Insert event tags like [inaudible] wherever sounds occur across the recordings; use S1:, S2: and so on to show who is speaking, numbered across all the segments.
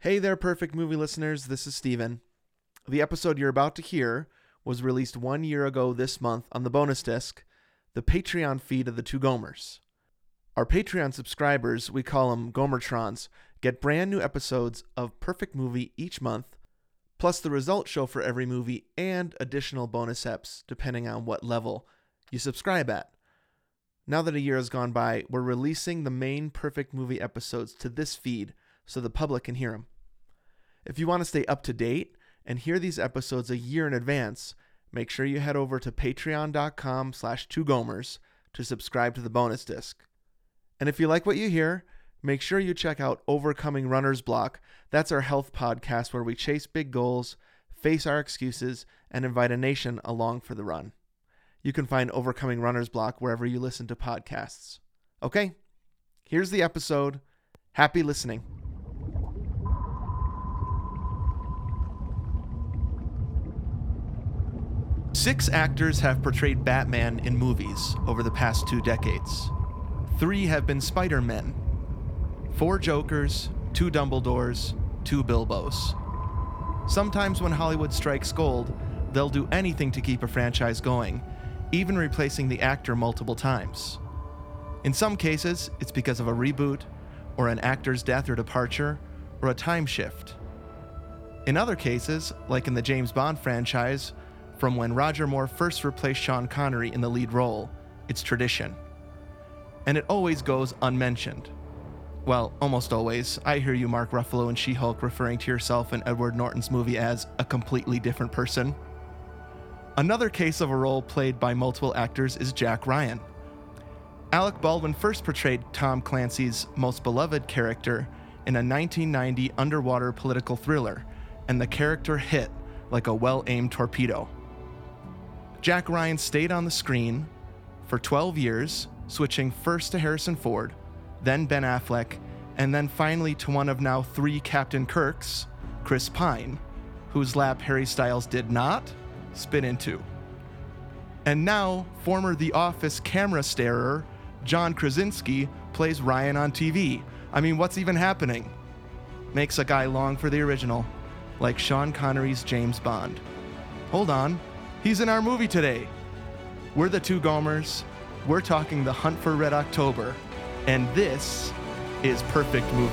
S1: Hey there, perfect movie listeners. This is Steven. The episode you're about to hear was released one year ago this month on the bonus disc, the Patreon feed of the Two Gomers. Our Patreon subscribers, we call them Gomertrons, get brand new episodes of Perfect Movie each month, plus the result show for every movie and additional bonus eps depending on what level you subscribe at. Now that a year has gone by, we're releasing the main Perfect Movie episodes to this feed so the public can hear them. If you want to stay up to date and hear these episodes a year in advance, make sure you head over to patreon.com slash two gomers to subscribe to the bonus disc. And if you like what you hear, make sure you check out Overcoming Runner's Block. That's our health podcast where we chase big goals, face our excuses, and invite a nation along for the run. You can find Overcoming Runner's Block wherever you listen to podcasts. Okay, here's the episode. Happy listening. Six actors have portrayed Batman in movies over the past two decades. Three have been Spider Men, four Jokers, two Dumbledores, two Bilbos. Sometimes when Hollywood strikes gold, they'll do anything to keep a franchise going, even replacing the actor multiple times. In some cases, it's because of a reboot, or an actor's death or departure, or a time shift. In other cases, like in the James Bond franchise, from when Roger Moore first replaced Sean Connery in the lead role, it's tradition. And it always goes unmentioned. Well, almost always. I hear you, Mark Ruffalo and She Hulk, referring to yourself in Edward Norton's movie as a completely different person. Another case of a role played by multiple actors is Jack Ryan. Alec Baldwin first portrayed Tom Clancy's most beloved character in a 1990 underwater political thriller, and the character hit like a well aimed torpedo. Jack Ryan stayed on the screen for 12 years, switching first to Harrison Ford, then Ben Affleck, and then finally to one of now three Captain Kirks, Chris Pine, whose lap Harry Styles did not spin into. And now, former The Office camera starer John Krasinski plays Ryan on TV. I mean, what's even happening? Makes a guy long for the original, like Sean Connery's James Bond. Hold on, he's in our movie today. We're the two Gomers. We're talking The Hunt for Red October. And this is Perfect Movie.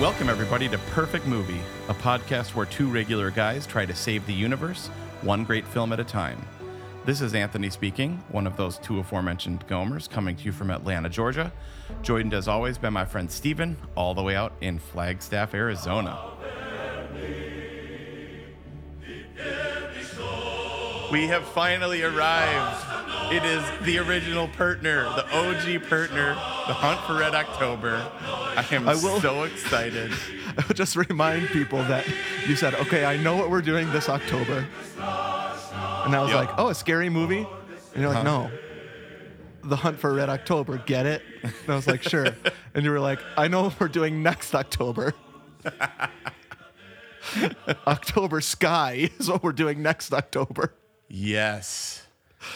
S2: Welcome, everybody, to Perfect Movie, a podcast where two regular guys try to save the universe, one great film at a time. This is Anthony speaking, one of those two aforementioned Gomers, coming to you from Atlanta, Georgia, joined as always by my friend Steven, all the way out in Flagstaff, Arizona. We have finally arrived. It is the original partner, the OG partner, the Hunt for Red October. I am
S1: I will-
S2: so excited.
S1: [laughs] just remind people that you said, okay, I know what we're doing this October. And I was
S2: Yep.
S1: like, oh, a scary movie? And you're like, no. The Hunt for Red October, get it? And I was like, sure. And you were like, I know what we're doing next October. [laughs] October Sky is what we're doing next October.
S2: Yes.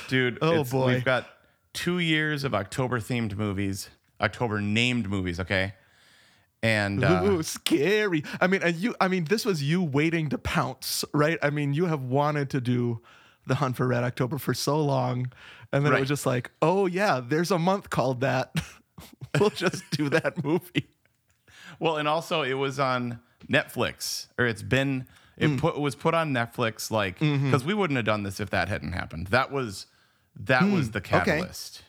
S2: Dude,
S1: Oh,
S2: it's-
S1: boy.
S2: We've got two years of October themed movies, October named movies, okay? And uh,
S1: Ooh, scary. I mean, and you I mean, this was you waiting to pounce, right? I mean, you have wanted to do the hunt for Red October for so long. And then it
S2: Right.
S1: was just like, oh yeah, there's a month called that. [laughs] we'll just do that [laughs] movie.
S2: well, and also it was on Netflix, or it's been, it
S1: Hmm.
S2: put, was put on Netflix, like, because
S1: Mm-hmm.
S2: we wouldn't have done this if that hadn't happened. That was, that
S1: Hmm.
S2: was the catalyst.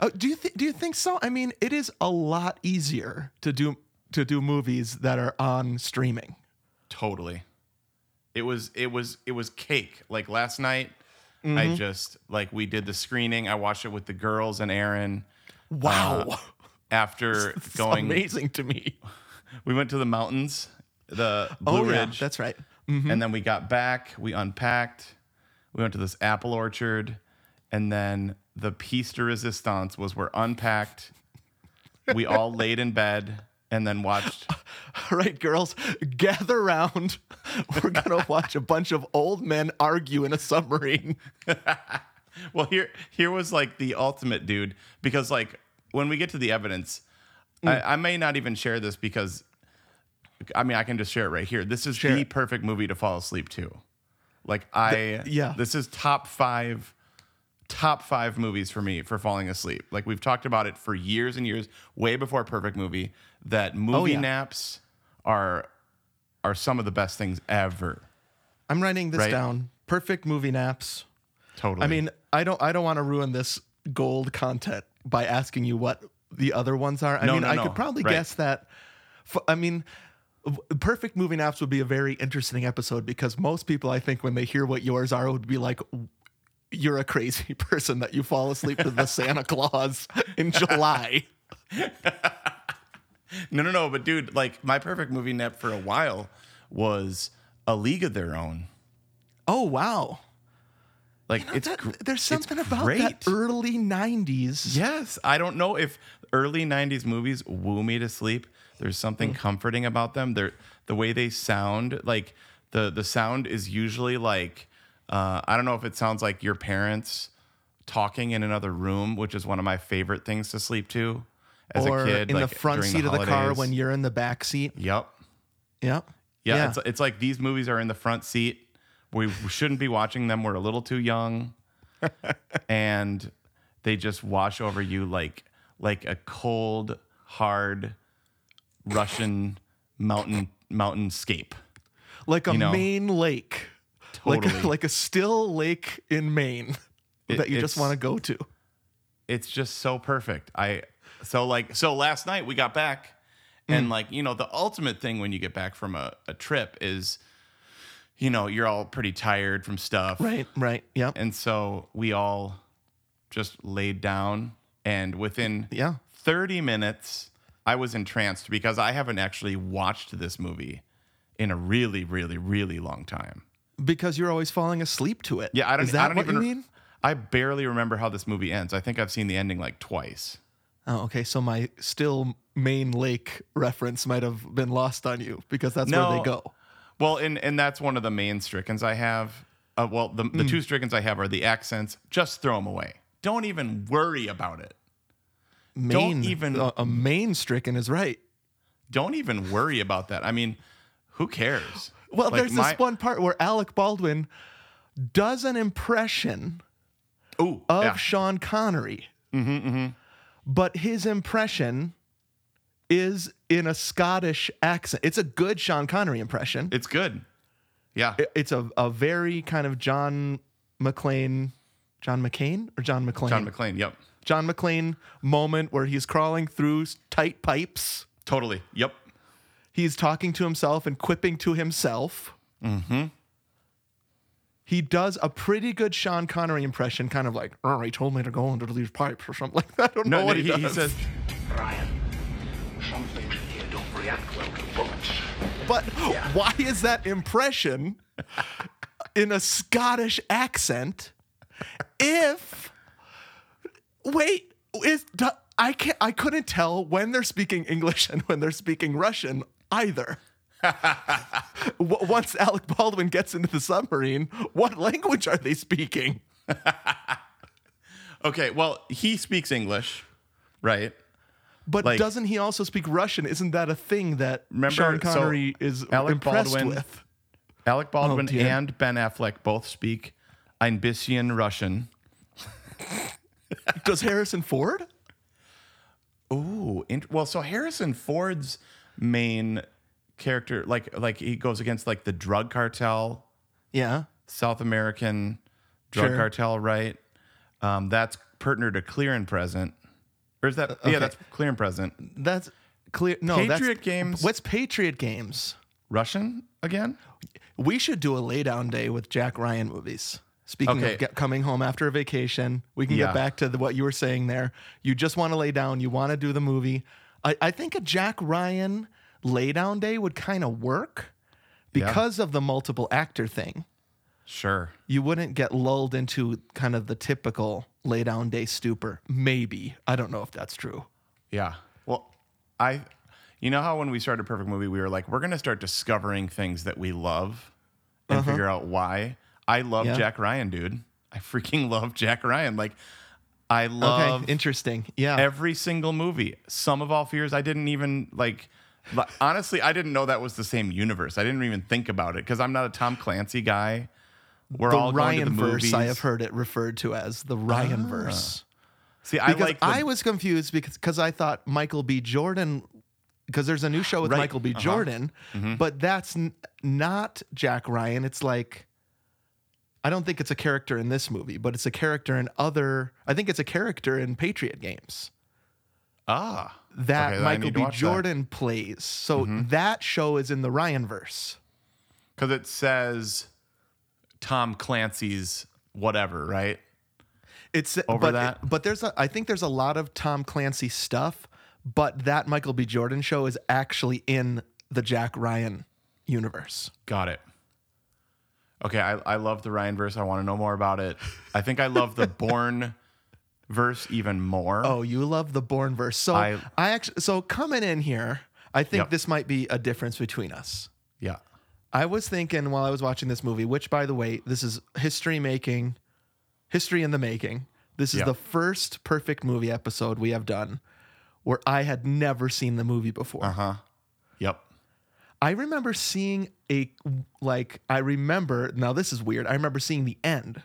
S1: Oh, do you thi- do you think so? I mean, it is a lot easier to do to do movies that are on streaming.
S2: Totally. It was it was it was cake. Like last night,
S1: Mm-hmm.
S2: I just like we did the screening. I watched it with the girls and Aaron.
S1: Wow. [laughs]
S2: After
S1: it's [laughs]
S2: Uh, going
S1: amazing to me.
S2: we went to the mountains, the Blue
S1: oh, yeah, Mm-hmm.
S2: Ridge,
S1: that's right.
S2: and then we got back. We unpacked. We went to this apple orchard, and then the piece de resistance was we're unpacked. we all laid in bed and then watched.
S1: [laughs] All right, girls, gather round. [laughs] We're [laughs] gonna watch a bunch of old men argue in a submarine.
S2: Well, here here was like the ultimate dude because like when we get to the evidence,
S1: Mm.
S2: I, I may not even share this because I mean I can just share it right here. This is the
S1: it.
S2: perfect movie to fall asleep to. Like I
S1: yeah.
S2: this is top five top five movies for me for falling asleep. Like we've talked about it for years and years, way before Perfect Movie. That movie
S1: Oh, yeah.
S2: naps are are some of the best things ever.
S1: I'm writing this
S2: Right.
S1: down. Perfect movie naps.
S2: Totally.
S1: I mean, I don't I don't want to ruin this gold content by asking you what the other ones are. I
S2: No,
S1: mean,
S2: no,
S1: I
S2: no.
S1: could probably
S2: Right.
S1: guess that f- I mean, w- perfect movie naps would be a very interesting episode because most people I think when they hear what yours are would be like you're a crazy [laughs] person that you fall asleep to the [laughs] Santa Claus in July.
S2: No, no, no. But dude, like my perfect movie nap for a while was A League of Their Own.
S1: [laughs] Oh wow.
S2: Like it's
S1: That-
S2: gr-
S1: there's
S2: it's
S1: something about
S2: great.
S1: that early 90s.
S2: Yes, I don't know if early '90s movies woo me to sleep. There's
S1: Mm.
S2: something comforting about them. They're the way they sound. Like the the sound is usually like uh, I don't know if it sounds like your parents talking in another room, which is one of my favorite things to sleep to as
S1: or
S2: a kid.
S1: in
S2: like,
S1: the front
S2: during
S1: seat of the car
S2: holidays.
S1: when you're in the back seat.
S2: Yep.
S1: Yeah.
S2: Yeah, It's, it's like these movies are in the front seat. We shouldn't be watching them. We're a little too young, and they just wash over you like like a cold, hard Russian mountain mountainscape.
S1: like a
S2: know.
S1: Maine lake, like
S2: Totally.
S1: a, [laughs] like a still lake in Maine
S2: It-
S1: that you just
S2: it's-
S1: want to go to.
S2: It's just so perfect. I so like so last night we got back, and like you know the ultimate thing when you get back from a, a trip is, you know you're all pretty tired from stuff,
S1: Right, right, yeah,
S2: And so we all just laid down. And within
S1: yeah.
S2: 30 minutes, I was entranced because I haven't actually watched this movie in a really, really, really long time.
S1: Because you're always falling asleep to it.
S2: Yeah, I don't, e-,
S1: Is that
S2: I don't
S1: what
S2: even.
S1: you mean?
S2: I barely remember how this movie ends. I think I've seen the ending like twice.
S1: Oh, okay. So my still Maine lake reference might have been lost on you because that's where
S2: No.
S1: they go.
S2: Well, and and that's one of the main strickens I have. Uh, well, the,
S1: Hmm.
S2: the two strickens I have are the accents. Just throw them away. Don't even worry about it.
S1: Maine,
S2: even-
S1: a, a Maine stricken is right.
S2: Don't even worry about that. I mean, who cares?
S1: Well,
S2: Like,
S1: there's
S2: my-
S1: this one part where Alec Baldwin does an impression
S2: Ooh,
S1: of
S2: yeah. Mm-hmm,
S1: Sean Connery. But his impression is in a Scottish accent. It's a good Sean Connery impression.
S2: It's good. Yeah.
S1: I- It's a, a very kind of John McClane, John McCain or John McClane?
S2: John McClane. Yep.
S1: John McClane moment where he's crawling through s- tight pipes.
S2: Totally. Yep.
S1: He's talking to himself and quipping to himself.
S2: Mm-hmm.
S1: He does a pretty good Sean Connery impression, kind of like, oh, he told me to go under these pipes or something like that. I don't know
S2: No,
S1: what
S2: he,
S1: he,
S2: he
S1: does.
S2: says,
S3: Brian, some things in here don't react well to bullets.
S2: [laughs]
S1: But why is that impression in a Scottish accent? If wait, is do- I can not I couldn't tell when they're speaking English and when they're speaking Russian
S2: [laughs]
S1: either. W- Once Alec Baldwin gets into the submarine, what language are they speaking?
S2: okay, well, he speaks English, right?
S1: But
S2: Like-
S1: doesn't he also speak Russian? Isn't that a thing that
S2: Remember,
S1: Sean
S2: so
S1: Connery is
S2: Alec
S1: impressed
S2: Baldwin-
S1: with?
S2: Alec Baldwin
S1: Oh, dear.
S2: and Ben Affleck both speak ein bisschen Russian.
S1: Does Harrison
S2: [laughs]
S1: Ford?
S2: Ooh, int- well, so Harrison Ford's main character, like, like he goes against like the drug cartel,
S1: Yeah.
S2: South American drug
S1: Sure.
S2: cartel, right? Um, that's partner to Clear and Present, or is
S1: Uh,
S2: that? Yeah, that's Clear and Present.
S1: That's clear. No,
S2: Patriot
S1: that's,
S2: Games-
S1: What's Patriot Games?
S2: Russian again?
S1: We should do a lay down day with Jack Ryan movies. Speaking
S2: Okay.
S1: of get, coming home after a vacation, we can
S2: Yeah.
S1: get back to the, what you were saying there. You just want to lay down. You want to do the movie. I, I think a Jack Ryan laydown day would kind of work
S2: Yeah.
S1: because of the multiple actor thing.
S2: Sure.
S1: You wouldn't get lulled into kind of the typical laydown day stupor. Maybe. I don't know if that's true.
S2: Yeah. Well, I, you know how when we started Perfect Movie, we were like, we're going to start discovering things that we love and figure out why. I love
S1: Uh-huh. Yeah.
S2: Jack Ryan, dude. I freaking [laughs] love Jack Ryan. Like, I
S1: Okay,
S2: love
S1: Um, interesting. Yeah.
S2: every single movie. Some of All Fears, I didn't even like. li- Honestly, I didn't know that was the same universe. I didn't even think about it because I'm not a Tom Clancy guy. We're all
S1: the
S2: going to
S1: Ryan
S2: the
S1: verse,
S2: movies.
S1: I have heard it referred to as the Ryan verse.
S2: See, I
S1: Because I,
S2: like the,
S1: was confused because 'cause I thought Michael B. Jordan, because there's a new show with
S2: Right, Uh-huh.
S1: Michael
S2: Mm-hmm.
S1: B. Jordan, but that's n- not Jack Ryan. It's like, I don't think it's a character in this movie, but it's a character in other, I think it's a character in Patriot games
S2: ah
S1: that
S2: Okay, I
S1: Michael
S2: need to
S1: B.
S2: watch that. Mm-hmm.
S1: Jordan plays. So that show is in the Ryan verse.
S2: because it says Tom Clancy's whatever, right?
S1: It's
S2: over
S1: but,
S2: that?
S1: But there's a, I think there's a lot of Tom Clancy stuff, but that Michael B. Jordan show is actually in the Jack Ryan universe.
S2: Got it. Okay, I, I love the Ryan verse. I want to know more about it. I think I
S1: [laughs]
S2: love the Born verse even more.
S1: Oh, you love the Bourne verse. So I,
S2: I-
S1: actually so coming in here, I think
S2: Yep.
S1: this might be a difference between us.
S2: yeah.
S1: I was thinking while I was watching this movie, which by the way, this is history making, history in the making. This is
S2: Yeah.
S1: the first perfect movie episode we have done where I had never seen the movie before.
S2: Uh huh. Yep.
S1: I remember seeing a like I remember now this is weird. I remember seeing the end.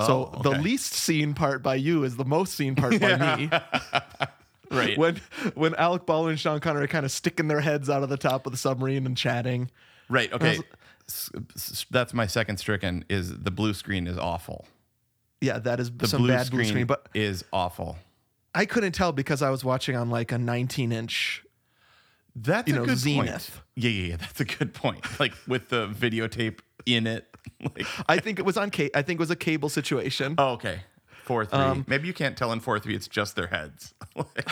S1: So
S2: Oh,
S1: the
S2: okay.
S1: least seen part by you is the most seen part by me.
S2: [laughs] Right.
S1: When when Alec Baldwin and Sean Connery are kind of sticking their heads out of the top of the submarine and chatting.
S2: Right. Okay. S- s- That's my second stricken. Is the blue screen is awful.
S1: Yeah, that is
S2: The
S1: some bad blue screen. But
S2: is awful.
S1: I couldn't tell because I was watching on like a 19 inch.
S2: That's
S1: You
S2: a
S1: know,
S2: good
S1: Zenith.
S2: point. Yeah, yeah, [laughs] yeah. That's a good point. Like with the videotape in it. [laughs] Like,
S1: I think it was on. Ca- I think it was a cable situation.
S2: oh, okay. Four three.
S1: Um,
S2: Maybe you can't tell in four three. It's just their heads. [laughs] Like,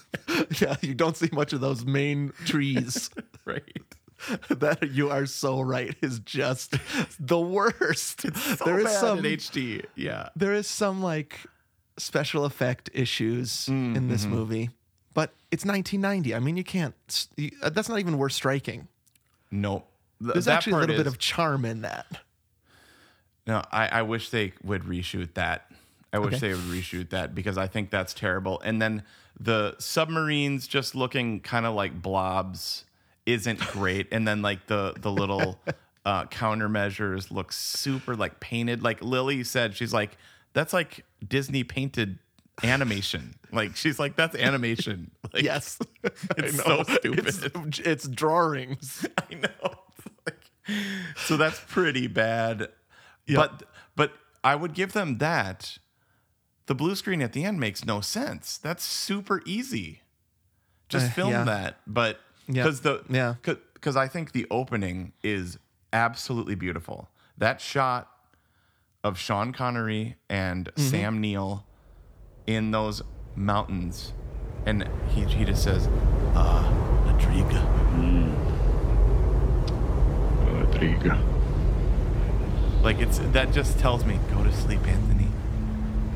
S1: [laughs] yeah, you don't see much of those main trees.
S2: right.
S1: [laughs] that you are so right is just the worst.
S2: So
S1: there is
S2: bad
S1: some
S2: in HD. Yeah.
S1: there is some like special effect issues
S2: Mm,
S1: in
S2: mm-hmm.
S1: this movie, but it's 1990. I mean, you can't. s- You, uh, that's not even worth striking.
S2: Nope. Th-
S1: There's
S2: that
S1: actually a
S2: part
S1: little bit
S2: is-
S1: of charm in
S2: [laughs]
S1: that.
S2: No, I, I wish they would reshoot that. I wish
S1: Okay.
S2: they would reshoot that because I think that's terrible. And then the submarines just looking kind of like blobs isn't great. And then like the the little uh, countermeasures look super like painted. Like Lily said, she's like, that's like Disney painted animation. like she's like, that's animation. [laughs] Like,
S1: Yes,
S2: It's
S1: [laughs] I know.
S2: so stupid.
S1: It's, [laughs] it's drawings.
S2: [laughs] I know. Like- so that's pretty bad. But but I would give them that. The blue screen at the end makes no sense. That's super easy. Just
S1: Uh,
S2: film
S1: yeah.
S2: that. But
S1: Yeah.
S2: because the
S1: Yeah.
S2: because I think the opening is absolutely beautiful. That shot of Sean Connery and
S1: Mm-hmm.
S2: Sam Neill in those mountains, and he he just says, "Ah, Ladriga."
S1: [laughs]
S3: Rodrigo.
S2: Like it's that just tells me go to sleep, Anthony.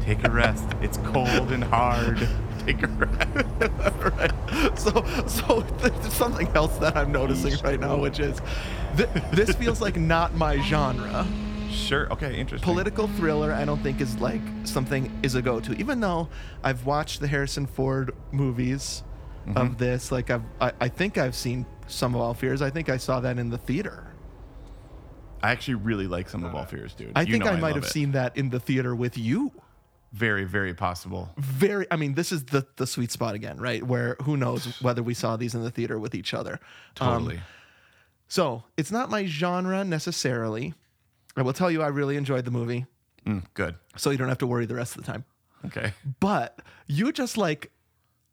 S2: Take a rest. it's cold and hard. [laughs] Take a rest.
S1: So, so [laughs] there's something else that I'm noticing right now, which is th- this feels like not my genre.
S2: Sure. Okay. Interesting.
S1: political thriller i don't think is like something is a go-to even though i've watched the harrison ford movies
S2: Mm-hmm.
S1: of this like I've, I, I think i've seen some of all fears i think i saw that in the theater
S2: I actually really like some of all fears, dude.
S1: i
S2: You
S1: think
S2: know
S1: i might
S2: love
S1: have
S2: it.
S1: seen that in the theater with you
S2: Very, very possible.
S1: very i mean this is the, the sweet spot again right where who knows whether we saw these in the theater with each other Um,
S2: Totally.
S1: so it's not my genre necessarily i will tell you i really enjoyed the movie
S2: Mm, good.
S1: so you don't have to worry the rest of the time
S2: Okay.
S1: but you just like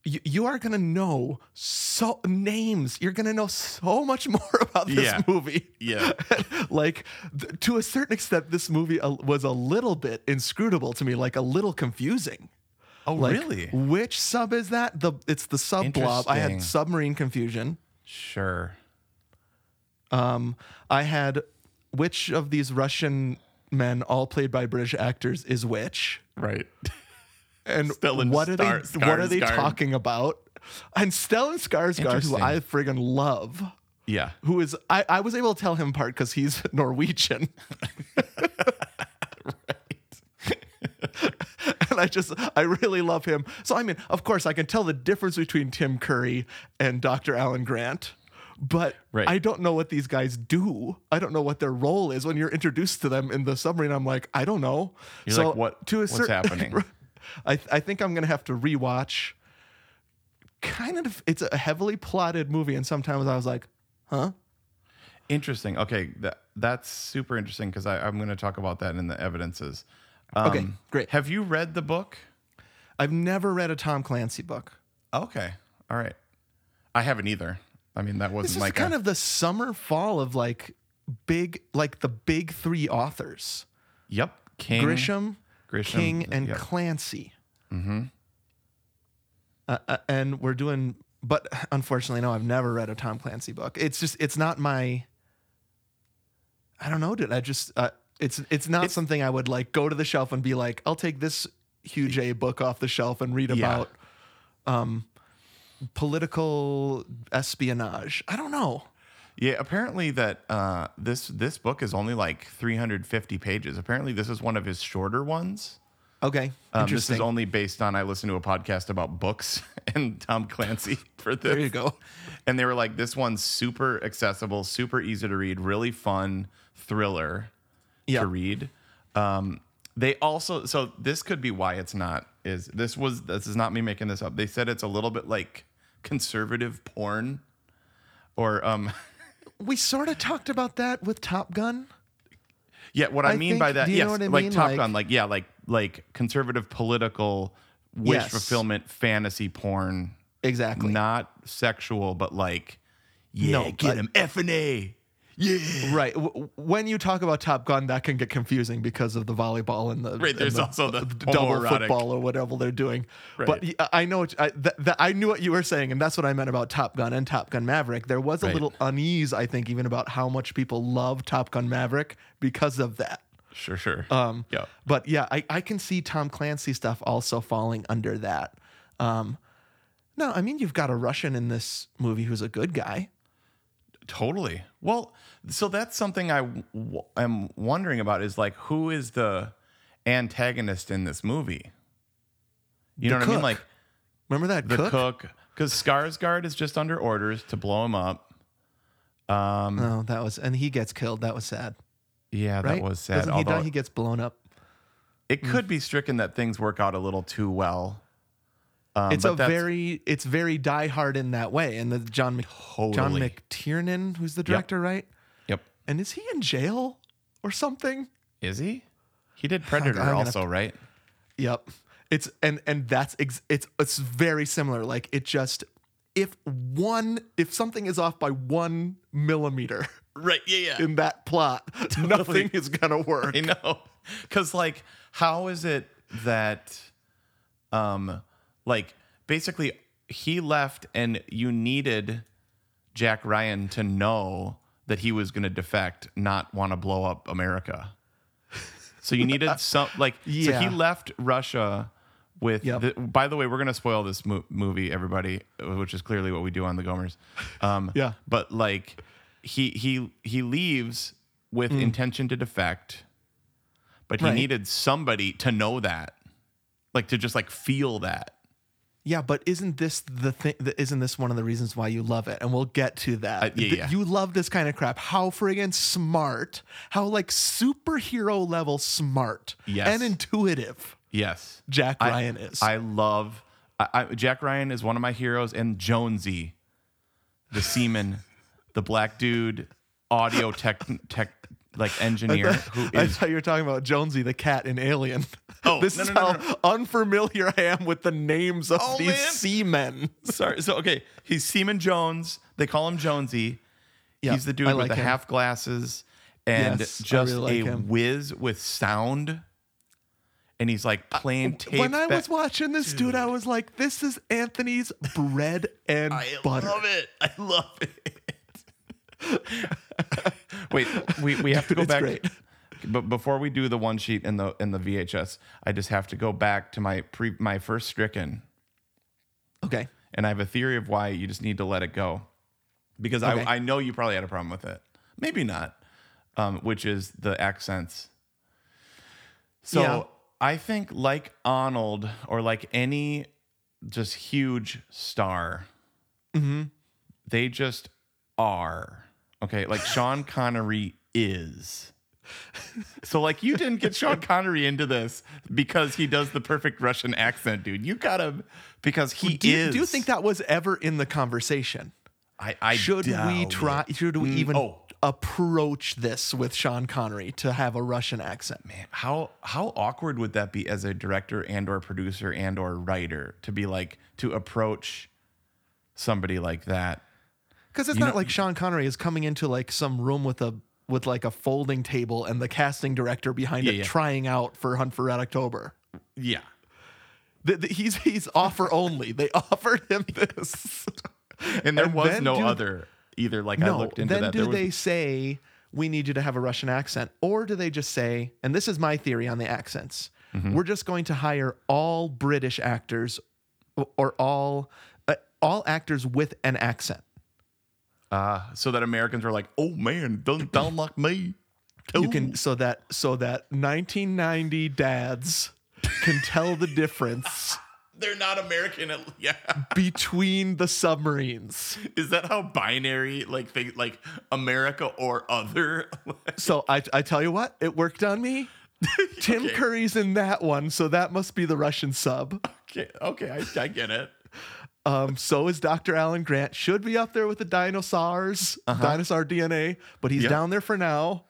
S1: you, you are gonna know so names you're gonna know so much [laughs] more about this
S2: Yeah.
S1: movie [laughs]
S2: Yeah.
S1: like th- to a certain extent this movie uh, was a little bit inscrutable to me like a little confusing
S2: Oh,
S1: like
S2: really?
S1: which sub is that the it's the sub blob i had
S2: Interesting.
S1: submarine confusion
S2: Sure.
S1: Um, I had which of these Russian men, all played by British actors, is which? [laughs]
S2: Right.
S1: And
S2: Stellan
S1: what are they?
S2: Star-
S1: what are they
S2: Skarsgård.
S1: talking about? And Stellan Skarsgård, who
S2: Interesting.
S1: I friggin' love,
S2: Yeah.
S1: who is I, I was able to tell him part because he's [laughs] Norwegian. [laughs] and I just I really love him. So I mean, of course, I can tell the difference between Tim Curry and Dr. Alan Grant, but
S2: Right.
S1: I don't know what these guys do. I don't know what their role is. When you're introduced to them in the submarine, I'm like, I don't know.
S2: You're like, what-
S1: [laughs]
S2: what's happening?
S1: I I think I'm gonna have to rewatch. Kind of, it's a heavily plotted movie, and sometimes I was like, huh?
S2: Interesting. Okay, that that's super interesting because I'm going to talk about that in the evidences.
S1: Okay,
S2: Um,
S1: great.
S2: Have you read the book?
S1: I've never read a Tom Clancy book.
S2: Okay, all right. I haven't either. I mean, that
S1: This
S2: wasn't
S1: is
S2: like
S1: kind
S2: a,
S1: of the summer fall of like big, like the big three authors:
S2: yep. King
S1: Grisham,
S2: Grisham,
S1: King, and
S2: yep.
S1: Clancy. Mm-hmm. Uh, uh, and we're doing, but unfortunately, no, I've never read a Tom Clancy book. It's just, it's not my. I don't know, dude. I just, uh, it's, it's not something I would like go to the shelf and be like, I'll take this huge A book off the shelf and read
S2: Yeah.
S1: about, um, political espionage. I don't know.
S2: Yeah, apparently that uh, this this book is only like 350 pages. Apparently, this is one of his shorter ones.
S1: Okay,
S2: Um, this
S1: interesting.
S2: is only based on I listened to a podcast about books [laughs] and Tom Clancy [laughs] for this.
S1: There you go.
S2: And they were like, this one's super accessible, super easy to read, really fun thriller
S1: Yeah.
S2: to read. Um, they also so this could be why it's not is this was this is not me making this up. They said it's a little bit like conservative porn or um [laughs]
S1: we sort of talked about that with Top Gun.
S2: Yeah, what I,
S1: I
S2: mean
S1: think-
S2: by that,
S1: do you
S2: yes,
S1: know what I
S2: like
S1: mean?
S2: Top
S1: Like-
S2: Gun, like yeah, like like conservative political wish
S1: Yes.
S2: fulfillment fantasy porn,
S1: Exactly.
S2: not sexual, but like yeah,
S1: No,
S2: get
S1: but-
S2: him F and A, yeah.
S1: Right. W- when you talk about Top Gun, that can get confusing because of the volleyball and the
S2: Right,
S1: and
S2: there's also the
S1: double
S2: homoerotic-
S1: football or whatever they're doing. But
S2: Right.
S1: y- I know what, I, th- th- I knew what you were saying, and that's what I meant about Top Gun and Top Gun Maverick. There was a
S2: Right.
S1: little unease, I think, even about how much people love Top Gun Maverick because of that.
S2: Sure, sure.
S1: Um,
S2: yeah,
S1: But yeah, I, I can see Tom Clancy stuff also falling under that. Um, no, I mean you've got a Russian in this movie who's a good guy.
S2: totally. Well, so that's something I w- am wondering about is like who is the antagonist in this movie? You
S1: The
S2: know what I mean?
S1: cook.
S2: Like
S1: Remember that
S2: the
S1: cook?
S2: cook, because Skarsgård is just under orders to blow him up. Um,
S1: No, that was and he gets killed. That was sad.
S2: Yeah,
S1: Right?
S2: that was sad.
S1: Doesn't he
S2: Although
S1: die? He mm. gets blown up.
S2: it could be stricken that things work out a little too well. Um,
S1: It's
S2: but
S1: a
S2: that's-
S1: very it's very Die Hard in that way. And the John Mc, John
S2: Totally.
S1: McTiernan, who's the director, right?
S2: yep.
S1: And is he in jail or something?
S2: Is he? He did Predator
S1: gonna have
S2: also, right?
S1: Yep. It's and and that's ex, it's it's very similar. Like it just if one if something is off by one millimeter [laughs]
S2: Right. Yeah.
S1: in that plot, nothing is gonna work.
S2: [laughs] I know. Because like, how is it that, um, like basically he left and you needed Jack Ryan to know that he was going to defect, not want to blow up America. So
S1: [laughs]
S2: you needed some like so
S1: Yeah.
S2: he left Russia with.
S1: Yep.
S2: The, by the way, we're going to spoil this mo- movie, everybody, which is clearly what we do on the Gomers. Um,
S1: [laughs] Yeah.
S2: but like he he he leaves with
S1: Mm.
S2: intention to defect but he
S1: Right.
S2: needed somebody to know that like to just like feel that
S1: Yeah, but isn't this the thing? Isn't this one of the reasons why you love it? And we'll get to that.
S2: Uh, yeah,
S1: Th-
S2: yeah.
S1: You love this kind of crap. How friggin' smart? How like superhero level smart?
S2: Yes.
S1: And intuitive.
S2: yes
S1: Jack
S2: I-
S1: Ryan is.
S2: i love I, I, jack ryan is one of my heroes and jonesy the seaman [laughs] the black dude audio tech tech like
S1: [laughs]
S2: engineer who
S1: I
S2: is
S1: thought you were talking about Jonesy the cat in Alien.
S2: Oh,
S1: [laughs] this
S2: no,
S1: is
S2: no, no,
S1: how unfamiliar I am with the names of
S2: Oh,
S1: these
S2: man.
S1: seamen.
S2: sorry so okay he's seaman jones they call him jonesy
S1: Yeah,
S2: he's the dude
S1: I
S2: with
S1: like
S2: the
S1: him.
S2: half glasses and
S1: Yes, I
S2: just
S1: really like
S2: a
S1: him.
S2: whiz with sound and he's like playing tape.
S1: Uh, when I
S2: back-
S1: was watching this, dude, I was like, this is Anthony's bread and
S2: [laughs] I
S1: butter.
S2: love it. I love it. [laughs] Wait, we, we have to go
S1: It's
S2: back.
S1: great.
S2: But before we do the one sheet in the in the VHS, I just have to go back to my pre my first stricken,
S1: Okay.
S2: and I have a theory of why you just need to let it go, because
S1: Okay.
S2: I I know you probably had a problem with it, maybe not, um, which is the accents. So
S1: Yeah.
S2: I think like Arnold or like any just huge star, they just are. Okay, like Sean Connery is. So like you didn't get Sean Connery into this because he does the perfect Russian accent, dude. You got him because he
S1: Do you,
S2: is.
S1: do you think that was ever in the conversation?
S2: I, I
S1: Should we
S2: doubt
S1: try?
S2: it.
S1: Should we
S2: Mm,
S1: even
S2: oh.
S1: approach this with Sean Connery to have a Russian accent?
S2: Man, how how awkward would that be as a director and or producer and or writer to be like to approach somebody like that?
S1: Because it's
S2: You
S1: not
S2: know-
S1: like Sean Connery is coming into like some room with a with like a folding table and the casting director behind
S2: Yeah,
S1: it
S2: yeah.
S1: trying out for Hunt for Red October.
S2: Yeah.
S1: Th- th- he's he's offer only. They [laughs] offered him this. [laughs]
S2: And there
S1: And
S2: was
S1: then
S2: no
S1: do-
S2: other either. Like I looked into
S1: then
S2: that.
S1: do
S2: there was,
S1: they say we need you to have a Russian accent, or do they just say? And this is my theory on the accents.
S2: Mm-hmm.
S1: We're just going to hire all British actors, o- or all uh, all actors with an accent.
S2: Uh, so that Americans were like, oh man, don't sound like me.
S1: You
S2: Ooh.
S1: can so that so that 1990 dads can tell the
S2: [laughs]
S1: difference
S2: They're not American. at- [laughs] Yeah.
S1: between the submarines.
S2: Is that how binary, like, thing, like America or other? [laughs]
S1: So I, I tell you what, it worked on me. Tim
S2: Okay.
S1: Curry's in that one, so that must be the Russian sub.
S2: okay, okay I, I get it.
S1: Um, so is Dr. Alan Grant. Should be up there with the dinosaurs, dinosaur DNA, but he's
S2: Yep.
S1: down there for now.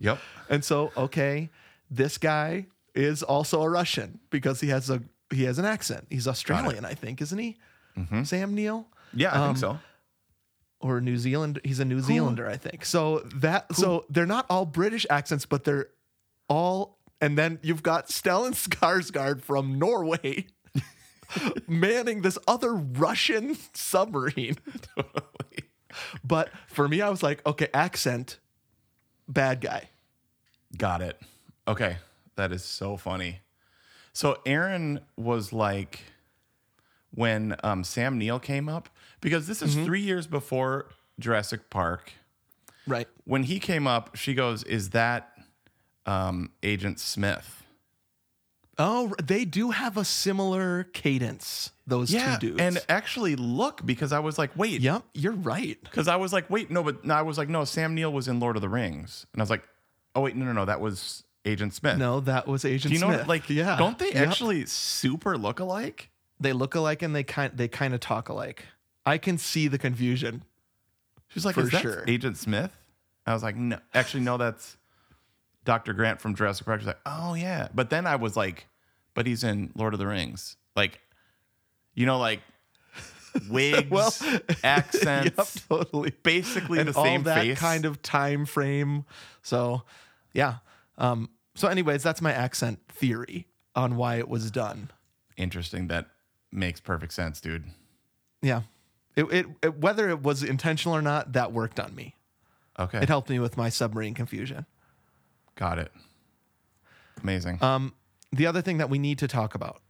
S2: Yep.
S1: And so, okay, this guy is also a Russian because he has a he has an accent. He's Australian, I think, isn't he? Sam Neill
S2: Yeah, I think so.
S1: or New Zealand. He's a New Zealander, I think. So that so they're not all British accents, but they're all. And then you've got Stellan Skarsgård from
S2: [laughs]
S1: Norway. manning this other Russian submarine.
S2: Totally.
S1: But for me, I was like, okay, accent, bad guy.
S2: Got it. Okay. That is so funny. So Aaron was like when um, Sam Neill came up, because this is three years before Jurassic Park.
S1: Right.
S2: when he came up, she goes, "Is that um, Agent Smith?"
S1: Oh, they do have a similar cadence, those two dudes.
S2: and actually look because I was like, "Wait,"
S1: yep, you're right.
S2: because I was like, "Wait, no," but no, I was like, "No, Sam Neill was in Lord of the Rings," and I was like, "Oh wait, no, no, no, that was Agent Smith."
S1: No, that was Agent
S2: do you know
S1: Smith.
S2: what, like,
S1: yeah.
S2: don't they
S1: Yep.
S2: actually super look alike?
S1: They look alike and they kind they kind of talk alike. I can see the
S2: [laughs]
S1: confusion.
S2: She's like,
S1: For
S2: "Is that
S1: sure.
S2: Agent Smith?" I was like, "No, actually, no, that's Doctor Grant from Jurassic Park." She's like, "Oh yeah," but then I was like, "But he's in Lord of the Rings," like, you
S1: [laughs]
S2: know, like wigs,
S1: Well, [laughs]
S2: accents,
S1: yep, totally.
S2: basically
S1: and
S2: the
S1: all
S2: same
S1: that
S2: face.
S1: kind of time frame. So, yeah. Um, so, anyways, that's my accent theory on why it was done.
S2: interesting. That makes perfect sense, dude.
S1: Yeah. It, it, it whether it was intentional or not, that worked on me.
S2: Okay,
S1: It helped me with my submarine confusion.
S2: got it. Amazing.
S1: Um, The other thing that we need to talk about,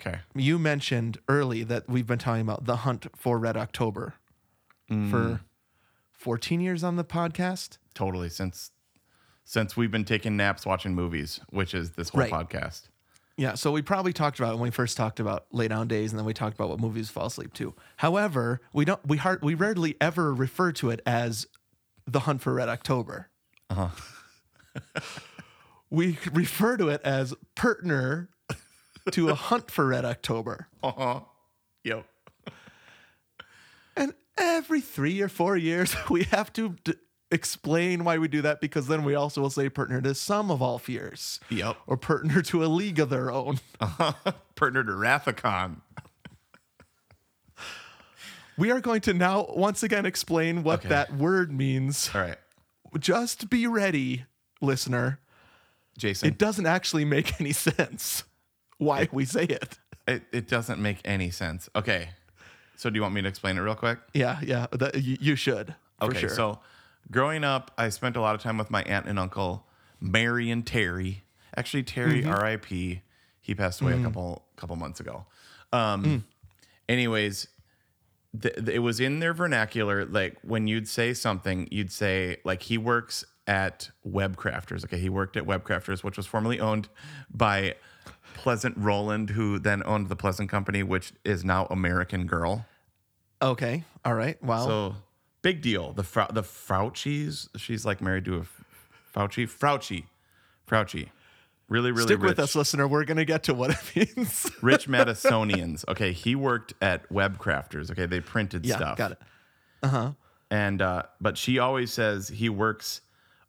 S2: okay,
S1: you mentioned early that we've been talking about the hunt for Red October
S2: Mm.
S1: for 14 years on the podcast.
S2: totally. Since since we've been taking naps watching movies, which is this whole
S1: Right.
S2: podcast.
S1: Yeah, so we probably talked about it when we first talked about lay down days, and then we talked about what movies fall asleep to. However, we don't we hard, we rarely ever refer to it as the hunt for Red October. Uh-huh. [laughs] we refer to it as partner to a hunt for Red October,
S2: Uh huh. Yep.
S1: and every three or four years [laughs] we have to d- explain why we do that because then we also will say partner to some of all fears
S2: Yep.
S1: or partner to a league of their own.
S2: partner to Rathacon.
S1: We are going to now once again explain what
S2: Okay.
S1: that word means.
S2: All right.
S1: Just be ready, listener.
S2: Jason.
S1: It doesn't actually make any sense why we say it.
S2: It, it doesn't make any sense. Okay. So do you want me to explain it real quick?
S1: Yeah, yeah. That, you, you should. For
S2: okay.
S1: sure.
S2: So growing up, I spent a lot of time with my aunt and uncle, Mary and Terry. Actually, Terry,
S1: Mm-hmm.
S2: R.I.P. He passed away a couple couple months ago. Um,
S1: Mm.
S2: Anyways, th- th- it was in their vernacular. Like when you'd say something, you'd say like he works at Web Crafters. Okay, he worked at Web Crafters, which was formerly owned by Pleasant Roland, who then owned the Pleasant Company, which is now American Girl.
S1: okay, all right. Wow.
S2: So big deal. The Frou- the Fauci's. She's like married to a F- Fauci. Fauci. Fauci. Really, really
S1: Stick
S2: rich.
S1: with us, listener. We're gonna get to what it [laughs] means.
S2: rich Madisonians. Okay, he worked at Web Crafters. Okay, they printed
S1: yeah,
S2: stuff.
S1: got it.
S2: And uh, but she always says he works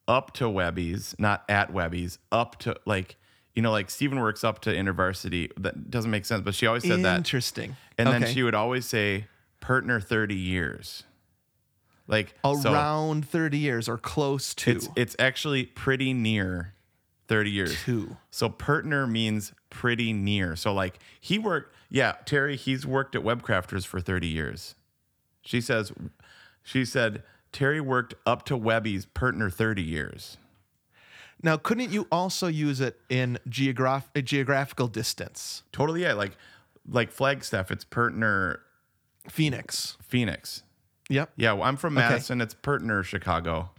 S2: up to Webby's, not at Webby's. Up to like you know, like Steven works up to InterVarsity. That doesn't make sense, but she always said that.
S1: Interesting.
S2: And
S1: okay.
S2: then she would always say, "Partner, thirty years." Like so-
S1: around 30 years or close to
S2: It's it's actually pretty near 30 years.
S1: two.
S2: So partner means pretty near. So like he worked yeah, Terry, he's worked at Webcrafters for 30 years. She says she said Terry worked up to Webby's partner 30 years.
S1: Now, couldn't you also use it in geograph- uh, geographical distance?
S2: Totally yeah, like like Flagstaff, it's partner
S1: Phoenix.
S2: Phoenix.
S1: Yep.
S2: Yeah, well, I'm from Madison, it's partner Chicago.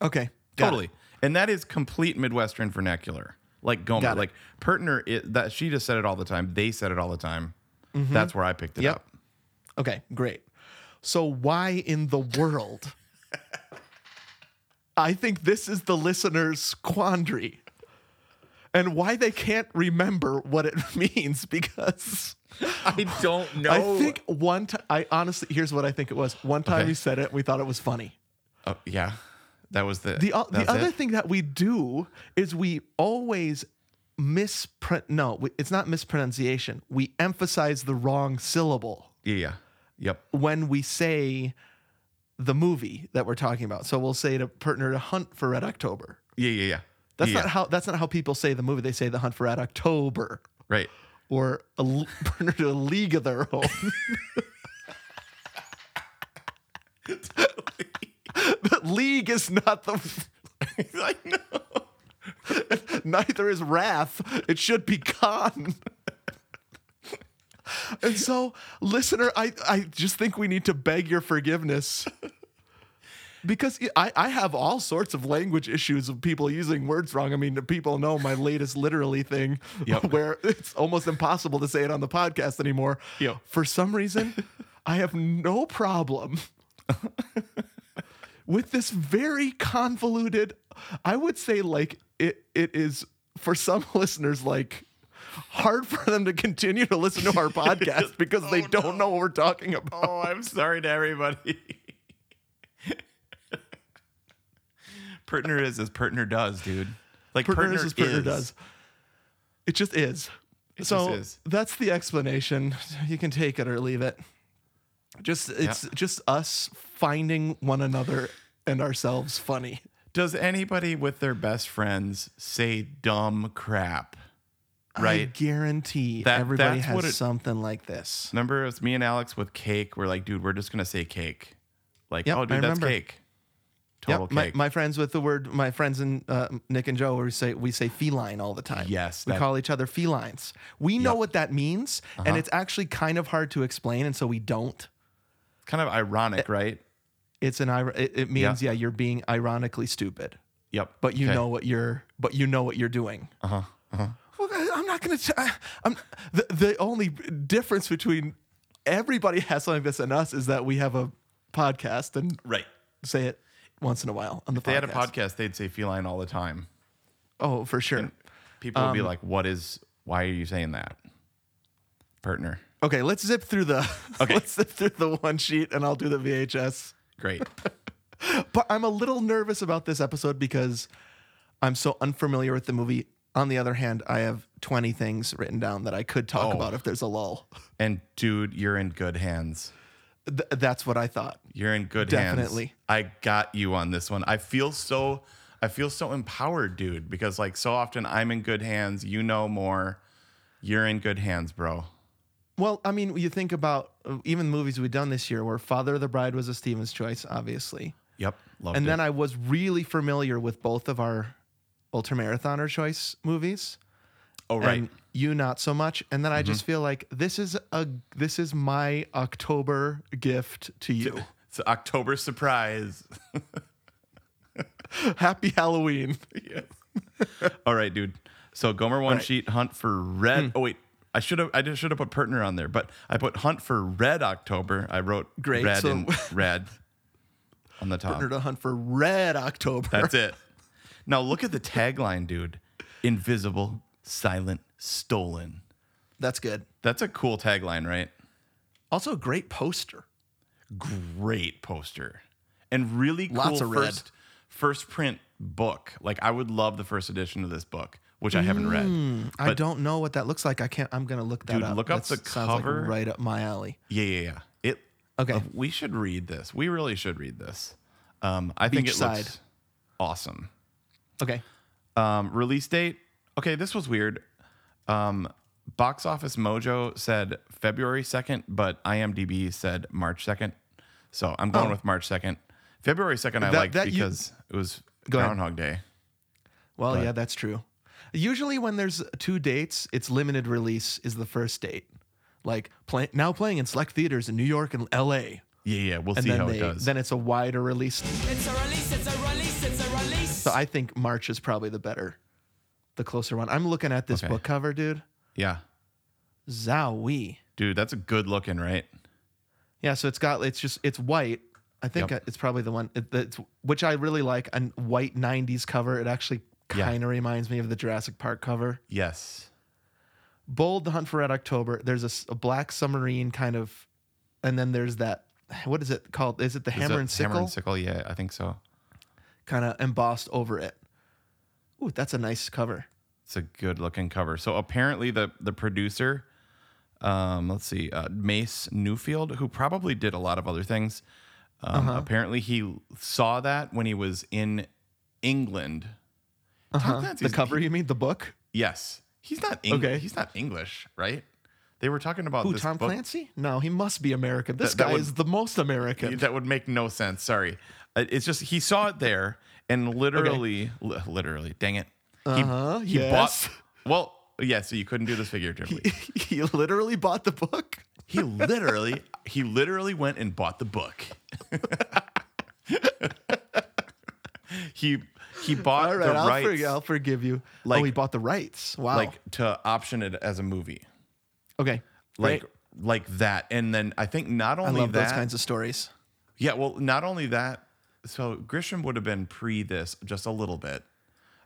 S1: Okay. got it.
S2: Totally. And that is complete Midwestern vernacular. Like Gomer,
S1: Got it.
S2: like partner i that she just said it all the time. They said it all the time. That's where I picked it
S1: Yep.
S2: up.
S1: Okay, great. So, why in the world? I think this is the listener's quandary and why they can't remember what it [laughs] means because
S2: [laughs] I don't know.
S1: I think one time, I honestly, here's what I think it was. One time
S2: Oh. Okay.
S1: we said it and we thought it was funny.
S2: Oh, yeah. That was the
S1: The, o-
S2: that was
S1: the other
S2: it?
S1: thing that we do is we always mispron no we, it's not mispronunciation we emphasize the wrong syllable
S2: Yeah, yeah. Yep.
S1: when we say the movie that we're talking about so we'll say to partner to hunt for red october
S2: Yeah, yeah, yeah.
S1: that's
S2: yeah.
S1: not how that's not how people say the movie they say the hunt for red october
S2: Right.
S1: or a l- [laughs] partner to a league of their own [laughs] the league is not the [laughs]
S2: I know.
S1: neither is wrath. It should be gone. [laughs] and so, listener, I, I just think we need to beg your forgiveness. Because I, I have all sorts of language issues of people using words wrong. I mean, the people know my latest literally thing
S2: Yep.
S1: [laughs] where it's almost impossible to say it on the podcast anymore.
S2: Yep.
S1: For some reason, I have no problem with this very convoluted i would say like it it is for some [laughs] listeners like hard for them to continue to listen to our podcast because they don't know what we're talking about
S2: [laughs] Oh, I'm sorry to [laughs] everybody. partner is as partner does, dude. Like partner,
S1: partners as partner does it just is so
S2: just is.
S1: that's the explanation you can take it or leave it just it's just us finding one another and ourselves funny
S2: Does anybody with their best friends say dumb crap? Right.
S1: i guarantee
S2: That-
S1: everybody
S2: that's what
S1: has
S2: it-
S1: something like this
S2: Remember, it was me and Alex with cake. We're like, dude, we're just gonna say cake. Like,
S1: Yep,
S2: oh, dude,
S1: I
S2: that's
S1: remember.
S2: cake. Total
S1: Yep. My,
S2: cake.
S1: my friends with the word, my friends and uh, Nick and Joe, we say we say feline all the time.
S2: Yes,
S1: we
S2: that- Uh-huh.
S1: call each other felines. We know what that means, and it's actually kind of hard to explain, and so we don't.
S2: It's kind of ironic,
S1: Eh,
S2: right?
S1: It's an ir- it, it means yeah. you're being ironically stupid,
S2: Yep.
S1: but you
S2: Okay. Uh-huh,
S1: know what you're but you know what you're doing. Uh huh. Well, I- I'm not gonna. T- I, I'm the the only difference between everybody has something like this and us is that we have a podcast and
S2: right.
S1: say it once in a while on the podcast.
S2: They had a podcast. They'd say feline all the time.
S1: Oh, for sure.
S2: People
S1: Um,
S2: would be like, "What is? Why are you saying that, partner?"
S1: Okay, let's zip through the [laughs]
S2: Okay.
S1: let's zip through the one sheet and I'll do the VHS. [laughs]
S2: Great.
S1: But I'm a little nervous about this episode because I'm so unfamiliar with the movie. On the other hand, I have 20 things written down that I could talk
S2: Oh.
S1: about if there's a lull.
S2: and dude, you're in good hands.
S1: Th- that's what I thought.
S2: You're in good hands.
S1: Definitely.
S2: I got you on this one. I feel so I feel so empowered, dude, because like so often I'm in good hands. You know more. You're in good hands, bro.
S1: Well, I mean, you think about uh, even the movies we've done this year, where Father of the Bride was a Stevens choice, obviously.
S2: Yep. Loved
S1: and
S2: it.
S1: then I was really familiar with both of our ultramarathoner choice movies.
S2: oh right. Mm-hmm.
S1: And you not so much. And then I just feel like this is a this is my October gift to you.
S2: It's an October surprise. [laughs]
S1: [laughs] Happy
S2: [laughs]
S1: Halloween.
S2: yes. All right, dude. So Gomer one sheet hunt for red.
S1: Hmm.
S2: Oh wait, I should have I just should have put partner on there, but I put hunt for red October. I wrote
S1: Great,
S2: red
S1: so- [laughs]
S2: and red on the top.
S1: Partner to hunt for Red October.
S2: That's it. Now look at the tagline, dude. Invisible, silent, stolen.
S1: [laughs] That's good.
S2: That's a cool tagline, right?
S1: Also, a great poster.
S2: Great poster. And really cool
S1: Lots of red.
S2: first first print book. Like I would love the first edition of this book, which I haven't read.
S1: I don't know what that looks like. I can't. I'm gonna look that
S2: Dude,
S1: up.
S2: look up
S1: That
S2: the
S1: sounds
S2: cover.
S1: Like right up my alley.
S2: Yeah, yeah, yeah. It
S1: Okay.
S2: uh, we should read this. We really should read this. Um, I think it
S1: Beachside.
S2: looks awesome.
S1: Okay.
S2: Um, release date. Okay, this was weird. Um, Box Office Mojo said February 2nd, but IMDb said March 2nd. So I'm going with March 2nd. February 2nd, I
S1: Oh. That-
S2: liked
S1: that you-
S2: because it was
S1: Go ahead.
S2: Groundhog Day.
S1: Well, yeah, that's true. Usually, when there's two dates, it's limited release is the first date. Like play, now playing in select theaters in New York and L.A.
S2: Yeah, yeah. We'll
S1: And
S2: see
S1: then
S2: how
S1: they,
S2: it does.
S1: then it's a wider release.
S4: It's a release, it's a release, it's a release.
S1: So I think March is probably the better, the closer one. I'm looking at this
S2: Okay.
S1: book cover, dude.
S2: yeah.
S1: Zowie.
S2: Dude, that's a good looking, right?
S1: Yeah, so it's got it's just it's white. I think
S2: Yep.
S1: it's probably the one it- it's, which I really like a white '90s cover. It actually
S2: Yeah.
S1: kind of reminds me of the Jurassic Park cover.
S2: Yes.
S1: Bold, The Hunt for Red October. There's a s- a, black submarine kind of, and then there's that. What is it called? Is it the
S2: Is
S1: hammer
S2: it
S1: and sickle?
S2: Hammer and sickle. Yeah, I think so.
S1: Kind of embossed over it. Ooh, that's a nice cover.
S2: It's a good looking cover. So apparently the the producer, um, let's see, uh, Mace Newfield, who probably did a lot of other things. Um,
S1: Uh-huh.
S2: Apparently he saw that when he was in England. Tom
S1: The
S2: Clancy's-
S1: cover, you mean the book?
S2: yes, he's not. Eng-
S1: Okay.
S2: he's not English, right? They were talking about
S1: Who,
S2: Oh, this
S1: Tom
S2: book-
S1: Clancy? No, he must be American. This
S2: That- that
S1: guy
S2: would-
S1: is the most American.
S2: That would make no sense. Sorry, Uh, it's just he saw it there and literally, li- literally, dang it, he,
S1: Uh-huh,
S2: he
S1: yes.
S2: bought. Well, yeah, so you couldn't do this figuratively.
S1: [laughs] [laughs] he literally bought the book.
S2: He literally, he literally went and bought the book. [laughs] he he bought
S1: All right,
S2: the
S1: I'll,
S2: rights
S1: forg- I'll forgive you.
S2: Like-
S1: oh, he bought the rights. Wow.
S2: like to option it as a movie,
S1: okay.
S2: like
S1: Great.
S2: like that. And then I think not
S1: I
S2: only
S1: love
S2: that,
S1: those kinds of stories.
S2: yeah, well, not only that. So Grisham would have been pre this just a little bit.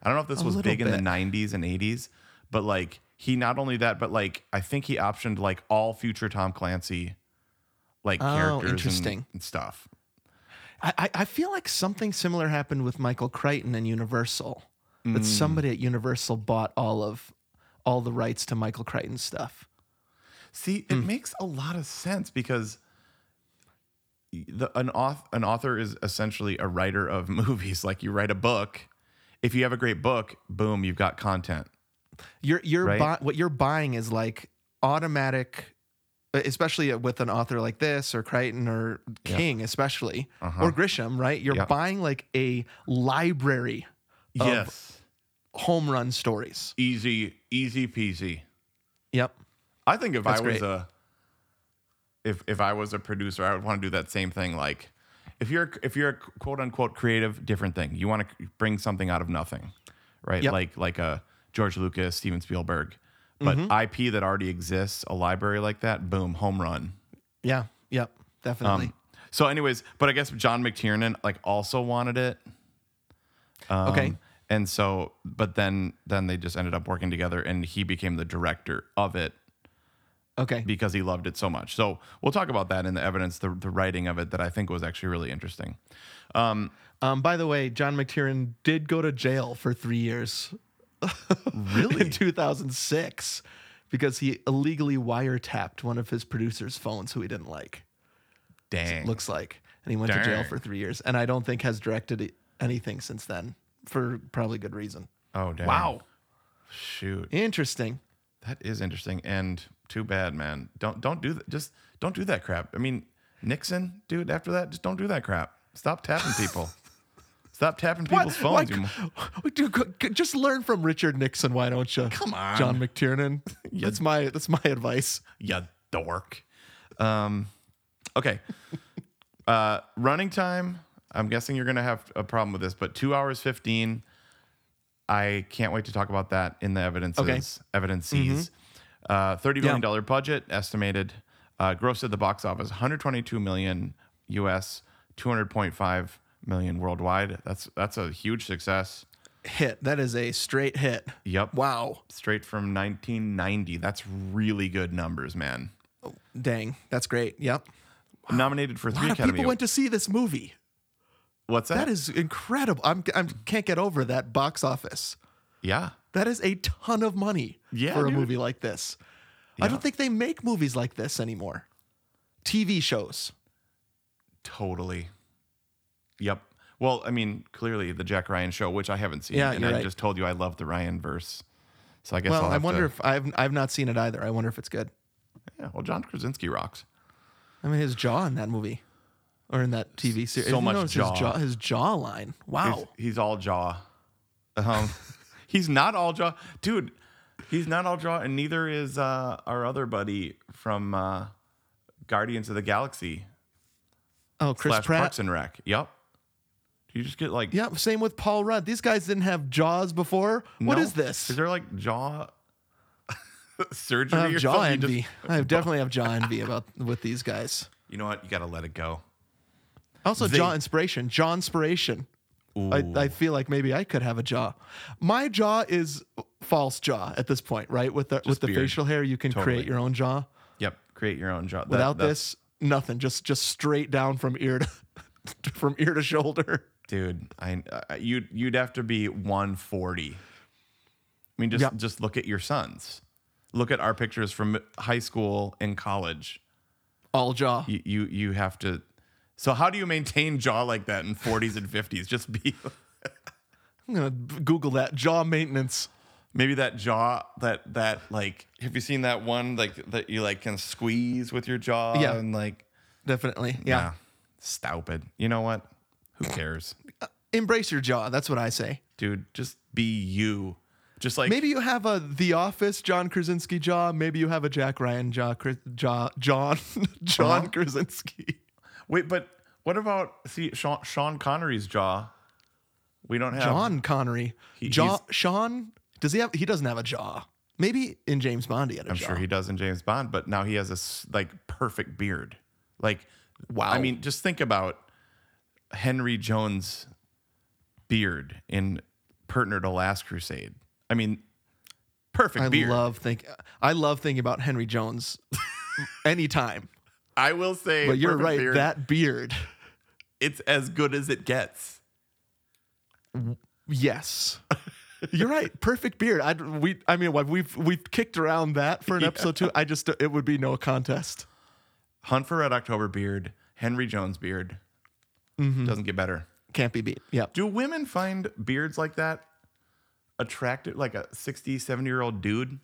S2: I don't know if this was
S1: little
S2: big in the
S1: bit.
S2: '90s and '80s, but like he not only that, but like I think he optioned like all future Tom Clancy like
S1: Oh,
S2: characters and-
S1: interesting.
S2: and stuff.
S1: I, I, I feel like something similar happened with Michael Crichton and Universal. That
S2: Mm.
S1: somebody at Universal bought all of all the rights to Michael Crichton stuff.
S2: See, it makes a lot of sense because the, an, auth, an author is essentially a writer of [laughs] movies. Like you write a book. If you have a great book, boom, you've got content.
S1: You're you're
S2: Right.
S1: buy, what you're buying is like automatic, e, especially uh, with an author like this or Crichton or King, especially or Grisham. Right, you're
S2: Uh-huh. Yeah.
S1: buying like a library of home run stories.
S2: Easy, easy peasy.
S1: Yep.
S2: I think if
S1: That's
S2: I was
S1: great.
S2: a if if I was a producer, I would want to do that same thing. Like if you're if you're a quote unquote creative, different thing. You want to bring something out of nothing, right?
S1: Yep.
S2: Like like a George Lucas, Steven Spielberg, but
S1: Mm-hmm.
S2: IP that already exists, a library like that, boom, home run.
S1: Yeah. Yep.
S2: Um,
S1: Definitely.
S2: So, anyways, but I guess John McTiernan like also wanted it. Um,
S1: Okay.
S2: And so, but then then they just ended up working together, and he became the director of it
S1: okay.
S2: because he loved it so much. So we'll talk about that in the evidence, the, the writing of it that I think was actually really interesting.
S1: Um, by the way, John McTiernan did go to jail for three years. [laughs] in 2006 because he illegally wiretapped one of his producer's phones who he didn't like,
S2: Dang.
S1: looks like. And he went to jail
S2: Darn.
S1: for three years. And I don't think has directed anything since then, for probably good reason.
S2: Oh, damn.
S1: Wow.
S2: Shoot.
S1: Interesting.
S2: That is interesting, and too bad, man. Don't don't do that. Just don't do that crap. I mean, Nixon, dude. After that, just don't do that crap. Stop tapping
S1: [laughs]
S2: people. Stop tapping people's phones. you mo-
S1: Like, [laughs] dude, c- c- just learn from Richard Nixon, why don't you?
S2: Come on.
S1: John
S2: [laughs]
S1: McTiernan. That's my that's my advice.
S2: you dork. Um, okay. [laughs] uh, running time. I'm guessing you're gonna have a problem with this, but two hours fifteen. I can't wait to talk about that in the evidences. Evidences.
S1: Mm-hmm.
S2: Uh, Thirty million dollar budget estimated. Uh, gross at the box office 122 million U.S. 200.5 million worldwide. That's that's a huge success.
S1: Hit. That is a straight hit.
S2: Yep.
S1: Wow.
S2: Straight from 1990. That's really good numbers, man.
S1: Dang. That's great. Yep.
S2: Nominated for
S1: A
S2: three
S1: lot of
S2: Academy.
S1: people went to see this movie.
S2: What's that?
S1: That is incredible. I'm I can't get over that box office.
S2: yeah.
S1: That is a ton of money
S2: Yeah,
S1: for a
S2: dude.
S1: movie like this. I don't think they make movies like this anymore. TV shows.
S2: Totally. Yep. Well, I mean, clearly the Jack Ryan show, which I haven't seen,
S1: Yeah,
S2: and
S1: you're
S2: I
S1: right.
S2: just told you I love the Ryan verse. So I guess
S1: Well,
S2: I'll
S1: I
S2: have
S1: wonder
S2: to,
S1: if I've I've not seen it either. I wonder if it's good.
S2: yeah. Well, John Krasinski rocks.
S1: I mean, his jaw in that movie, or in that TV series.
S2: So
S1: You
S2: much
S1: notice
S2: jaw.
S1: His jaw. His jawline. Wow.
S2: He's, he's
S1: [laughs]
S2: all jaw. Um, he's not all jaw, dude. He's not all jaw, and neither is uh, our other buddy from uh, Guardians of the Galaxy
S1: oh, Chris
S2: slash
S1: Pratt.
S2: Parks and Rec. Yep. You just get like
S1: Yep. Same with Paul Rudd. These guys didn't have jaws before. What
S2: no?
S1: is this?
S2: Is there like
S1: [laughs]
S2: jaw surgery?
S1: I have
S2: or
S1: jaw
S2: something? You just-
S1: envy. I
S2: [laughs]
S1: definitely have jaw envy about with these guys.
S2: You know what? You got to let it go.
S1: Also,
S2: They-
S1: jaw inspiration. Jaw inspiration. I, I feel like maybe I could have a jaw. My jaw is false jaw at this point, right? With the with the
S2: beard.
S1: facial hair, you can
S2: Totally.
S1: create your own jaw.
S2: Yep. Create your own job.
S1: Without this, nothing. Just just straight down from ear to [laughs] from ear to shoulder.
S2: dude, I uh, you you'd have to be 140. I mean, just
S1: Yep.
S2: just look at your sons. Look at our pictures from high school and college.
S1: All jaw.
S2: You you, you have to. So how do you maintain jaw like that in 40s and 50s? Just be [laughs]
S1: I'm gonna b- Google that jaw maintenance.
S2: maybe that jaw that that like have you seen that one like that you like can squeeze with your jaw
S1: Yeah.
S2: and like
S1: Definitely.
S2: Nah, stupid. You know what? Who cares?
S1: Embrace your jaw. That's what I say.
S2: dude. Just be you. Just like
S1: Maybe you have a The Office John Krasinski jaw. Maybe you have a Jack Ryan jaw. Kras- jaw John [laughs] John
S2: [laughs] Uh-huh.
S1: Krasinski.
S2: wait, but what about see Sean, Sean Connery's jaw? We don't have
S1: John Connery.
S2: He-
S1: jaw.
S2: he's-
S1: Sean. Does he have? He doesn't have a jaw. Maybe in James Bond he had a
S2: I'm
S1: jaw.
S2: sure he does in James Bond, but now he has a s- like perfect beard. Like
S1: Wow.
S2: I mean, just think about Henry Jones' beard in Pertner to Last Crusade. I mean, perfect
S1: I
S2: beard.
S1: love think. I love thinking about Henry
S2: [laughs]
S1: Jones anytime.
S2: I will say,
S1: But you're
S2: perfect
S1: right.
S2: beard,
S1: That beard.
S2: it's as good as it gets. [laughs]
S1: Yes. You're right. Perfect beard. I we I mean we've we've kicked around that
S2: [laughs]
S1: for an episode too. I just it would be no contest.
S2: Hunt for Red October beard, Henry Jones beard. Doesn't get better.
S1: Can't be beat. Yep.
S2: Do women find beards like that attractive, like a 60, 70 year old dude?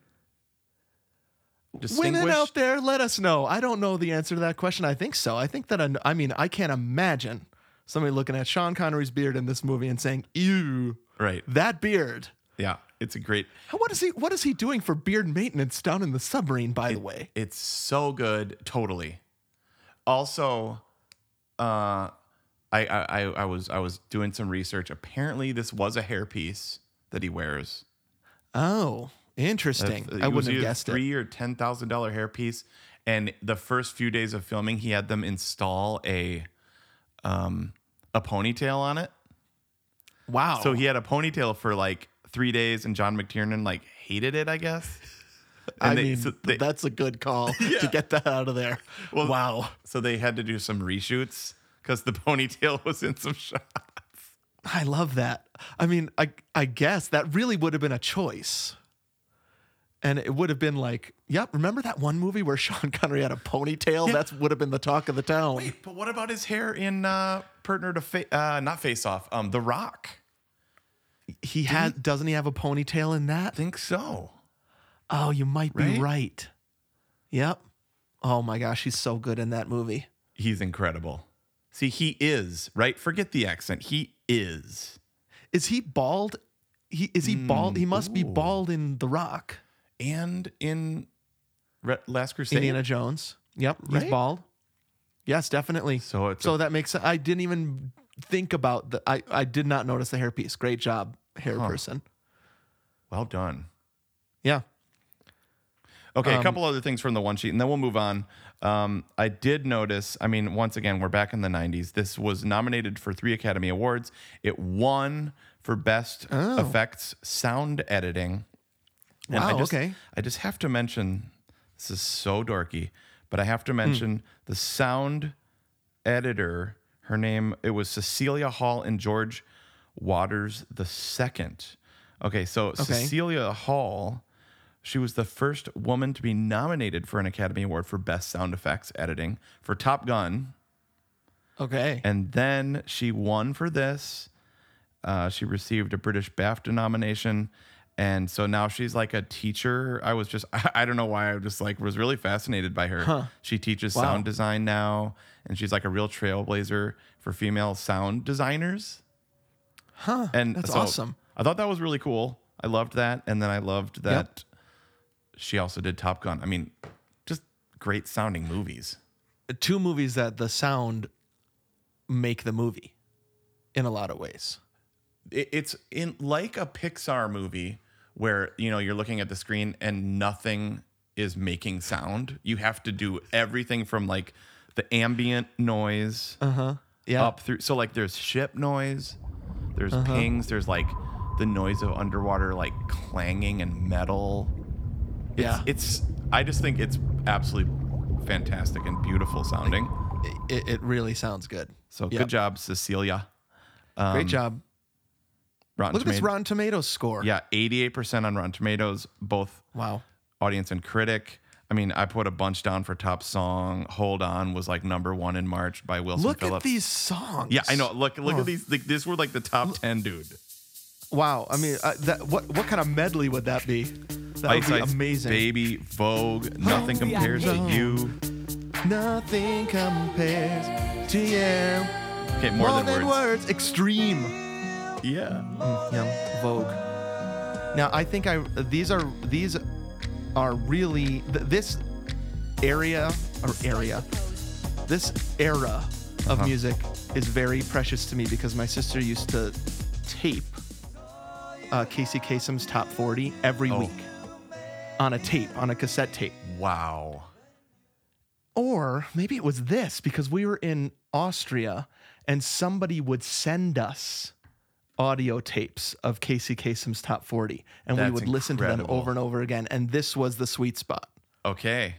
S1: Women
S2: Distinguished?
S1: out there, let us know. I don't know the answer to that question. I think so. I think that I, kn- I mean I can't imagine somebody looking at Sean Connery's beard in this movie and saying, "Ew,
S2: Right.
S1: that beard."
S2: Yeah. It's a great,
S1: How- What is he? What is he doing for beard maintenance down in the submarine? By the way,
S2: it's so good. Totally. Also, uh, I, I, I I was I was doing some research. Apparently, this was a hairpiece that he wears.
S1: oh, interesting.
S2: It
S1: I
S2: uh,
S1: wouldn't
S2: was
S1: have
S2: either
S1: guessed it.
S2: three or ten thousand dollar hairpiece. And the first few days of filming, he had them install a um, a ponytail on it.
S1: Wow.
S2: So he had a ponytail for like three days, and John McTiernan like hated it, I
S1: [laughs]
S2: guess.
S1: I
S2: And they-
S1: mean,
S2: so they-
S1: that's a good
S2: [laughs]
S1: call to get that out of there. wow.
S2: So they had to do some reshoots because the [laughs] ponytail was in some shot.
S1: I love that. I mean, I I guess that really would have been a choice. And it would have been like, yep, remember that one movie where [laughs] Sean Connery had a ponytail? That's would have been the talk of the town.
S2: But what about his hair in uh, Partner to fa- uh, not Face Off? Um, The Rock.
S1: he has doesn't he have a ponytail in that?
S2: think so.
S1: Oh, you might be
S2: Right?
S1: right. Yep. Oh my gosh, he's so good in that movie.
S2: He's incredible. See, he is, right? Forget the accent. He is.
S1: Is he bald? He is he
S2: Mm,
S1: bald? He must be bald in The Rock,
S2: And in Re- Last Crusade.
S1: Indiana Jones. Yep, he's
S2: Right?
S1: bald. Yes, definitely.
S2: So it's
S1: so
S2: a-
S1: that makes I didn't even think about the I I did not notice the hairpiece. Great job, hair person.
S2: Well done.
S1: Yeah.
S2: Okay,
S1: Um,
S2: a couple other things from the one sheet, and then we'll move on. Um, I did notice, I mean, once again, we're back in the 90s. This was nominated for three Academy Awards. It won for Best
S1: Oh.
S2: Effects Sound Editing. And I
S1: Wow,
S2: just,
S1: okay.
S2: I just have to mention this is so dorky, but I
S1: Hmm.
S2: have to mention the sound editor. Her name it was Cecilia Hall and George Waters the second. Okay, so Cecilia Hall, she was the first woman to be nominated for an Academy Award for Best Sound Effects Editing for Top Gun,
S1: Okay.
S2: and then she won for this. Uh, she received a British BAFTA nomination. And so now she's like a teacher. I was just, [laughs] I, I don't know why, I just like was really fascinated by her. She teaches sound design now, and she's like a real trailblazer for female sound designers. Huh. And
S1: that's
S2: so
S1: awesome.
S2: I thought that was really cool. I loved that. And then I loved that she also did Top Gun. I mean, just great sounding movies.
S1: Two movies that the sound make the movie in a lot of ways.
S2: it, it's in like a Pixar movie where you know you're looking at the screen and nothing is making sound. You have to do everything from like the ambient noise
S1: Uh, Yeah.
S2: Uh-huh.
S1: Uh-huh.
S2: up through. So like there's ship noise, there's pings, there's like the noise of underwater like clanging and metal. It's,
S1: yeah.
S2: it's I just think it's absolutely fantastic and beautiful sounding.
S1: it, it really sounds good.
S2: So
S1: Yep.
S2: good job, Cecilia. Um,
S1: Great job.
S2: Rotten
S1: Look at this
S2: Tomat-
S1: Rotten Tomatoes score.
S2: Yeah, 88% on Rotten Tomatoes, both
S1: Wow.
S2: audience and critic. I mean, I put a bunch down for top song. Hold on was like number one in March by Wilson
S1: Look at
S2: Phillips.
S1: these songs.
S2: Yeah, I know. Look, look
S1: Oh.
S2: at these. Like, this were like the top ten, dude.
S1: Wow. I mean, uh, that, what what kind of medley would that be? That
S2: Ice
S1: would be
S2: Ice
S1: amazing.
S2: Baby, Vogue, nothing
S4: yeah.
S2: compares to you.
S1: Nothing compares to you.
S2: Okay, more,
S1: More
S2: than, words.
S1: Extreme.
S2: Yeah.
S1: Yeah. Vogue. Now I think I these are these are really th- this area or area this era of
S2: Uh-huh.
S1: music is very precious to me because my sister used to tape uh, Casey Kasem's top 40 every
S2: Oh.
S1: week on a tape, on a cassette tape.
S2: Wow.
S1: Or maybe it was this because we were in Austria and somebody would send us audio tapes of Casey Kasem's top 40 and we
S2: That's
S1: would listen to them
S2: incredible.
S1: over and over again. And this was the sweet spot.
S2: Okay,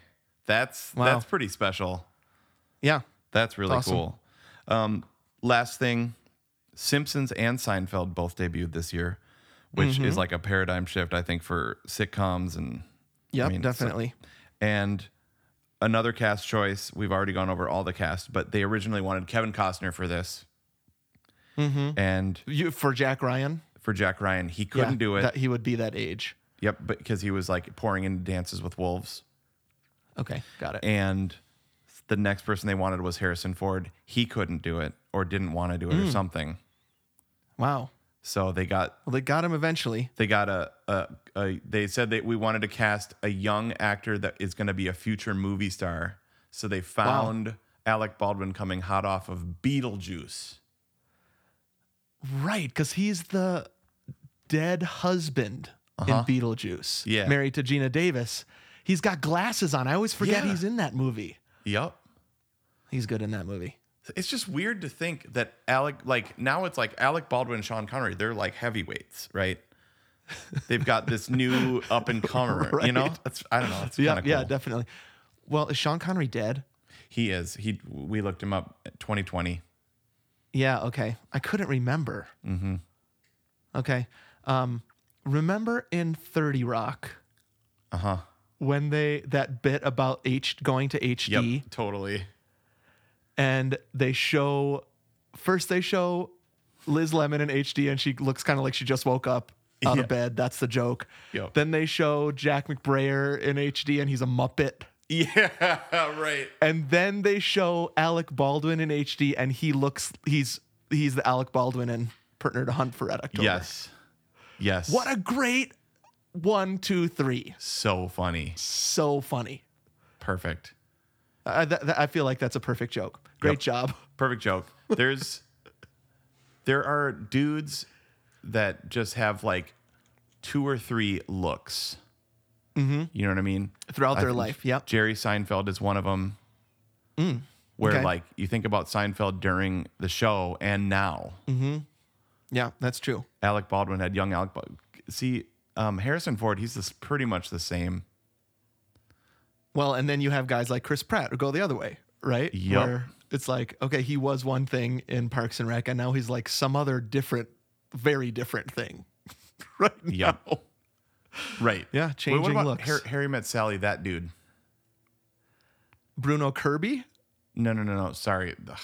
S2: that's
S1: Wow.
S2: that's pretty special.
S1: Yeah.
S2: That's really
S1: Awesome.
S2: cool. Um, last thing, Simpsons and Seinfeld both debuted this year, which
S1: Mm-hmm.
S2: is like a paradigm shift, I think, for sitcoms and
S1: Yep,
S2: mean, so-
S1: definitely.
S2: and another cast choice. We've already gone over all the cast, but they originally wanted Kevin Costner for this,
S1: Mm-hmm.
S2: and
S1: you, for Jack Ryan,
S2: for Jack Ryan, he
S1: yeah,
S2: couldn't do it.
S1: That he would be that age.
S2: yep, because he was like pouring into Dances with Wolves,
S1: Okay, got it.
S2: and the next person they wanted was Harrison Ford. He couldn't do it, or didn't want to do it,
S1: Mm.
S2: or something.
S1: Wow.
S2: So they got
S1: Well, they got him eventually.
S2: they got a, a, a they said that we wanted to cast a young actor that is going to be a future movie star so they found alec baldwin coming hot off of beetlejuice
S1: Right, because he's the dead husband in Beetlejuice.
S2: Uh-huh. Yeah.
S1: Married to Gina Davis. He's got glasses on. I always forget
S2: Yeah.
S1: he's in that movie.
S2: yep
S1: He's good in that movie.
S2: it's just weird to think that alec like now it's like alec baldwin and sean connery they're like heavyweights
S1: [laughs]
S2: right they've got this new up and comer you know
S1: Right.
S2: that's i don't know it's
S1: Yeah,
S2: kind of
S1: yeah,
S2: cool.
S1: definitely. Well, is Sean Connery dead?
S2: he is he we looked him up 2020
S1: Yeah, okay. I couldn't remember. Mm-hmm. Okay. Um, remember in 30 Rock?
S2: uh-huh
S1: When they that bit about H going to
S2: yep
S1: HD
S2: totally [laughs]
S1: and they show first they show Liz Lemon in HD and she looks kind of like she just woke up out
S2: Yeah.
S1: of bed. That's the joke.
S2: Yep.
S1: Then they show Jack McBrayer in HD and he's a Muppet.
S2: Yeah, right.
S1: And then they show Alec Baldwin in HD and he looks he's he's the Alec Baldwin in Partner to Hunt for Red October.
S2: Yes. Yes.
S1: What a great one, two, three.
S2: so funny.
S1: So funny.
S2: Perfect.
S1: I, th- th- I feel like that's a perfect joke. Great
S2: Yep.
S1: job.
S2: Perfect joke. [laughs] There's there are dudes that just have like two or three looks. Mm-hmm. You know what I mean?
S1: Throughout
S2: I
S1: their
S2: think
S1: life, yep. Mm,
S2: Jerry Seinfeld is one of them. Where
S1: okay.
S2: like you think about Seinfeld during the show and now.
S1: Mm-hmm. Yeah, that's true.
S2: Alec Baldwin had young Alec. Bal- See, um, Harrison Ford, he's this pretty much the same.
S1: Well, and then you have guys like Chris Pratt who go the other way, right?
S2: Yep.
S1: it's like, okay, he was one thing in Parks and Rec, and now he's like some other different, very different thing. [laughs] right? [laughs]
S2: Yep. Right.
S1: Yeah,
S2: Wait,
S1: changing
S2: what about
S1: looks.
S2: Har- Harry met Sally. That dude.
S1: Bruno Kirby?
S2: No, no, no, no. Sorry, Ugh.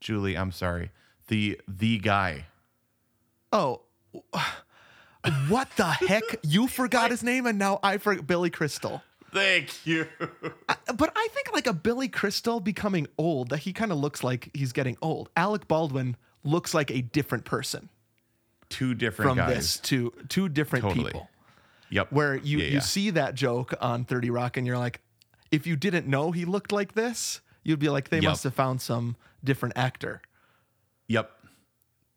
S2: Julie. I'm sorry. The the guy.
S1: Oh, [sighs] what the heck? You forgot his name, and now I forgot Billy Crystal.
S2: Thank you.
S1: But I think like a Billy Crystal becoming old, that he kind of looks like he's getting old. Alec Baldwin looks like a different person
S2: Two different
S1: from
S2: guys.
S1: this to two different
S2: Totally.
S1: people.
S2: Yep.
S1: Where you
S2: Yeah,
S1: you
S2: yeah.
S1: see that joke on 30 Rock and you're like, if you didn't know he looked like this, you'd be like, they
S2: Yep.
S1: must have found some different actor.
S2: Yep.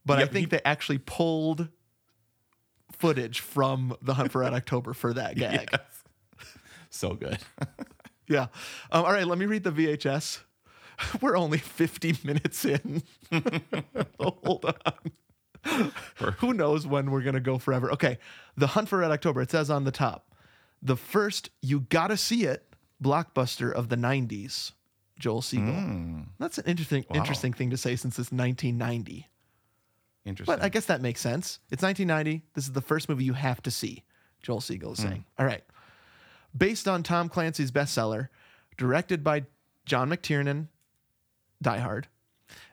S1: But
S2: Yep,
S1: I think
S2: he-
S1: they actually pulled footage from the Hunt for Red October for [laughs] that gag.
S2: Yes. so good.
S1: Yeah. Um, all right, let me read the VHS. [laughs] We're only 50 minutes in. [laughs] Hold on. Who knows when we're going to go forever? Okay. The Hunt for Red October, it says on the top the first, you got to see it, blockbuster of the 90s, Joel Siegel. That's an interesting, interesting thing to say since it's 1990.
S2: [laughs] Interesting.
S1: But I guess that makes sense. It's 1990. This is the first movie you have to see, Joel Siegel is saying. All right. Based on Tom Clancy's bestseller, directed by John McTiernan, Die Hard,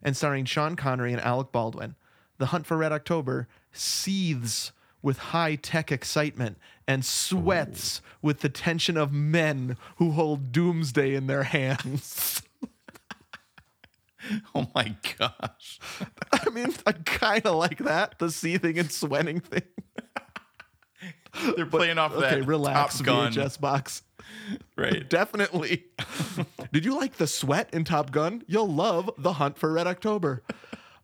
S1: and starring Sean Connery and Alec Baldwin, The Hunt for Red October seethes with high tech excitement and sweats with the tension of men who hold doomsday in their hands. [laughs]
S2: oh my gosh.
S1: I mean, I kind of like that, the seething and sweating thing.
S2: They're playing off that.
S1: Okay, relax,
S2: Top gun.
S1: VHS box. [laughs]
S2: Right.
S1: Definitely. Did you like the sweat in Top Gun? You'll love The Hunt for Red October.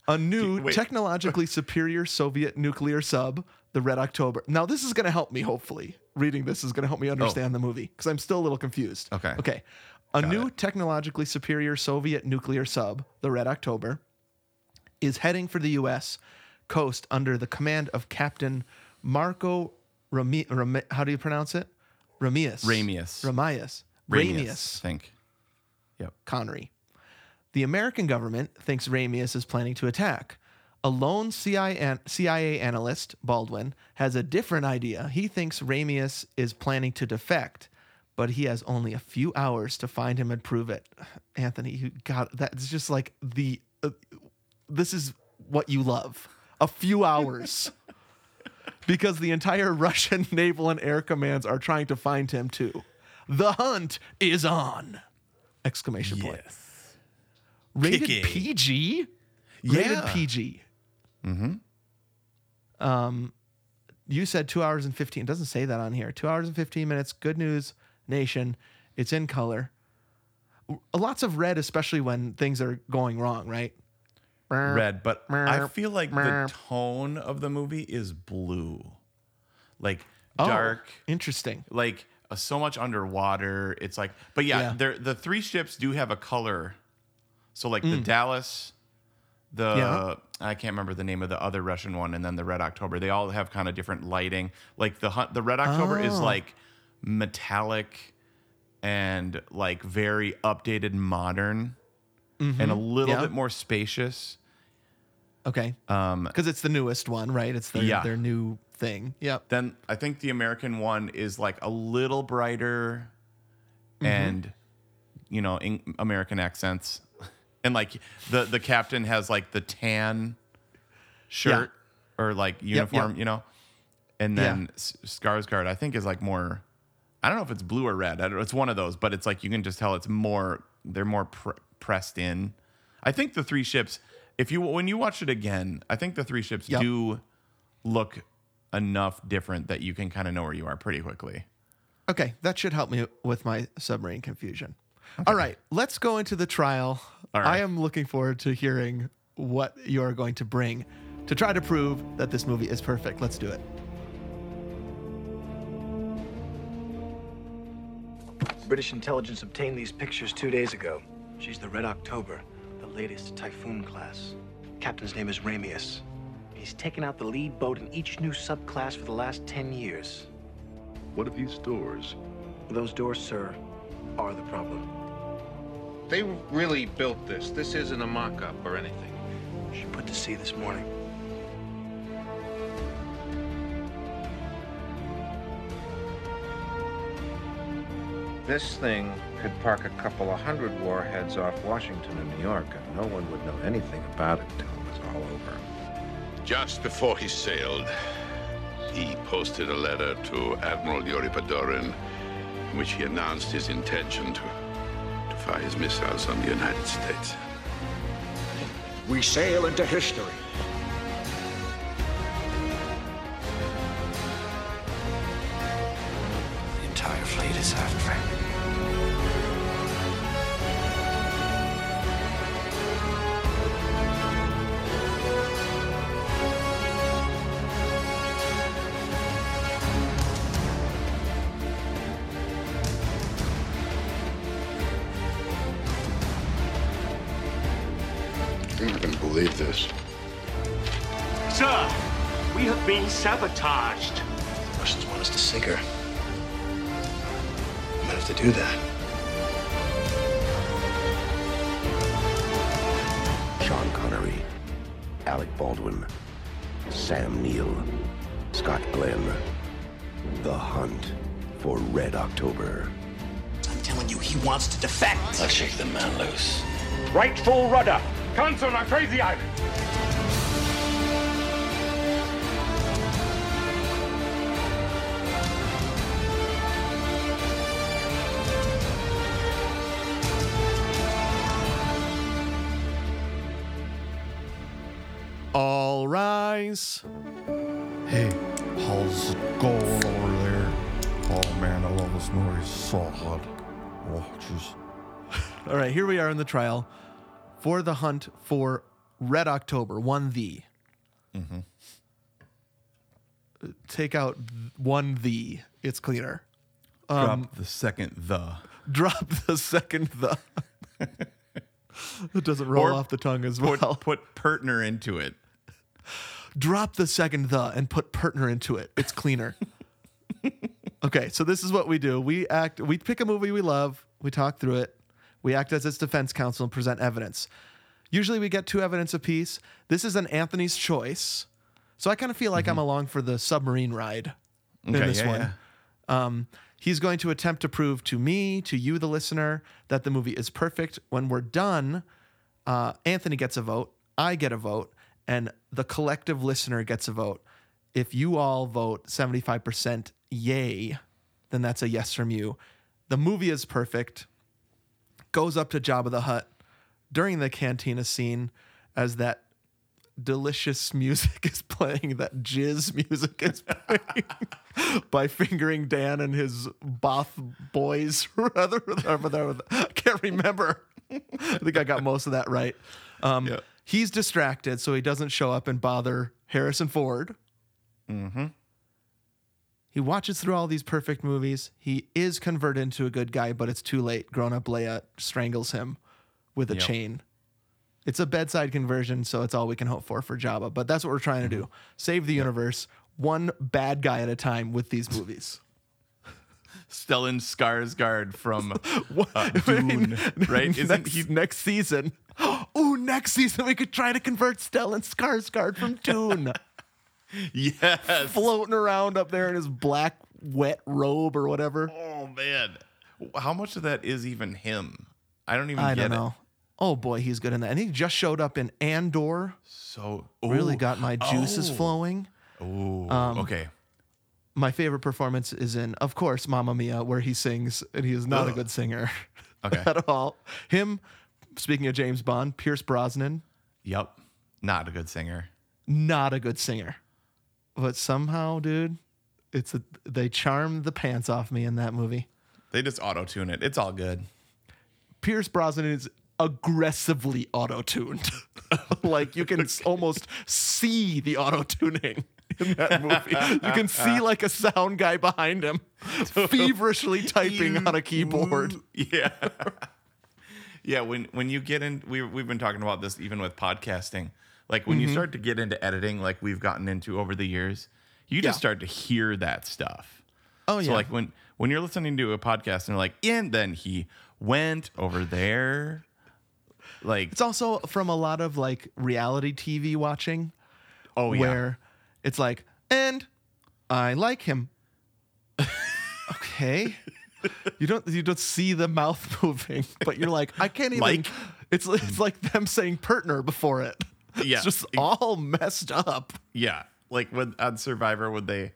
S1: A new
S2: Wait.
S1: technologically superior Soviet nuclear sub, the Red October. Now, this is going to help me, hopefully. Reading this is going to help me understand the movie because I'm still a little confused.
S2: Oh. Okay.
S1: Okay. A new technologically superior Soviet nuclear sub, the Red October, is heading for the U.S. coast under the command of Captain Marco Rami- Rami- How do you pronounce it? Ramius.
S2: Ramius.
S1: Ramius.
S2: Ramius. I
S1: Ramius.
S2: think. Yep.
S1: Connery. The American government thinks Ramius is planning to attack. A lone CIA, an- CIA analyst, Baldwin, has a different idea. He thinks Ramius is planning to defect, but he has only a few hours to find him and prove it. [sighs] Anthony, you got that's just like the uh, this is what you love. A few hours. because the entire Russian [laughs] naval and air commands are trying to find him too. The hunt is on. Exclamation point. Rated
S2: Kicking.
S1: PG? Rated
S2: Yeah. Mm-hmm.
S1: PG. Mm-hmm. Um, you said two hours and 15. It doesn't say that on here. Two hours and 15 minutes. Good news, nation. It's in color. W- Lots of red, especially when things are going wrong, right?
S2: red, but I
S1: Merp,
S2: feel like the
S1: merp.
S2: tone of the movie is blue, like
S1: Oh,
S2: dark,
S1: Interesting.
S2: like uh, so much underwater. It's like, but yeah,
S1: Yeah.
S2: there the three ships do have a color. So like the Dallas, the
S1: Mm. Yeah.
S2: I can't remember the name of the other Russian one, and then the Red October. They all have kind of different lighting. Like the hunt, the Red October is
S1: Oh.
S2: like metallic and like very updated, modern, and a little
S1: Mm-hmm. Yeah.
S2: bit more spacious.
S1: Okay. Um, because it's the newest one, right? It's their
S2: Yeah.
S1: their new thing. Yep.
S2: Then I think the American one is like a little brighter
S1: Mm-hmm.
S2: and you know, in [laughs] American accents. And like the the captain has like the tan shirt or like uniform,
S1: yep.
S2: you know. And
S1: Yeah.
S2: then S- Skarsgård, I think, is like more. I don't know if it's blue or red. I don't, it's one of those, but it's like you can just tell it's more. They're more pr- pressed in. I think the three ships. If you when you watch it again, I think the three ships
S1: Yep.
S2: do look enough different that you can kind of know where you are pretty quickly.
S1: Okay, that should help me with my submarine confusion. All right, let's go into the trial.
S2: All
S1: I
S2: right.
S1: am looking forward to hearing what you are going to bring to try to prove that this movie is perfect. Let's do it.
S5: British intelligence obtained these pictures two days ago. She's the Red October, the latest Typhoon class. Captain's name is Ramius. He's taken out the lead boat in each new subclass for the last 10 years.
S3: What are these doors?
S5: Those doors, sir, are the problem.
S6: They really built this. This isn't a mock up or anything.
S5: She put to sea this morning.
S6: This thing could park a couple of hundred warheads off Washington and New York, and no one would know anything about it till it was all over.
S7: Just before he sailed, he posted a letter to Admiral Yuri Padorin in which he announced his intention to, to fire his missiles on the United States.
S8: We sail into history.
S5: The entire fleet is after her.
S7: You're not going to believe this.
S8: Sir, we have been sabotaged.
S5: The Russians want us to sink her. I'm gonna have to do that.
S9: Sean Connery, Alec Baldwin, Sam Neill, Scott Glenn. The hunt for Red October.
S4: I'm telling you, he wants to defect.
S5: Let's shake the man loose.
S8: Right full rudder.
S1: All rise.
S2: Hey, how's it going over there? Oh man, I love this movie so hard. Oh, jeez.
S1: All right, here we are in the trial for the hunt for Red October, one the.
S2: Mm-hmm.
S1: Take out th- one the. It's cleaner.
S2: Drop the second the.
S1: Drop the second
S2: [laughs]
S1: the. it doesn't roll
S2: Or
S1: off the tongue as well.
S2: Put, put partner into it.
S1: drop the second the and put partner into it. It's cleaner. okay, so this is what we do. We act we pick a movie we love, we talk through it, we act as its defense counsel and present evidence. Usually we get two evidence apiece. This is an Anthony's choice. So I kind of feel like I'm along for the submarine ride in
S2: Mm-hmm. Okay,
S1: this
S2: yeah,
S1: one.
S2: yeah.
S1: Um, he's going to attempt to prove to me, to you, the listener, that the movie is perfect. When we're done, uh, Anthony gets a vote, I get a vote, and the collective listener gets a vote. If you all vote 75% yay, then that's a yes from you. The movie is perfect. Goes up to Jabba the Hutt during the cantina scene as that delicious music is playing, that jizz music is playing [laughs] by fingering Dan and his Both boys. [laughs] rather, rather, rather, I can't remember. [laughs] I think I got most of that right. Um,
S2: Mm. Yeah.
S1: He's distracted, so he doesn't show up and bother Harrison Ford.
S2: Mm-hmm.
S1: He watches through all these perfect movies. He is converted into a good guy, but it's too late. Grown up Leia strangles him with a
S2: Yep.
S1: chain. It's a bedside conversion, so it's all we can hope for for Jabba. But that's what we're trying to do
S2: Mm-hmm.
S1: save the universe, one bad guy at a time with these movies.
S2: Stellan Skarsgård [laughs] from
S1: What-
S2: uh, [laughs] Dune, [laughs]
S1: [laughs]
S2: right? Isn't
S1: next,
S2: he?
S1: next season. [gasps] Ooh, next season we could try to convert Stellan Skarsgård
S2: [laughs]
S1: from Dune.
S2: [laughs] Yes.
S1: floating around up there in his black, wet robe or whatever.
S2: Oh man, how much of that is even him? I don't even
S1: I
S2: get
S1: don't know.
S2: it.
S1: oh boy, he's good in that. And he just showed up in Andor.
S2: So
S1: Really
S2: ooh,
S1: got my um, juices
S2: oh,
S1: flowing.
S2: Ooh, okay.
S1: My favorite performance is in, of course, Mamma Mia, where he sings, and he is not a good singer [laughs]
S2: Okay.
S1: at all. Him, speaking of James Bond, Pierce Brosnan,
S2: Yep. Not a good singer.
S1: not a good singer, but somehow, dude, it's a, they charmed the pants off me in that movie.
S2: They just auto tune it. It's all good. [laughs]
S1: Pierce Brosnan is aggressively auto tuned. [laughs] like you can s- almost see the auto tuning in that movie. You can see like a sound guy behind him feverishly typing on a keyboard.
S2: Yeah. [laughs] yeah. When when you get in, we we've been talking about this even with podcasting. Like when you
S1: Mm-hmm.
S2: start to get into editing, like we've gotten into over the years, you just
S1: Yeah.
S2: start to hear that stuff.
S1: Oh,
S2: So like when when you're listening to a podcast and you're like, and then he went over there. Like
S1: It's also from a lot of like reality TV watching
S2: oh yeah.
S1: where it's like, and I like him. [laughs] okay. You don't you don't see the mouth [laughs] moving, but you're like, I can't even
S2: Like?
S1: it's it's like them saying partner before it.
S2: Yeah.
S1: It's just all messed up.
S2: Yeah, like when on Survivor, when they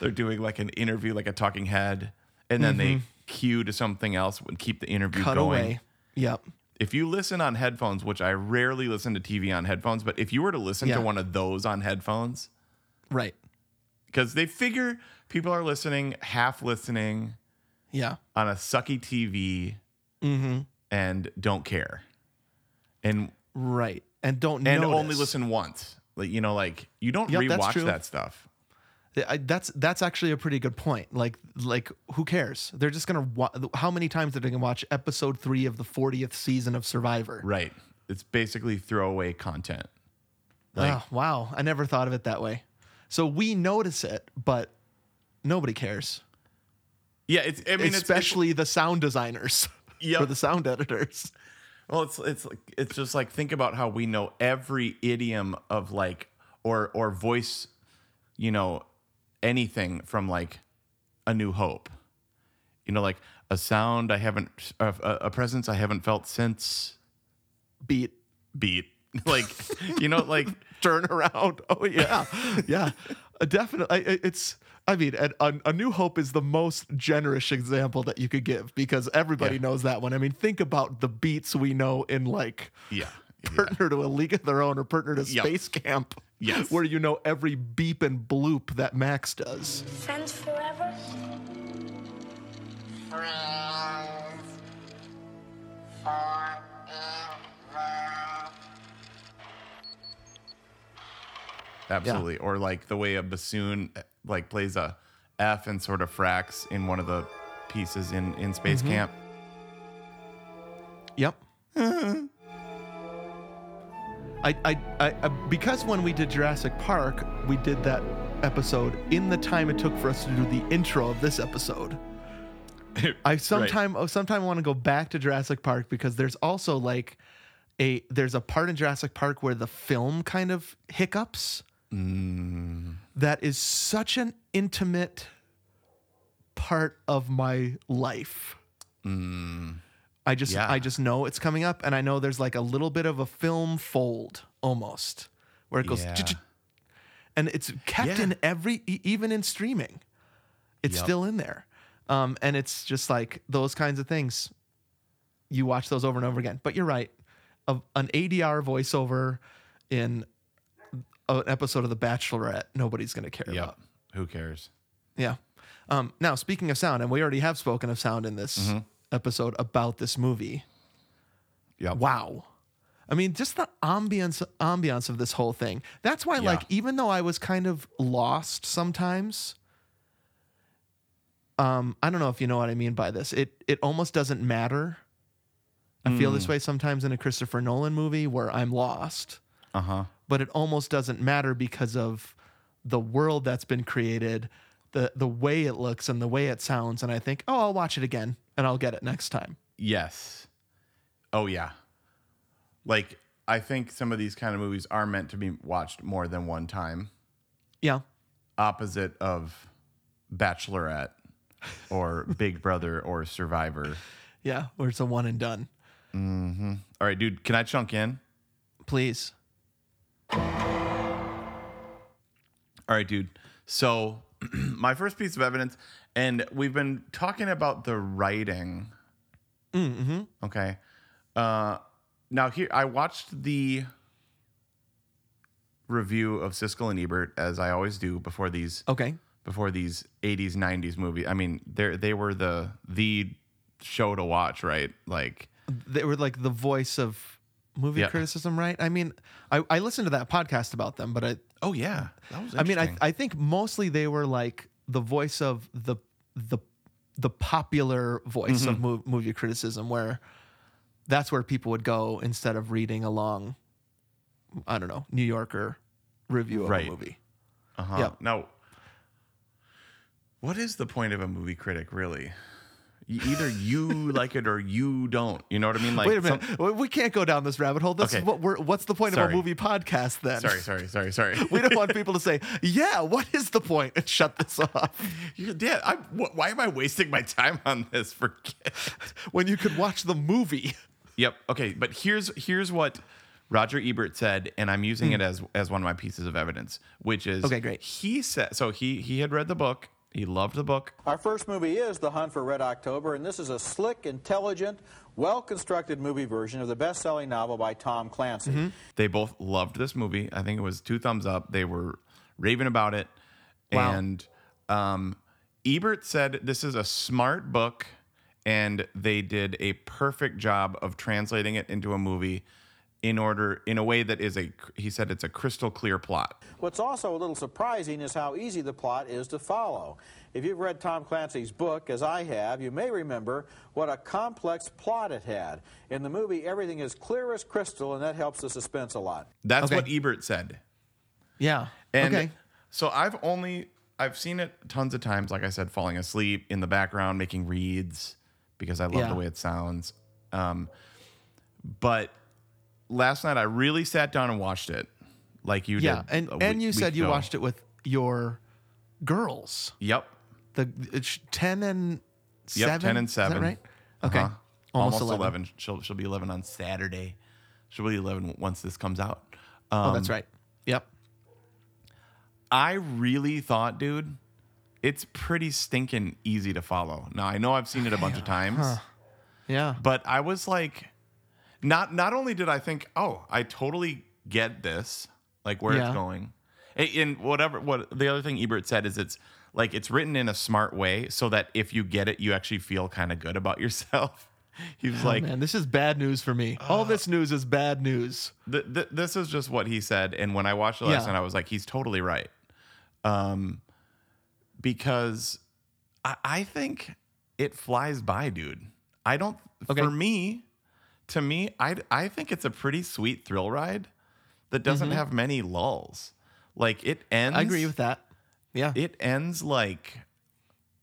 S2: they're doing like an interview, like a talking head, and then they cue to something else and keep the interview
S1: Mm-hmm. Cut
S2: going.
S1: away. Yep.
S2: If you listen on headphones, which I rarely listen to TV on headphones, but if you were to listen
S1: Yeah.
S2: to one of those on headphones,
S1: Right.
S2: because they figure people are listening, half listening
S1: Yeah.
S2: on a sucky TV,
S1: Mm-hmm.
S2: and don't care, and
S1: Right. And don't
S2: and
S1: notice.
S2: only listen once. Like you know, like you don't
S1: Yep, that's
S2: rewatch
S1: true.
S2: that stuff.
S1: I, that's that's actually a pretty good point. Like like who cares? They're just gonna wa- how many times are they gonna watch episode three of the fortieth season of Survivor?
S2: Right. It's basically throwaway content. Like,
S1: Ah, wow, I never thought of it that way. So we notice it, but nobody cares,
S2: yeah, it's. I mean, it's-
S1: especially the sound designers
S2: Yep.
S1: or the sound editors.
S2: it's, well, it's it's like it's just like think about how we know every idiom of like or or voice, you know, anything from like a New Hope, you know, like a sound I haven't, a, a a presence I haven't felt since
S1: Beat,
S2: beat, [laughs] like you know, like
S1: turn around. [laughs] Oh yeah, yeah, Uh, definitely. It's. I mean, and a, a New Hope is the most generous example that you could give because everybody
S2: Yeah.
S1: knows that one. I mean, think about the beats we know in like
S2: yeah, yeah.
S1: partner to a League of Their Own or partner to
S2: Yep.
S1: Space Camp,
S2: Yes.
S1: where you know every beep and bloop that Max does.
S10: Friends forever?
S2: absolutely. Or like the way a bassoon eh, like plays a F and sort of fracks in one of the pieces in in Space Camp.
S1: Yep. I, I, I, I, because when we did Jurassic Park, we did that episode in the time it took for us to do the intro of this episode. I sometime, oh, sometime want to go back to Jurassic Park because there's also like a there's a part in Jurassic Park where the film kind of hiccups. That is such an intimate part of my life. I just
S2: Yeah.
S1: I just know it's coming up, and I know there's like a little bit of a film fold almost where it goes,
S2: Yeah.
S1: "Ch-ch-" and it's kept
S2: Yeah.
S1: in every e- even in streaming, it's
S2: Yep.
S1: still in there, um, and it's just like those kinds of things. You watch those over and over again, but you're right. Of an ADR voiceover in a- an episode of The Bachelorette, nobody's gonna care
S2: Yep.
S1: about.
S2: Who cares?
S1: Yeah. Um, now, speaking of sound, and we already have spoken of sound in this
S2: Mm-hmm.
S1: episode about this movie.
S2: Yep.
S1: Wow. I mean, just the ambience ambiance of this whole thing. That's why, like, even though I was kind of lost sometimes, um, I don't know if you know what I mean by this. It it almost doesn't matter. I feel this way sometimes in a Christopher Nolan movie where I'm lost
S2: Uh huh.
S1: but it almost doesn't matter because of the world that's been created, the the way it looks and the way it sounds. And I think, oh, I'll watch it again and I'll get it next time.
S2: Yes. Oh yeah. Like I think some of these kind of movies are meant to be watched more than one time.
S1: Yeah,
S2: Opposite of Bachelorette or Big Brother or Survivor.
S1: yeah, or it's a one and done.
S2: Mm-hmm. All right, dude. Can I chunk in?
S1: Please.
S2: All right, dude. So, [clears throat] my first piece of evidence, and we've been talking about the writing. Mm-hmm. Okay. Uh, now, here, I watched the review of Siskel and Ebert, as I always do before these
S1: Okay.
S2: before these 80s 90s movies i mean they they were the the show to watch right like
S1: They were like the voice of movie
S2: Yeah.
S1: criticism, right? I mean, I, I listened to that podcast about them, but I
S2: oh yeah that was
S1: I mean, I I think mostly they were like the voice of the the the popular voice
S2: Mm-hmm.
S1: of mov- movie criticism, where that's where people would go instead of reading a long, I don't know, New Yorker review of
S2: Right.
S1: a movie.
S2: uh-huh.
S1: yeah.
S2: now what is the point of a movie critic really You-
S1: [laughs]
S2: either you like it or you don't you know what i mean like
S1: Wait a
S2: some-
S1: minute, we- we can't go down this rabbit hole. That's
S2: Okay.
S1: what we're. What's the point of
S2: Sorry.
S1: a movie podcast then?
S2: [laughs] sorry sorry sorry sorry
S1: [laughs] we don't want people to say, "Yeah, what is the point?" and shut this off
S2: [laughs] you did i wh- why am i wasting my time on this forget
S1: when you could watch the movie.
S2: Yep. Okay, but here's here's what Roger Ebert said, and I'm using it as as one of my pieces of evidence, which is
S1: Hmm. Okay, great.
S2: He said so. He he had read the book. He loved the book.
S10: Our first movie is The Hunt for Red October, and this is a slick, intelligent, well constructed movie version of the best selling novel by Tom Clancy.
S2: They both loved this movie. I think it was two thumbs up. They were raving about it.
S1: Wow.
S2: And um, Ebert said this is a smart book, and they did a perfect job of translating it into a movie in order in a way that is a he said it's a crystal clear plot.
S10: What's also a little surprising is how easy the plot is to follow. If you've read Tom Clancy's book, as I have, you may remember what a complex plot it had. In the movie, everything is clear as crystal, and that helps the suspense a lot.
S2: That's
S1: Okay.
S2: what Ebert said.
S1: Yeah.
S2: And
S1: okay.
S2: so I've only I've seen it tons of times, like I said, falling asleep in the background, making reads because I love
S1: Yeah.
S2: the way it sounds. Um, but last night I really sat down and watched it, like you
S1: Yeah,
S2: did.
S1: and
S2: a
S1: and
S2: week-
S1: you
S2: week
S1: said you
S2: ago.
S1: watched it with your girls,
S2: Yep,
S1: the it's ten and
S2: yep,
S1: seven,
S2: ten and
S1: Is that
S2: seven.
S1: right? Okay,
S2: Uh-huh.
S1: almost, 11.
S2: She'll she'll be eleven on Saturday. She'll be eleven once this comes out. Um,
S1: Oh, that's right. Yep.
S2: I really thought, dude, it's pretty stinking easy to follow. Now I know I've seen it
S1: [sighs]
S2: a bunch of times.
S1: Yeah.
S2: but I was like, not not only did I think, oh, I totally get this, like where
S1: Yeah.
S2: it's going, and, and whatever. What the other thing Ebert said is it's like it's written in a smart way so that if you get it, you actually feel kind of good about [laughs] yourself. He was like,
S1: Man, this is bad news for me. All this news is bad news.
S2: th- th- this is just what he said. And when I watched it last
S1: Yeah.
S2: night, I was like, he's totally right. Um, because I, I think it flies by, dude. I don't,
S1: Okay.
S2: for me, to me, I, I think it's a pretty sweet thrill ride that doesn't have many lulls. Like it ends.
S1: Mm-hmm. I agree with that. Yeah.
S2: It ends like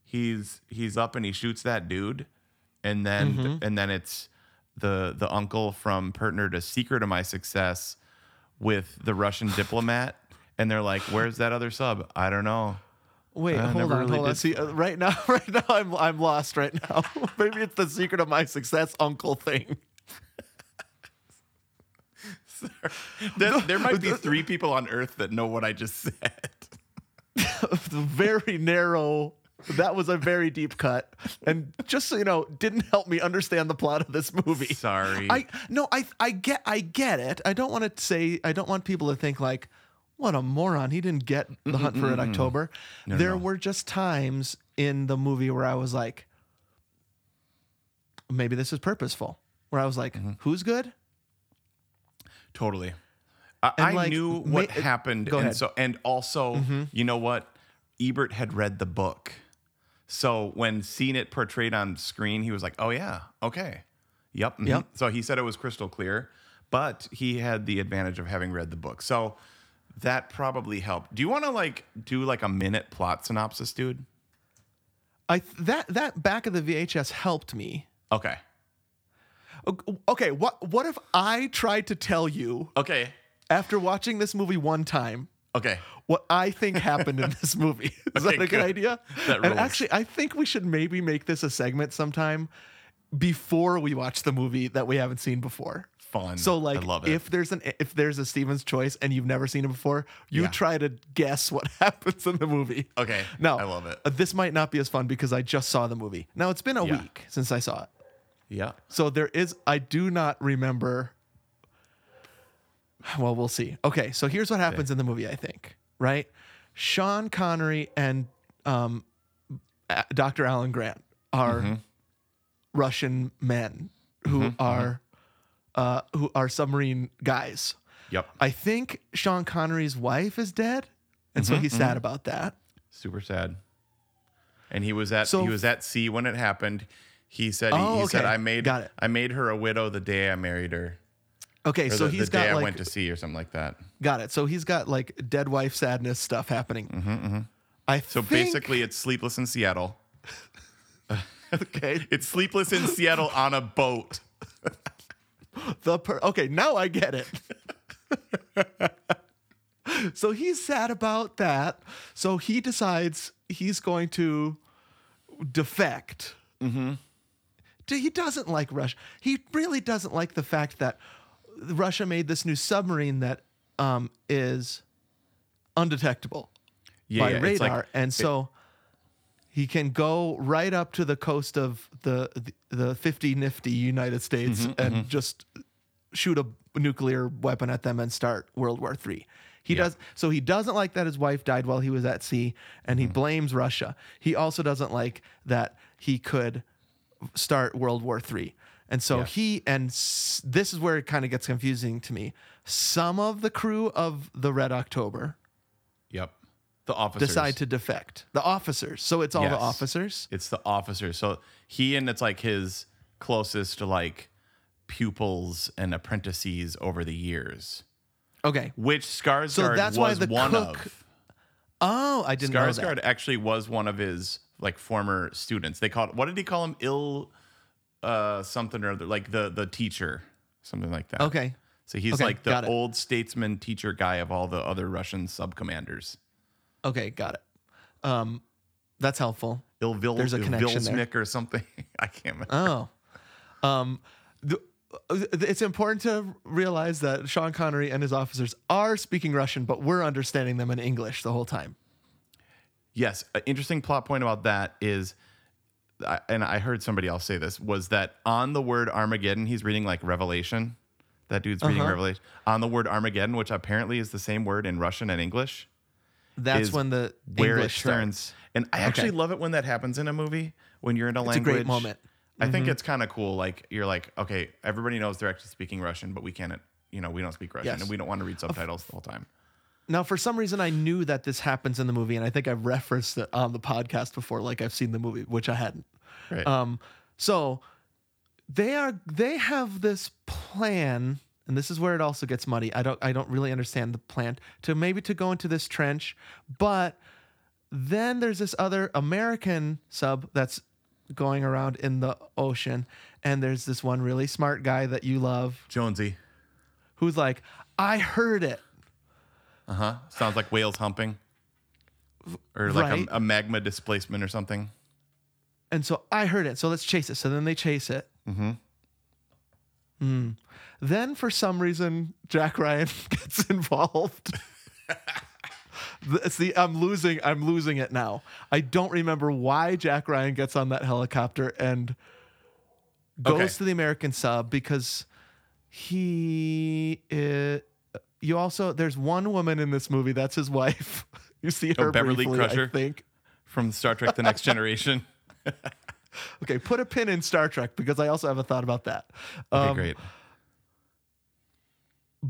S2: he's he's up and he shoots that dude, and then and then it's the the uncle from Partner to Secret of My Success with the Russian diplomat, and they're like, "Where's that other sub? I don't know."
S1: Wait,
S2: I
S1: hold
S2: never
S1: on,
S2: really
S1: hold on.
S2: did-
S1: See, uh, right now, [laughs] right now, I'm I'm lost right now. [laughs] Maybe it's the secret of my success, uncle thing.
S2: There, there might be three people on Earth that know what I just said.
S1: [laughs]
S2: [laughs]
S1: very narrow. That was a very deep cut, and just so you know, didn't help me understand the plot of this movie.
S2: Sorry.
S1: I no, I I get I get it. I don't want to say I don't want people to think like, what a moron. He didn't get the hunt for Red October. there were just times in the movie where I was like, maybe this is purposeful. Where I was like, who's good?
S2: Totally. I,
S1: And,
S2: I
S1: like,
S2: knew what
S1: ma-
S2: happened,
S1: go
S2: and
S1: ahead. Mm-hmm.
S2: so and also, you know what? Ebert had read the book, so when seeing it portrayed on screen, he was like, "Oh yeah, okay, yep, mhm."
S1: Yep.
S2: So he said it was crystal clear, but he had the advantage of having read the book, so that probably helped. Do you want to like do like a minute plot synopsis, dude?
S1: I that that back of the VHS helped me.
S2: Okay,
S1: O- Okay, what what if I tried to tell you
S2: okay,
S1: after watching this movie one time
S2: okay.
S1: what I think happened in this movie. [laughs] Is that
S2: Okay,
S1: a good,
S2: good.
S1: idea?
S2: That
S1: and
S2: rules.
S1: actually, I think we should maybe make this a segment sometime. before we watch the movie that we haven't seen before.
S2: Fun.
S1: So like
S2: I love it.
S1: if there's an if there's a Steven's choice and you've never seen it before, you
S2: Yeah.
S1: try to guess what [laughs] happens in the movie.
S2: Okay.
S1: Now
S2: I love it.
S1: uh, This might not be as fun because I just saw the movie. Now it's been a
S2: Yeah.
S1: week since I saw it.
S2: Yeah.
S1: So there is I do not remember Well, we'll see. Okay, so here's what happens in the movie, I think, right? Sean Connery and um, A- Dr. Alan Grant are
S2: Mm-hmm.
S1: Russian men who are uh, who are submarine guys.
S2: Yep.
S1: I think Sean Connery's wife is dead, and
S2: Mm-hmm,
S1: so he's sad about that.
S2: Super sad. And he was at
S1: So-
S2: he was at sea when it happened. He said he,
S1: Oh,
S2: he said
S1: okay.
S2: I made
S1: Got it.
S2: I made her a widow the day I married her.
S1: Okay,
S2: Or
S1: so
S2: the,
S1: he's
S2: the day
S1: got
S2: I
S1: like
S2: went to sea or something like that.
S1: got it. So he's got like dead wife sadness stuff happening. I
S2: Mm-hmm, So basically it's sleepless in Seattle.
S1: [laughs] okay.
S2: [laughs] It's sleepless in Seattle on a boat.
S1: The per- okay, now I get it. [laughs] so he's sad about that. So he decides he's going to defect. Mm-hmm. He doesn't like Russia. He really doesn't like the fact that Russia made this new submarine that um, is undetectable
S2: Yeah,
S1: by
S2: yeah, it's like-
S1: radar, and so he can go right up to the coast of the the, the fifty nifty United States
S2: Mm-hmm,
S1: and just shoot a nuclear weapon at them and start World War Three. He does so he doesn't like that his wife died while he was at sea, and he
S2: Mm-hmm.
S1: blames Russia. He also doesn't like that he could start World War Three. And so he and s- this is where it kind of gets confusing to me. Some of the crew of the Red October,
S2: Yep. The officers
S1: decide to defect. The officers. So it's all the
S2: Yes.
S1: officers.
S2: It's the officers. So he and it's like his closest like pupils and apprentices over the years,
S1: Okay.
S2: which Skarsgård
S1: that's why
S2: was
S1: the
S2: one
S1: cook-
S2: of.
S1: Oh, I didn't know that.
S2: Skarsgård actually was one of his like former students. They called what did he call him? Ill uh something or other, like the the teacher, something like that.
S1: Okay.
S2: So he's
S1: Okay,
S2: like
S1: got
S2: the
S1: it.
S2: old statesman teacher guy of all the other Russian sub commanders.
S1: Okay, got it. Um that's helpful.
S2: Ilvil
S1: There's a connection there.
S2: Ilvilsnik or something. [laughs] I can't remember.
S1: Oh. Um the, uh, it's important to realize that Sean Connery and his officers are speaking Russian, but we're understanding them in English the whole time.
S2: Yes, an interesting plot point about that is, I- and I heard somebody else say this was that on the word Armageddon, he's reading like Revelation. That dude's reading
S1: Uh-huh.
S2: Revelation on the word Armageddon, which apparently is the same word in Russian and English.
S1: That's
S2: is
S1: when the
S2: where
S1: English
S2: it turns.
S1: starts.
S2: And I actually love it when that happens in a movie when you're in a
S1: a
S2: language.
S1: great moment. Mm-hmm.
S2: I think it's kind of cool. Like you're like, okay, everybody knows they're actually speaking Russian, but we can't. You know, we don't speak Russian,
S1: Yes.
S2: and we don't want to read subtitles the whole time.
S1: Now, for some reason, I knew that this happens in the movie, and I think I've referenced it on the podcast before, like I've seen the movie, which I hadn't.
S2: Right.
S1: Um, so they are they have this plan, and this is where it also gets muddy. I don't I don't really understand the plan to maybe to go into this trench, but then there's this other American sub that's going around in the ocean, and there's this one really smart guy that you love
S2: Jonesy
S1: who's like, I heard it.
S2: sounds like whales humping, or like
S1: Right.
S2: a, a magma displacement or something.
S1: And so I heard it. So let's chase it. So then they chase it. Mm-hmm. Then for some reason, Jack Ryan [laughs] gets involved. [laughs] it's the I'm losing. I'm losing it now. I don't remember why Jack Ryan gets on that helicopter and goes
S2: Okay.
S1: to the American sub because he. i- you also there's one woman in this movie that's his wife. [laughs] You see
S2: Oh,
S1: her
S2: Beverly
S1: briefly,
S2: Crusher?
S1: I think.
S2: from Star Trek: The
S1: [laughs]
S2: Next Generation.
S1: Okay, put a pin in Star Trek because I also have a thought about that.
S2: Okay,
S1: Um,
S2: great.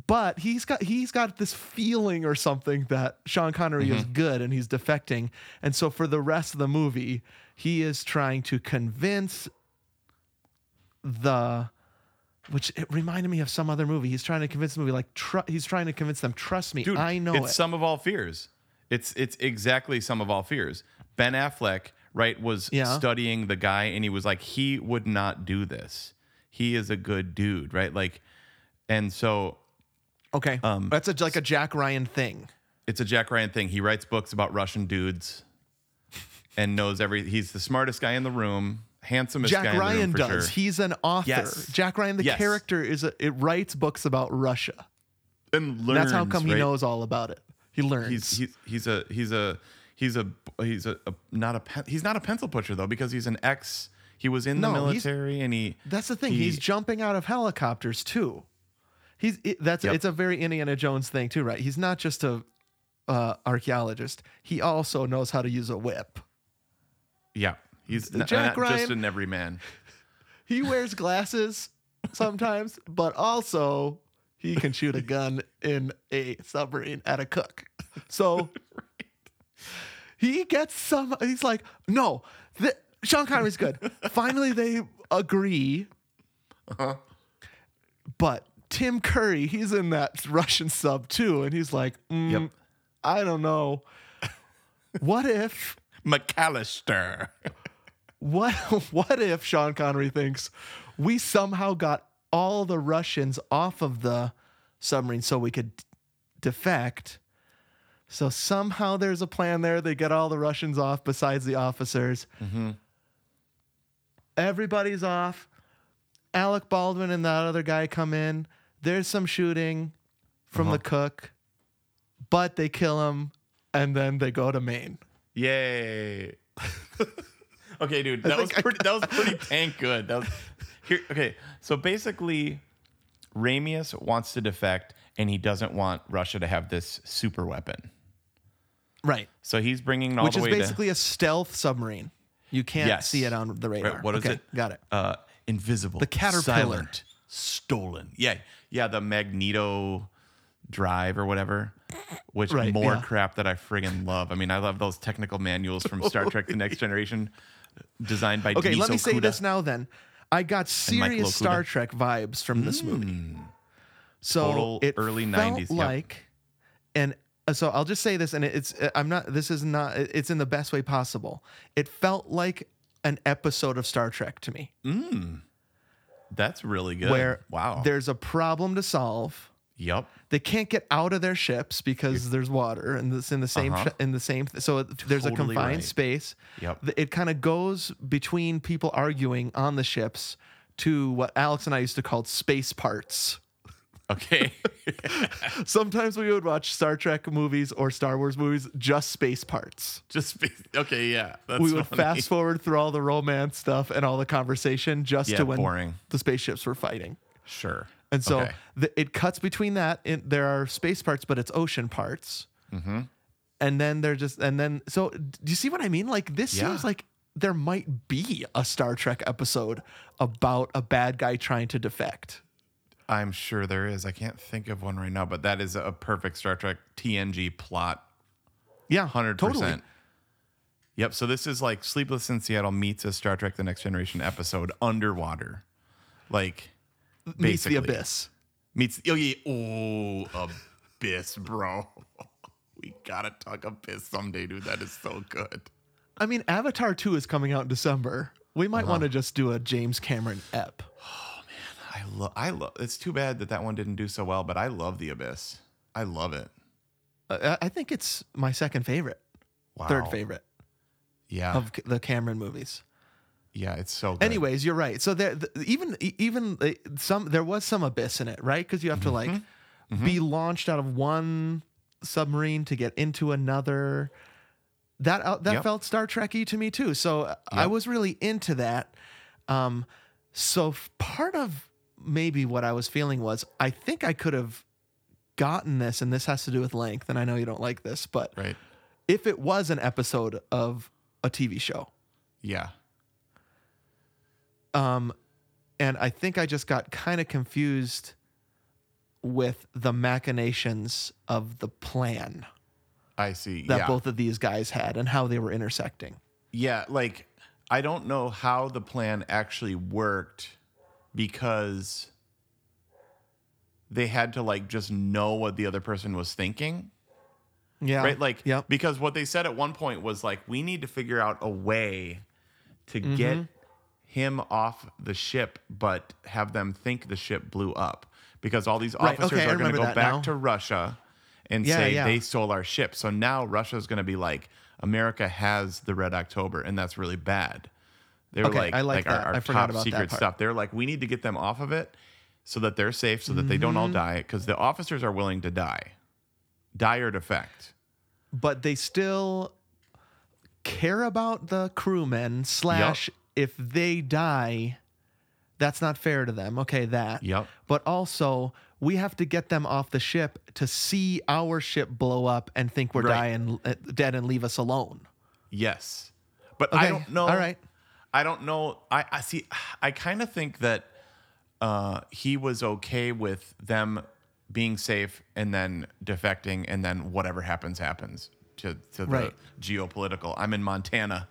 S1: But he's got he's got this feeling or something that Sean Connery is
S2: Mm-hmm.
S1: good and he's defecting, and so for the rest of the movie, he is trying to convince the. Which it reminded me of some other movie. He's trying to convince the movie, like tr- he's trying to convince them. Trust me,
S2: Dude,
S1: I know
S2: it's
S1: it.
S2: some of all fears. It's it's exactly some of all fears. Ben Affleck, right, was
S1: Yeah.
S2: studying the guy, and he was like, he would not do this. He is a good dude, right? Like, and so
S1: okay,
S2: um,
S1: that's a, like a Jack Ryan thing.
S2: it's a Jack Ryan thing. He writes books about Russian dudes, and knows every. He's the smartest guy in the room. handsomest guy
S1: Jack
S2: in the room
S1: Ryan
S2: for
S1: does.
S2: sure.
S1: He's an author.
S2: Yes.
S1: Jack Ryan, the
S2: Yes.
S1: character, is a, it writes books about Russia.
S2: and
S1: And that's how
S2: learns,
S1: come he
S2: right?
S1: knows all about it. He learns.
S2: He's he's, he's a he's a he's a he's a, a- not a pen, he's not a pencil pusher though because he's an ex. He was in the
S1: No, he's-
S2: military and he
S1: that's the thing.
S2: he-
S1: he's jumping out of helicopters too. He's it, that's
S2: Yep.
S1: it's a very Indiana Jones thing too, right? He's not just a uh, archaeologist. He also knows how to use a whip.
S2: yeah he's n-
S1: Jack
S2: not just
S1: Ryan- [laughs]
S2: an everyman.
S1: He wears glasses sometimes, but also he can shoot a gun in a submarine at a cook. So he gets some. He's like, no, th- Sean Connery's good. Finally, they agree. But Tim Curry, he's in that Russian sub too, and he's like, mm,
S2: Yep.
S1: I don't know. What if?
S2: McAllister.
S1: What [laughs] what if Sean Connery thinks we somehow got all the Russians off of the submarine so we could defect? So somehow there's a plan there. They get all the Russians off besides the officers. Everybody's off. Alec Baldwin and that other guy come in. There's some shooting from the cook, but they kill him and then they go to Maine.
S2: [laughs] Yay. [laughs] okay, dude, that was
S1: think I-
S2: pretty
S1: [laughs]
S2: that was pretty tank good. That was here okay. So basically Ramius wants to defect and he doesn't want Russia to have this super weapon.
S1: Right.
S2: So he's bringing it all
S1: which
S2: the
S1: is
S2: way
S1: basically a stealth submarine. You can't
S2: Yes.
S1: see it on the
S2: Right,
S1: radar.
S2: what is
S1: Okay,
S2: it?
S1: Got it.
S2: to uh invisible.
S1: The caterpillar.
S2: silent, stolen. Yeah. Yeah, the magneto drive or whatever. Which
S1: Right,
S2: more
S1: yeah.
S2: crap that I friggin' love. I mean, I love those technical manuals from Star Trek The Next Generation designed by
S1: Okay, let
S2: Dees
S1: me say
S2: Okuda.
S1: this now then. I got
S2: Michael
S1: serious
S2: Okuda.
S1: Star Trek vibes from this movie. So
S2: Total
S1: it
S2: early
S1: felt
S2: 90s, yep.
S1: like and uh, so I'll just say this and it's uh, I'm not this is not it's in the best way possible. It felt like an episode of Star Trek to me
S2: That's really good.
S1: where
S2: wow.
S1: there's a problem to solve.
S2: Yep.
S1: they can't get out of their ships because there's water and it's in the same
S2: Uh-huh.
S1: sh- in the same th- so it- there's a
S2: Totally
S1: confined
S2: right.
S1: space
S2: Yep.
S1: Th- it kind of goes between people arguing on the ships to what alex and i used to call space parts
S2: Okay. [laughs]
S1: sometimes we would watch star trek movies or star wars movies just space parts
S2: Just be, okay. Yeah. That's
S1: we would
S2: funny.
S1: fast forward through all the romance stuff and all the conversation just
S2: Yeah,
S1: to when
S2: boring.
S1: the spaceships were fighting
S2: Sure.
S1: And so
S2: Okay.
S1: th- it cuts between that. And there are space parts, but it's ocean parts.
S2: Mm-hmm.
S1: And then they're just, and then, so d- do you see what I mean? Like, this
S2: Yeah.
S1: seems like there might be a Star Trek episode about a bad guy trying to defect.
S2: I'm sure there is. I can't think of one right now, but that is a perfect Star Trek TNG plot.
S1: Yeah.
S2: Hundred
S1: Totally.
S2: percent. Yep. So this is like Sleepless in Seattle meets a Star Trek: The Next Generation episode underwater, like
S1: Meets the
S2: basically.
S1: abyss.
S2: meets. Oh yeah. Oh, abyss, bro. [laughs] we gotta talk abyss someday, dude. That is so good.
S1: I mean, Avatar 2 is coming out in December. We might
S2: Uh-huh.
S1: want to just do a James Cameron ep.
S2: I love. I love. It's too bad that that one didn't do so well, but I love the Abyss. I love it.
S1: Uh, I I think it's my second favorite,
S2: Wow.
S1: third favorite
S2: Yeah.
S1: of c- the Cameron movies.
S2: yeah. It's so. Good.
S1: Anyways, you're right. So there, th- even e- even uh, some there was some abyss in it, right? Because you have to like
S2: Mm-hmm.
S1: be launched out of one submarine to get into another. That out that
S2: Yep.
S1: felt Star Trekky to me too. So uh, I was really into that. Um, so f- part of maybe what I was feeling was I think I could have gotten this, and this has to do with length. And I know you don't like this, but
S2: Right.
S1: if it was an episode of a TV show,
S2: Yeah.
S1: and I think I just got kind of confused with the machinations of the plan
S2: I see.
S1: that
S2: yeah.
S1: both of these guys had and how they were intersecting.
S2: Yeah. Like I don't know how the plan actually worked because they had to like just know what the other person was thinking.
S1: Yeah.
S2: right? Like,
S1: yep.
S2: because what they said at one point was like, we need to figure out a way to
S1: Mm-hmm.
S2: get him off the ship, but have them think the ship blew up because all these
S1: Right,
S2: officers
S1: okay, I
S2: are going to
S1: remember
S2: go
S1: that
S2: back
S1: now.
S2: to Russia and
S1: Yeah,
S2: say
S1: yeah.
S2: they stole our ship. So now Russia's going to be like, America has the Red October, and that's really bad. They were
S1: Okay,
S2: like,
S1: I like
S2: our,
S1: that.
S2: our
S1: I forgot
S2: top
S1: about that
S2: secret
S1: part.
S2: stuff. They're like, we need to get them off of it so that they're safe, so that they don't all
S1: Mhm.
S2: die, because the officers are willing to die. Dire defect.
S1: but they still care about the crewmen slash if they die that's not fair to them okay that
S2: Yep.
S1: but also we have to get them off the ship to see our ship blow up and think we're
S2: Right.
S1: dying uh, dead and leave us alone
S2: Yes, but I
S1: Okay,
S2: don't know.
S1: all right.
S2: I don't know. I, I see. I kind of think that uh, he was okay with them being safe and then defecting, and then whatever happens happens to to the
S1: Right.
S2: geopolitical. I'm in Montana,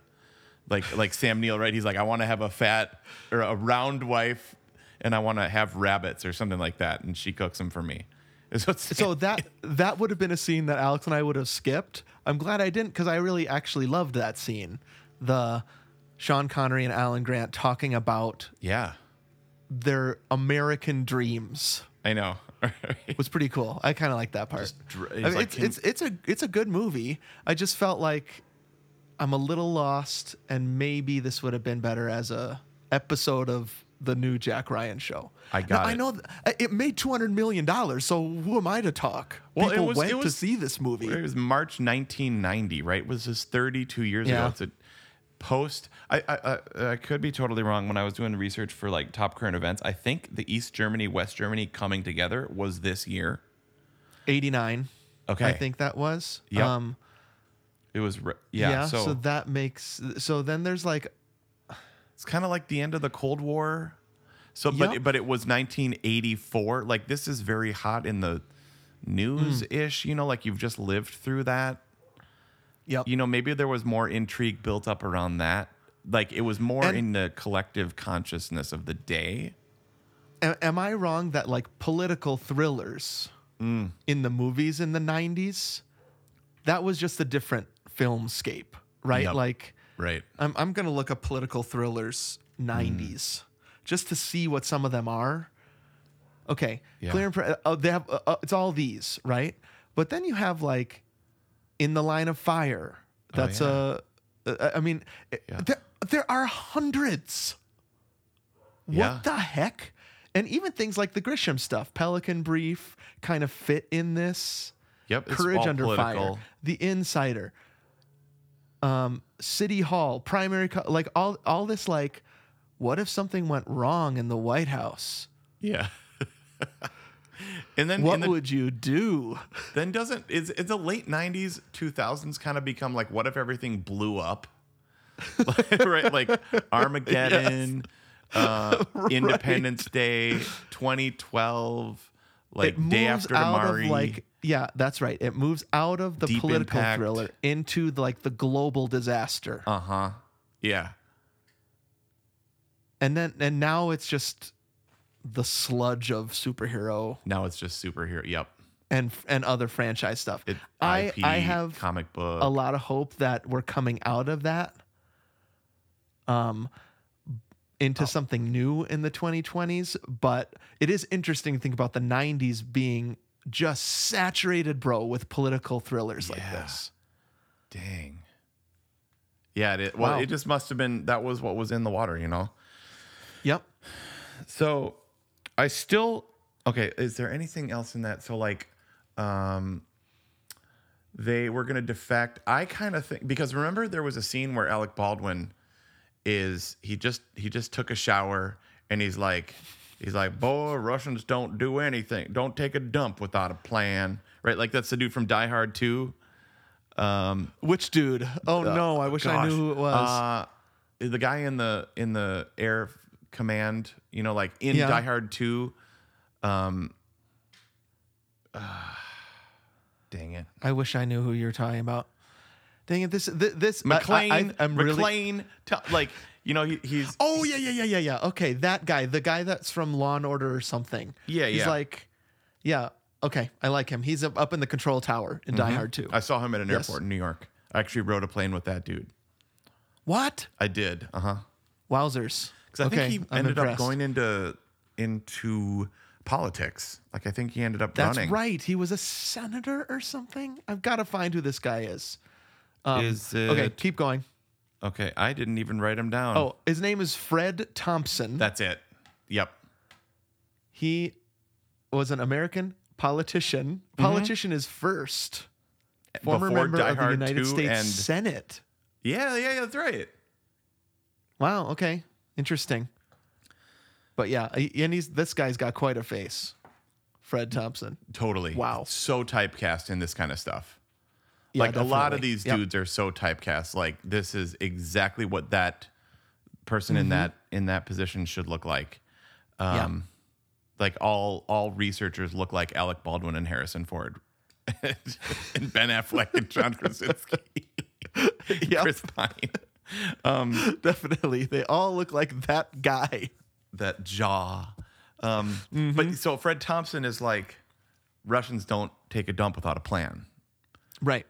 S2: like like Sam Neill, right? He's like, I want to have a fat or a round wife, and I want to have rabbits or something like that, and she cooks them for me. Is what
S1: so that that would have been a scene that alex and i would have skipped i'm glad i didn't because i really actually loved that scene the sean connery and alan grant talking about
S2: yeah,
S1: their american dreams
S2: I know. [laughs]
S1: was pretty cool. I kind of like that part.
S2: dr-
S1: I
S2: it's
S1: mean,
S2: like
S1: it's,
S2: him-
S1: it's it's a it's a good movie. I just felt like I'm a little lost, and maybe this would have been better as a episode of the new Jack Ryan show.
S2: I got
S1: Now, I
S2: it.
S1: know th- it made 200 million dollars, so who am I to talk?
S2: Well, it
S1: People
S2: was-
S1: went
S2: it
S1: to
S2: was-
S1: see this movie.
S2: It was March 1990, right? It was this 32 years
S1: Yeah.
S2: ago? It's a post. I, I I I could be totally wrong. When I was doing research for like top current events, I think the East Germany West Germany coming together was this year.
S1: 89.
S2: Okay.
S1: I think that was. Um,
S2: Yep. It was. re- Yeah. so,
S1: so. that makes so then there's like
S2: it's kind of like the end of the Cold War. So, but
S1: Yep.
S2: but it was 1984. Like this is very hot in the news ish. You know, like you've just lived through that.
S1: Yep.
S2: You know, maybe there was more intrigue built up around that. Like it was more
S1: And-
S2: in the collective consciousness of the day.
S1: am, am I wrong that like political thrillers in the movies in the 90s that was just a different filmscape, right?
S2: Yep.
S1: Like
S2: Right.
S1: I'm I'm going to look up political thrillers 90s just to see what some of them are. Okay.
S2: Yeah.
S1: Clear and pre- oh, they have uh, uh, it's all these, right? But then you have like in the line of fire.
S2: Oh,
S1: That's a I a I mean it- there there are hundreds. What
S2: Yeah.
S1: the heck? And even things like the Grisham stuff, Pelican Brief kind of fit in this.
S2: Yep. it's
S1: Courage
S2: all
S1: Under Fire, The Insider, um, City Hall, primary, co- like all all this like, what if something went wrong in the White House?
S2: Yeah. [laughs] and then,
S1: What
S2: and then,
S1: would you do?
S2: then doesn't is is the late '90s, 2000s kind of become like what if everything blew up? [laughs] right, like Armageddon,
S1: [laughs]
S2: uh, Independence Day, 2012, like
S1: it moves
S2: Day After
S1: out
S2: Tomorrow.
S1: of like yeah, that's right. It moves out of the
S2: Deep
S1: political
S2: Impact.
S1: thriller into like the global disaster,
S2: Uh huh. Yeah.
S1: and then and now it's just the sludge of superhero
S2: Now it's just superhero. Yep.
S1: and and other franchise stuff.
S2: It,
S1: I
S2: IP,
S1: I have
S2: comic book.
S1: a lot of hope that we're coming out of that um into something new in the 2020s but it is interesting to think about the 90s being just saturated bro with political thrillers like
S2: Yeah.
S1: this
S2: Dang. Yeah. It, well,
S1: Wow.
S2: it just must have been that was what was in the water, you know.
S1: yep
S2: So I still okay, is there anything else in that? So like um they were gonna defect. I kind of think because remember there was a scene where Alec Baldwin is he just he just took a shower and he's like he's like, boy, Russians don't do anything. Don't take a dump without a plan. Right? Like that's the dude from Die Hard 2. Um
S1: which dude oh no i wish i
S2: gosh.
S1: knew who it was
S2: Uh, the guy in the in the air command, you know, like in
S1: Yeah.
S2: Die Hard Two. Um, ah, dang it,
S1: i wish i knew who you're talking about dang it this this, this I- I-
S2: McLean.
S1: I, am really
S2: McLean, tell- like you know, he, he's
S1: oh yeah yeah yeah yeah yeah okay that guy the guy that's from law and order or something
S2: Yeah,
S1: he's
S2: yeah.
S1: like yeah okay i like him he's up up in the control tower in die hard 2
S2: Mm-hmm. I saw him at an
S1: Yes.
S2: airport in New York. I actually rode a plane with that dude.
S1: What?
S2: I did. Uh huh.
S1: Wowzers.
S2: Because I
S1: Okay,
S2: think he
S1: I'm
S2: ended up
S1: impressed.
S2: going into into politics. Like I think he ended up
S1: That's
S2: running.
S1: right. He was a senator or something. I've got to find who this guy is. Um,
S2: Is
S1: Okay,
S2: it- Hmm.
S1: keep going.
S2: Okay, I didn't even write him down.
S1: Oh, his name is Fred Thompson.
S2: That's it. Yep.
S1: He was an American politician. Politician is first. Former
S2: Mm-hmm. Before
S1: member
S2: Die
S1: of the
S2: Hard
S1: United
S2: 2
S1: States
S2: and-
S1: Senate.
S2: Yeah, yeah, yeah, that's right.
S1: Wow. Okay. Interesting. But yeah, he- and he's this guy's got quite a face, Fred Thompson.
S2: Totally.
S1: Wow.
S2: So typecast in this kind of stuff.
S1: Yeah,
S2: like a lot of
S1: definitely.
S2: these
S1: Yep.
S2: dudes are so typecast. Like this is exactly what that person
S1: Mm-hmm.
S2: in that in that position should look like.
S1: Yeah.
S2: Um like all all researchers look like Alec Baldwin and Harrison Ford. [laughs] and Ben Affleck
S1: [laughs]
S2: and John Krasinski.
S1: Yep.
S2: Chris Pine. Um
S1: [laughs] Definitely, they all look like that guy.
S2: that jaw. Um,
S1: Mm-hmm.
S2: But so Fred Thompson is like Russians don't take a dump without a plan.
S1: Right.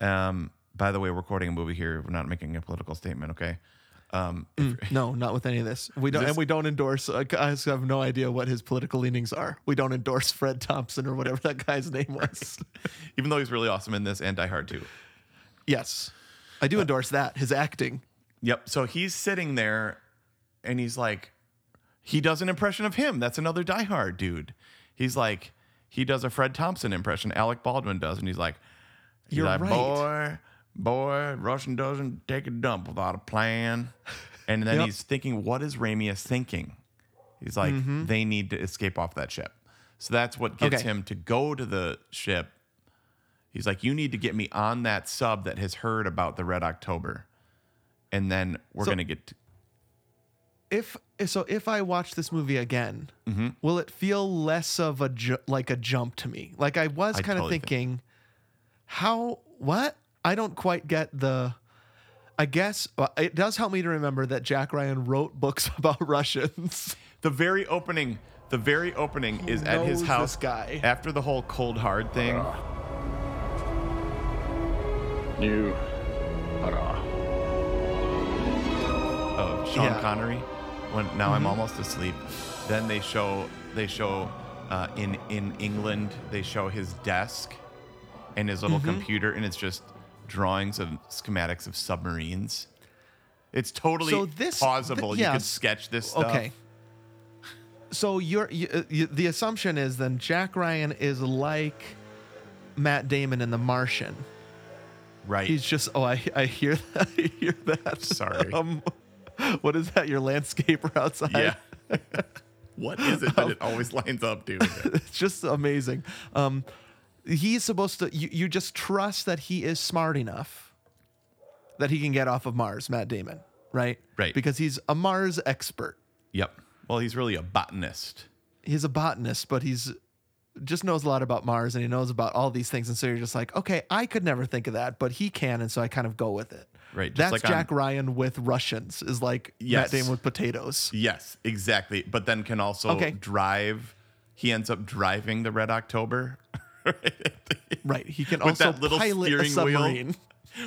S2: Um, by the way, we're recording a movie here. We're not making a political statement, okay? Um,
S1: No, not with any of this. We don't,
S2: This-
S1: and we don't endorse. Uh, I just have no idea what his political leanings are. We don't endorse Fred Thompson or whatever [laughs] that guy's name
S2: [laughs]
S1: was.
S2: even though he's really awesome in this and Die Hard too.
S1: Yes, I do endorse that. His acting.
S2: Yep. So he's sitting there and he's like, he does an impression of him. That's another Die Hard dude. He's like, he does a Fred Thompson impression. Alec Baldwin does, and he's like, he's
S1: You're
S2: like,
S1: right.
S2: boy, boy, Russian doesn't take a dump without a plan. And
S1: [laughs]
S2: then
S1: Yep.
S2: he's thinking, what is Ramius thinking? He's like, they need to escape off that ship. So that's what gets
S1: Mm-hmm. Okay.
S2: him to go to the ship. He's like, you need to get me on that sub that has heard about the Red October. And then we're
S1: So-
S2: going to get.
S1: If so, if I watch this movie again,
S2: Mm-hmm.
S1: will it feel less of a ju- like a jump to me? Like I was
S2: I
S1: kind of
S2: totally think-
S1: thinking, how what? I don't quite get the. I guess well, it does help me to remember that Jack Ryan wrote books [laughs] about Russians.
S2: The very opening, the very opening is at
S1: knows
S2: his
S1: this
S2: house.
S1: guy?
S2: After the whole cold hard thing.
S3: New hurrah.
S2: of Sean
S1: Yeah. Mm-hmm.
S2: Connery. When now I'm almost asleep. Then they show they show uh, in in England they show his desk and his
S1: Mm-hmm.
S2: little computer and it's just drawings and schematics of submarines. It's totally
S1: So this-
S2: plausible.
S1: th-
S2: You
S1: yeah.
S2: could sketch this stuff.
S1: Okay. So you're, you, uh, you, the assumption is then Jack Ryan is like Matt Damon in The Martian.
S2: Right. [laughs]
S1: He's just oh I I hear [laughs] that I hear that.
S2: Sorry.
S1: [laughs] Um, what is that? Your landscaper [laughs] outside?
S2: yeah. [laughs] what is it that it always lines up, dude?
S1: It's just amazing. Um, he's supposed to. You, you just trust that he is smart enough that he can get off of Mars, Matt Damon, right?
S2: Right.
S1: Because he's a Mars expert.
S2: [laughs] yep. Well, he's really a botanist.
S1: he's a botanist, but he's just knows a lot about Mars and he knows about all these things. And so you're just like, okay, I could never think of that, but he can, and so I kind of go with it.
S2: Right, just
S1: That's
S2: like on-
S1: Jack Ryan with Russians is like Matt
S2: Yes.
S1: Damon with potatoes.
S2: Yes, exactly. But then can also
S1: Okay.
S2: drive. He ends up driving the Red October. [laughs]
S1: Right. He can
S2: With
S1: also
S2: that little
S1: pilot a
S2: steering wheel.
S1: submarine.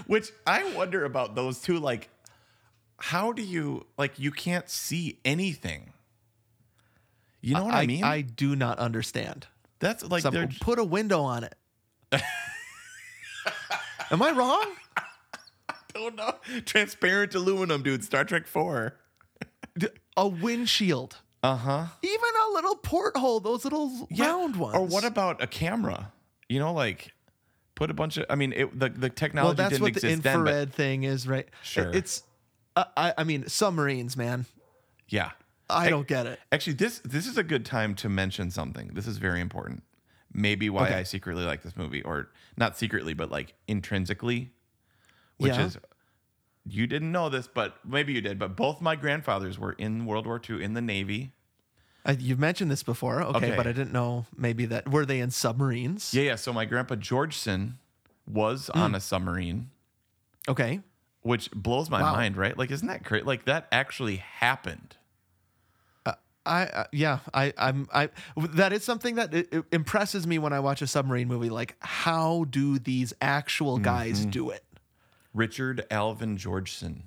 S2: Which I wonder about those two. Like, how do you like you can't see anything? You know what I, mean?
S1: I do not understand.
S2: That's like
S1: Some-
S2: they're [laughs]
S1: put a window on it. Am I wrong?
S2: oh no. transparent aluminum, dude. Star Trek Four.
S1: [laughs] D- A windshield.
S2: Uh huh.
S1: Even a little porthole, those little round ones.
S2: Or what about a camera? You know, like put a bunch of. I mean, it, the the
S1: well,
S2: technology
S1: that's
S2: didn't
S1: what the
S2: exist then.
S1: infrared
S2: But
S1: thing is, right?
S2: Sure.
S1: It's, uh, I, I mean, submarines, man.
S2: yeah,
S1: I don't get it.
S2: Actually, this this is a good time to mention something. This is very important. Maybe why
S1: Okay.
S2: I secretly like this movie, or not secretly, but like intrinsically, which
S1: Yeah.
S2: is you didn't know this, but maybe you did. But both my grandfathers were in World War II in the Navy.
S1: I, you've mentioned this before, okay,
S2: Okay.
S1: But I didn't know maybe that were they in submarines?
S2: Yeah, yeah. So my grandpa Georgeson was
S1: Hmm.
S2: on a submarine,
S1: Okay.
S2: which blows my
S1: Wow.
S2: mind, right? Like, isn't that crazy? Like that actually happened.
S1: I uh, yeah I I'm I that is something that it, it impresses me when I watch a submarine movie. Like, how do these actual guys
S2: Mm-hmm.
S1: do it?
S2: Richard Alvin Georgeson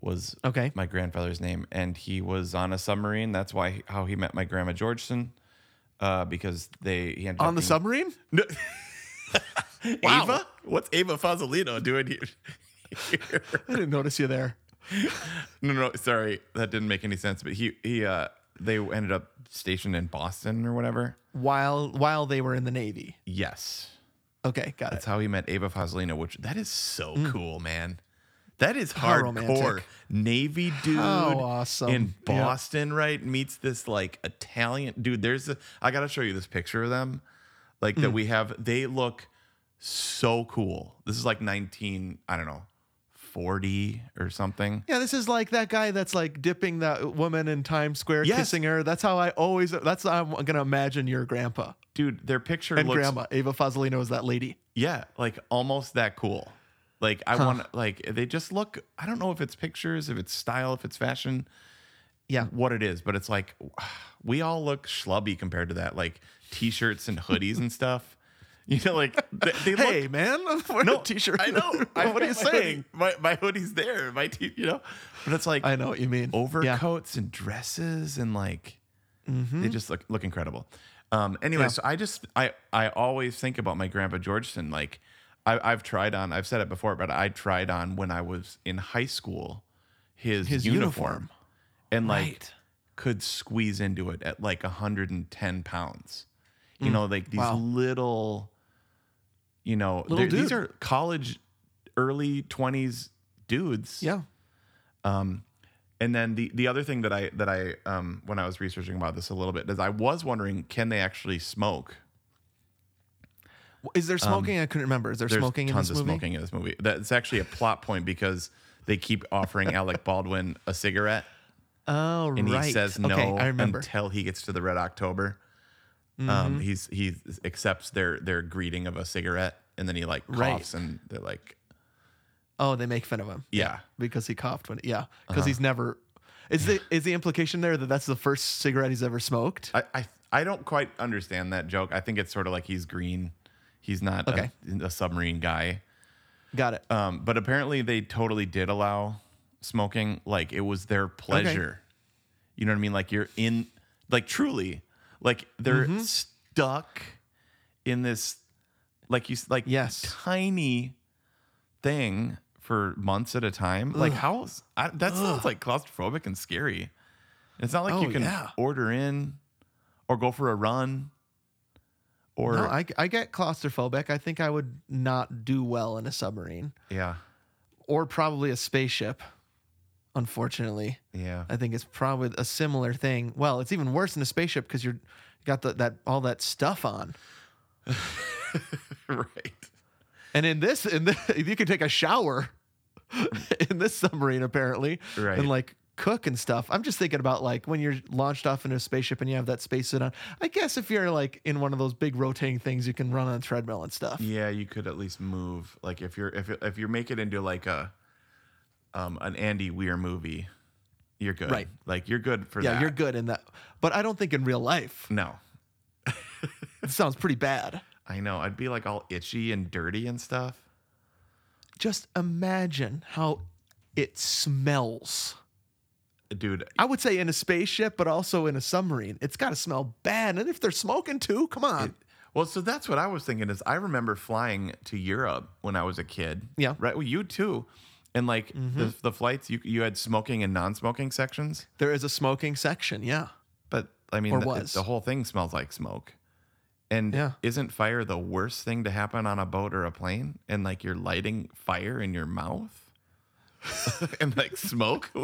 S2: was
S1: Okay.
S2: my grandfather's name, and he was on a submarine. That's why how he met my grandma Georgeson, uh, because they he ended up
S1: On the
S2: being- [laughs]
S1: submarine?
S2: Ava? What's Ava Fazzolino doing here? here. [laughs]
S1: I didn't notice you there.
S2: no, no, sorry, that didn't make any sense. But he, he, uh, they ended up stationed in Boston or whatever.
S1: While while they were in the Navy.
S2: Yes,
S1: Okay, got
S2: that's
S1: it.
S2: how he met Ava Fazlina, which that is so cool, man. That is
S1: Mm. How
S2: hardcore.
S1: romantic.
S2: Navy dude
S1: How awesome.
S2: in
S1: Yep.
S2: Boston, right? Meets this like Italian dude. There's a, I gotta show you this picture of them, like
S1: Mm.
S2: that we have. They look so cool. This is like 19, I don't know, 40 or something.
S1: Yeah, this is like that guy that's like dipping that woman in Times Square,
S2: Yes.
S1: kissing her. That's how I always. That's how I'm gonna imagine your grandpa
S2: Dude, their picture
S1: and
S2: looks
S1: grandma. Ava Fazlino is that lady.
S2: Yeah, like almost that cool. Like I want like they just look I don't know if it's pictures, if it's style, if it's fashion,
S1: Yeah,
S2: what it is, but it's like [sighs] we all look schlubby compared to that like t-shirts and hoodies and stuff. [laughs] You know like they, they look [laughs]
S1: hey man, [laughs] wear
S2: no
S1: a t-shirt.
S2: I [laughs] know. I,
S1: [laughs] what are you
S2: my hoodie-
S1: saying?
S2: My my hoodie's there. My t, you know. But it's like
S1: I know what you mean. Yeah.
S2: overcoats and dresses and like they just look look incredible. Um, anyway,
S1: Mm-hmm. Yeah.
S2: so I just I I always think about my grandpa Georgeson. Like I, I've tried on. I've said it before, but I tried on when I was in high school his,
S1: His
S2: uniform,
S1: uniform.
S2: and like
S1: Right.
S2: could squeeze into it at like 110 pounds. You know, like these
S1: Hmm. Wow.
S2: little, you know,
S1: Little
S2: they're- these
S1: dude.
S2: are college, early 20s dudes.
S1: Yeah.
S2: And then the the other thing that I that I um when I was researching about this a little bit is I was wondering can they actually smoke?
S1: Is there smoking? I couldn't remember. Is there
S2: There's
S1: smoking in
S2: tons
S1: this movie?
S2: of smoking in this movie. That's actually a plot point because they keep
S1: [laughs]
S2: offering Alec Baldwin a cigarette
S1: Oh
S2: and
S1: right.
S2: he says no
S1: Okay, I remember. Mm-hmm.
S2: until he gets to the Red October. Um, he's he accepts their their greeting of a cigarette and then he like coughs
S1: Right.
S2: and they're like
S1: oh, they make fun of him.
S2: yeah
S1: because he coughed when. Yeah, because he's never. Is the is the implication there that that's the first cigarette he's ever smoked?
S2: I, I I don't quite understand that joke. I think it's sort of like he's green. He's not a-
S1: Okay.
S2: a submarine guy.
S1: Got it.
S2: Um, but apparently they totally did allow smoking. Like it was their pleasure. You know what I mean? Like you're in, like truly, like they're
S1: Mm-hmm.
S2: stuck in this, like you s- like
S1: Yes.
S2: tiny thing for months at a time. Like how is- I, that sounds like claustrophobic and scary. It's not like
S1: Oh,
S2: you can
S1: yeah.
S2: order in or go for a run or
S1: no, I, I get claustrophobic. I think I would not do well in a submarine
S2: yeah
S1: or probably a spaceship. Unfortunately,
S2: yeah
S1: I think it's probably a similar thing. Well, it's even worse in a spaceship because you're you got the, that all that stuff on.
S2: [laughs] right.
S1: And in this, in the, [laughs] you can take a shower [laughs] in this submarine apparently,
S2: Right.
S1: and like cook and stuff. I'm just thinking about like when you're launched off into a spaceship and you have that spacesuit on. I guess if you're like in one of those big rotating things, you can run on a treadmill and stuff.
S2: Yeah, you could at least move. Like if you're if if you make it into like a um an Andy Weir movie, you're good.
S1: Right.
S2: Like you're good for
S1: yeah,
S2: that.
S1: you're good in that. But I don't think in real life.
S2: No.
S1: It sounds pretty bad.
S2: I know. I'd be like all itchy and dirty and stuff.
S1: Just imagine how it smells.
S2: Dude,
S1: I would say in a spaceship, but also in a submarine. It's got to smell bad. And if they're smoking too, come on.
S2: Well, so that's what I was thinking is I remember flying to Europe when I was a kid.
S1: Yeah. Mm-hmm.
S2: Right. Well, you too. And like the, the flights, you you had smoking and non-smoking sections,
S1: there is a smoking section. Yeah.
S2: but I mean,
S1: Or
S2: the,
S1: was.
S2: the whole thing smells like smoke. And
S1: Yeah.
S2: isn't fire the worst thing to happen on a boat or a plane? And like you're lighting fire in your mouth [laughs] and like smoke. [laughs]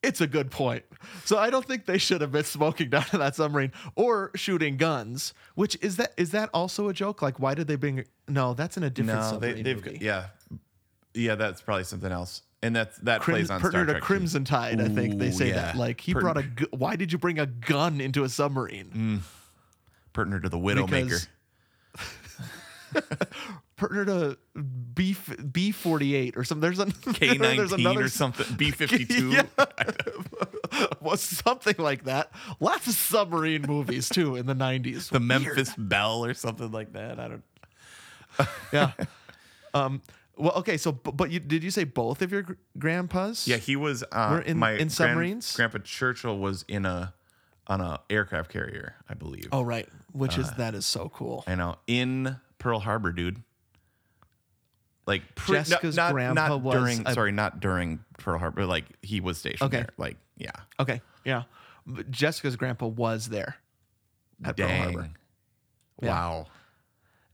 S1: It's a good point. So I don't think they should have been smoking down in that submarine or shooting guns. Which is that? Is that also a joke? Like, why did they bring? No, that's in a different submarine movie.
S2: yeah, yeah. That's probably something else. And that's that
S1: Crim-
S2: plays on
S1: partner
S2: Star
S1: to
S2: Trek. too.
S1: Crimson Tide, I think they
S2: Ooh,
S1: say
S2: yeah.
S1: that. Like he
S2: Partn-
S1: brought a. Gu- why did you bring a gun into a
S2: Mm,
S1: submarine?
S2: partner to
S1: [laughs]
S2: the Widowmaker.
S1: Because- Partner to B B forty eight or something. [laughs] There's a
S2: K
S1: there's
S2: nineteen
S1: another
S2: or
S1: s-
S2: something. B fifty [laughs] two.
S1: [laughs] Yeah. was something like that. Lots of submarine movies too in the nineties.
S2: The Memphis Bell or something like that. I don't.
S1: yeah. Um. Well, okay. So, but, but you did you say both of your gr- grandpas?
S2: Yeah, he was. Uh,
S1: We're in-
S2: my
S1: in
S2: grand-
S1: submarines?
S2: Grandpa Churchill was in a on a aircraft carrier, I believe.
S1: Oh, right.
S2: Uh.
S1: Which is that is so cool.
S2: I know. In Pearl Harbor, dude. Like pre- no,
S1: Jessica's
S2: not,
S1: grandpa
S2: not
S1: was
S2: during.
S1: a-
S2: sorry, not during Pearl Harbor. Like he was stationed
S1: Okay.
S2: there. Like yeah.
S1: Okay. Yeah. But Jessica's grandpa was there at Pearl
S2: Dang.
S1: Harbor Yeah.
S2: Wow.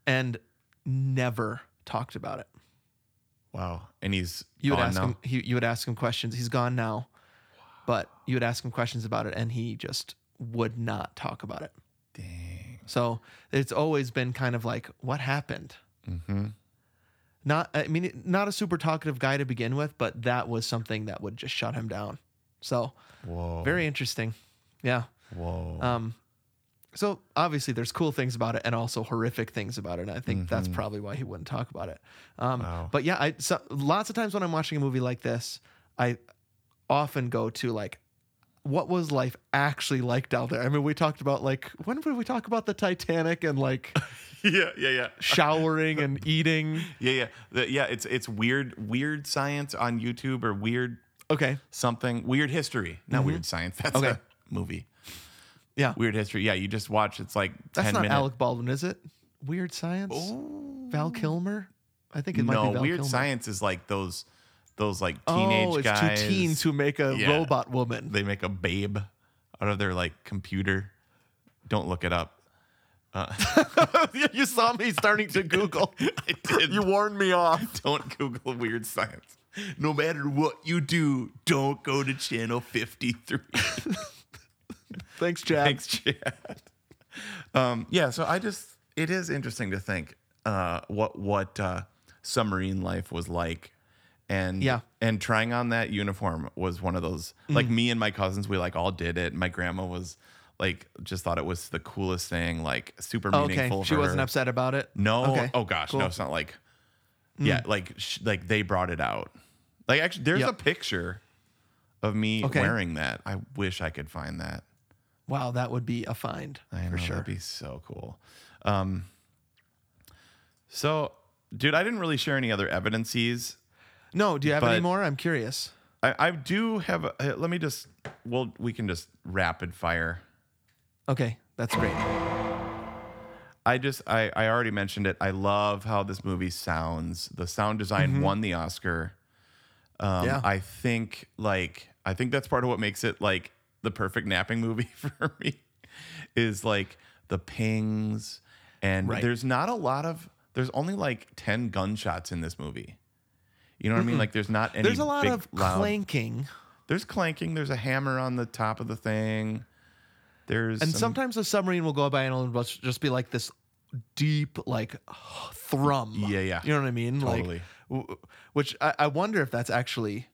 S1: and never talked about it.
S2: Wow. And he's
S1: You would
S2: gone
S1: ask
S2: now.
S1: him. He, you would ask him questions. He's gone now, but you would ask him questions about it, and he just would not talk about it.
S2: Dang.
S1: So it's always been kind of like, what happened?
S2: Mm-hmm.
S1: Not, I mean, not a super talkative guy to begin with, but that was something that would just shut him down. So
S2: Whoa.
S1: very interesting. Yeah.
S2: Whoa.
S1: Um, so obviously there's cool things about it and also horrific things about it. And I think that's probably why he wouldn't talk about it. Um,
S2: Mm-hmm. Wow.
S1: but yeah, I, so, lots of times when I'm watching a movie like this, I often go to like, what was life actually like down there? I mean, we talked about like, when did we talk about the Titanic and
S2: [laughs]
S1: like
S2: [laughs] yeah. Yeah. Yeah.
S1: showering and eating?
S2: Yeah. Yeah. The- yeah. It's it's weird weird science on YouTube or weird
S1: Okay.
S2: something weird history. Not weird science. That's
S1: Mm-hmm. Okay.
S2: a movie.
S1: Yeah.
S2: Weird history. Yeah. You just watch. It's like
S1: That's
S2: ten
S1: not
S2: minutes.
S1: Alec Baldwin, is it? Weird Science? Val Kilmer? I think it might
S2: no,
S1: be Val
S2: weird
S1: Kilmer.
S2: science is like those those like teenage
S1: oh, it's
S2: guys.
S1: two teens who make a
S2: Yeah.
S1: robot woman.
S2: they make a babe out of their like computer. Don't look it up. [laughs]
S1: you saw me starting to Google.
S2: I did.
S1: You warned me off.
S2: [laughs] Don't Google weird science. No matter what you do, don't go to channel 53.
S1: [laughs] Thanks, Chad.
S2: Thanks, Chad. Um, yeah, so I just it is interesting to think uh, what what uh, submarine life was like, and
S1: Yeah. Mm-hmm.
S2: and trying on that uniform was one of those. Like me and my cousins, we like all did it. My grandma was like just thought it was the coolest thing, like super
S1: Oh, Okay,
S2: meaningful.
S1: she
S2: for
S1: wasn't
S2: her.
S1: upset about it.
S2: No.
S1: Okay,
S2: Oh gosh,
S1: cool. Mm.
S2: no, it's not like. Yeah, like sh- like they brought it out. Like actually, there's
S1: Yep.
S2: a picture of me
S1: Okay.
S2: wearing that. I wish I could find that.
S1: Wow, that would be a find
S2: I
S1: for
S2: know,
S1: sure.
S2: That'd be so cool. Um, so, dude, I didn't really share any other evidences.
S1: no, do you have
S2: but-
S1: any more? I'm curious.
S2: I, I do have. A, uh, let me just. Well, we can just rapid fire.
S1: Okay, that's great.
S2: I just. I, I already mentioned it. I love how this movie sounds. The sound design won the Oscar. Um,
S1: Mm-hmm. Yeah.
S2: I think like I think that's part of what makes it like the perfect napping movie [laughs] for me is like the pings and
S1: Right.
S2: there's not a lot of there's only like 10 gunshots in this movie. You know what I mean? Like there's not any
S1: There's a lot
S2: big,
S1: of
S2: loud-
S1: clanking,
S2: There's clanking, there's a hammer on the top of the thing. There's
S1: and
S2: some-
S1: sometimes a submarine will go by and it'll just be like this deep, like thrum.
S2: Yeah, yeah.
S1: You know what I mean?
S2: Totally.
S1: Like, w- which I, I wonder if that's actually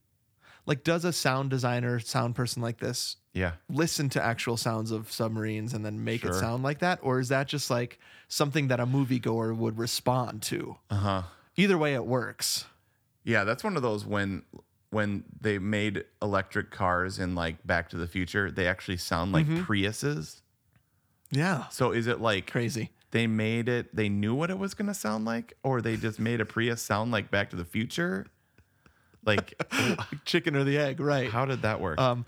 S1: like, does a sound designer, sound person like this
S2: Yeah.
S1: listen to actual sounds of submarines and then make
S2: Sure.
S1: it sound like that or is that just like something that a moviegoer would respond to
S2: Uh-huh.
S1: either way it works
S2: Yeah, that's one of those when when they made electric cars in like Back to the Future, they actually sound like
S1: Mm-hmm.
S2: Priuses.
S1: yeah
S2: So is it like
S1: crazy
S2: they made it they knew what it was going to sound like or they just made a Prius sound like Back to the Future?
S1: [laughs]
S2: Like
S1: chicken or the egg right
S2: how did that work?
S1: Um,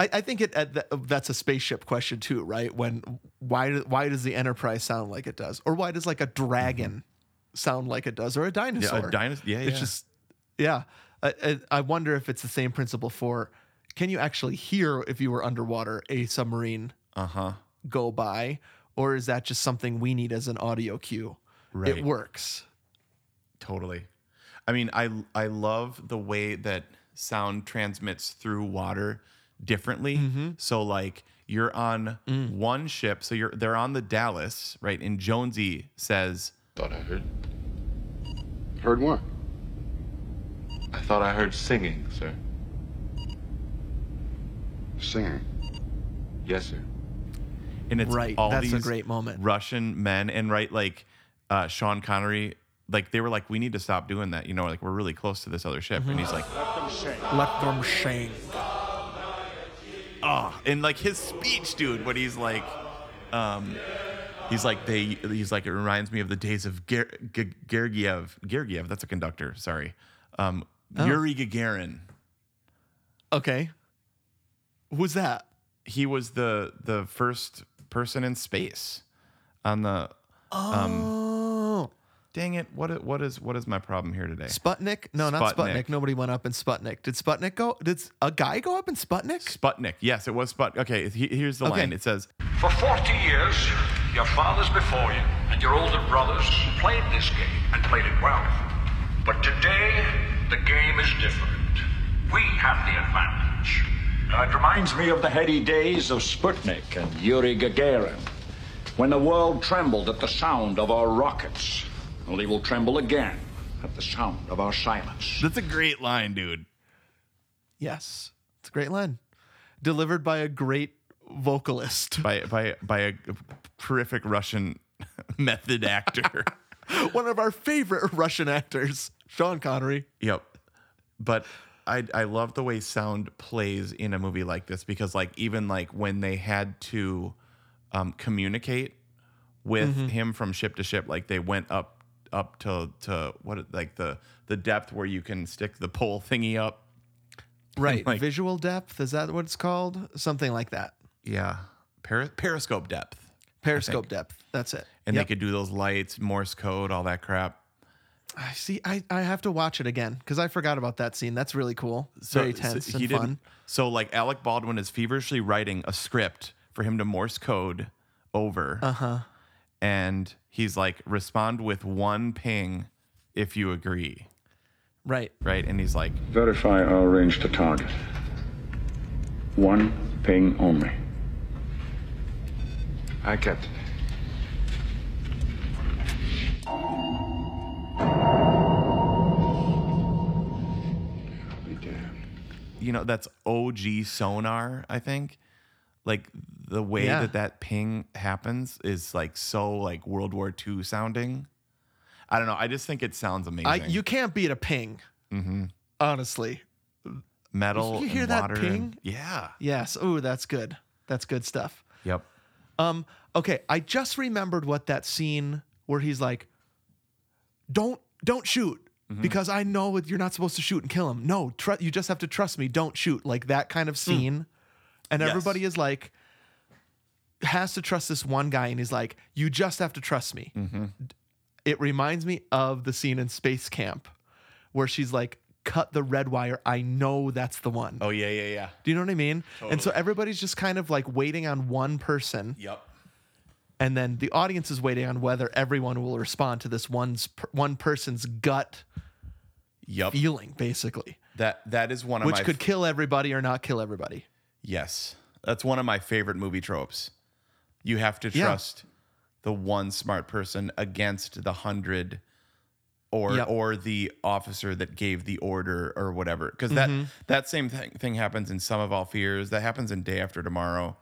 S1: I, I think it at the, uh, that's a spaceship question too right when why do- why does the enterprise sound like it does or why does like a dragon sound like it does or a dinosaur
S2: dinos- Mm-hmm. yeah,
S1: it's
S2: yeah.
S1: just yeah I, I, I wonder if it's the same principle for can you actually hear if you were underwater a submarine
S2: uh-huh.
S1: go by, or is that just something we need as an audio cue?
S2: Right.
S1: It works.
S2: Totally. I mean, I I love the way that sound transmits through water differently.
S1: Mm-hmm.
S2: So like you're on
S1: Mm.
S2: one ship, so you're they're on the Dallas, right? And Jonesy says,
S11: Thought I heard. Heard what? I thought I heard singing, sir.
S3: Singing.
S11: Yes, sir.
S2: and it's
S1: Right,
S2: all
S1: that's a
S2: these
S1: great moment.
S2: Russian men and right like uh, Sean Connery, like they were like, we need to stop doing that. You know, like we're really close to this other ship,
S1: Mm-hmm.
S2: and he's like,
S1: Let them shame.
S2: ah, and like his speech, dude, when he's like, um, he's like they, he's like it reminds me of the days of Ger- G- Gergiev, Gergiev, that's a conductor, sorry, um,
S1: Oh.
S2: Yuri Gagarin.
S1: Okay. Who's that?
S2: He was the the first person in space on the
S1: Oh.
S2: um, Dang it! What i- what is what is my problem here today?
S1: Sputnik? No, not Sputnik. Nobody went up in Sputnik. Did Sputnik go? Did s- a guy go up in Sputnik?
S2: Sputnik. Yes, it was Sput. Okay, he- here's the
S1: Okay.
S2: line. It says,
S12: For 40 years, your fathers before you and your older brothers played this game and played it well. But today, the game is different. We have the advantage.
S8: Uh, It reminds me of the heady days of Sputnik and Yuri Gagarin, when the world trembled at the sound of our rockets. And they will tremble again at the sound of our silence.
S2: "That's a great line, dude."
S1: Yes, it's a great line, delivered by a great vocalist, [laughs]
S2: by by by a terrific Russian [laughs] method actor.
S1: one of our favorite Russian actors, Sean Connery.
S2: Yep. But I I love the way sound plays in a movie like this because like even like when they had to um, communicate with
S1: Mhm.
S2: him from ship to ship, like they went up up to to what like the the depth where you can stick the pole thingy up.
S1: Right,
S2: Like-
S1: visual depth is that what it's called? Something like that.
S2: Yeah. Peri- periscope depth.
S1: Periscope depth. That's it.
S2: And
S1: Yep.
S2: they could do those lights, Morse code, all that crap.
S1: I see. I, I have to watch it again because I forgot about that scene. That's really cool. Very tense
S2: he
S1: and fun.
S2: So like Alec Baldwin is feverishly writing a script for him to Morse code over,
S1: Uh huh.
S2: and he's like, respond with one ping if you agree,
S1: Right.
S2: right? And he's like,
S8: Verify our range to target. One ping only.
S11: I Captain.
S2: you know, that's OG sonar. I think, like the way
S1: Yeah.
S2: that that ping happens is like so like World War II sounding. I don't know. I just think it sounds amazing.
S1: I you can't beat a ping.
S2: mm-hmm.
S1: Honestly.
S2: Metal.
S1: You hear
S2: and
S1: that
S2: water
S1: ping?
S2: and- yeah.
S1: Yes. Oh, that's good. That's good stuff.
S2: Yep.
S1: Um. Okay. I just remembered what that scene where he's like, "Don't don't shoot."
S2: Mm-hmm.
S1: Because I know what- you're not supposed to shoot and kill him. No, tr- you just have to trust me. Don't shoot. Like that kind of scene. And
S2: Hmm. Yes.
S1: everybody is like, has to trust this one guy. And he's like, you just have to trust me.
S2: Mm-hmm.
S1: it reminds me of the scene in Space Camp where she's like, cut the red wire. I know that's the one.
S2: Oh yeah, yeah, yeah.
S1: Do you know what I mean? And so everybody's just kind of like waiting on one person.
S2: Yep.
S1: And then the audience is waiting on whether everyone will respond to this one's per- one person's gut
S2: Yep.
S1: feeling, basically,
S2: That that is one of
S1: which
S2: my
S1: could kill everybody or not kill everybody.
S2: yes. That's one of my favorite movie tropes. You have to
S1: Yeah.
S2: trust the one smart person against the hundred or
S1: Yep.
S2: or the officer that gave the order or whatever. Because
S1: Mhm.
S2: that that same thing thing happens in Some of All Fears. That happens in Day After Tomorrow.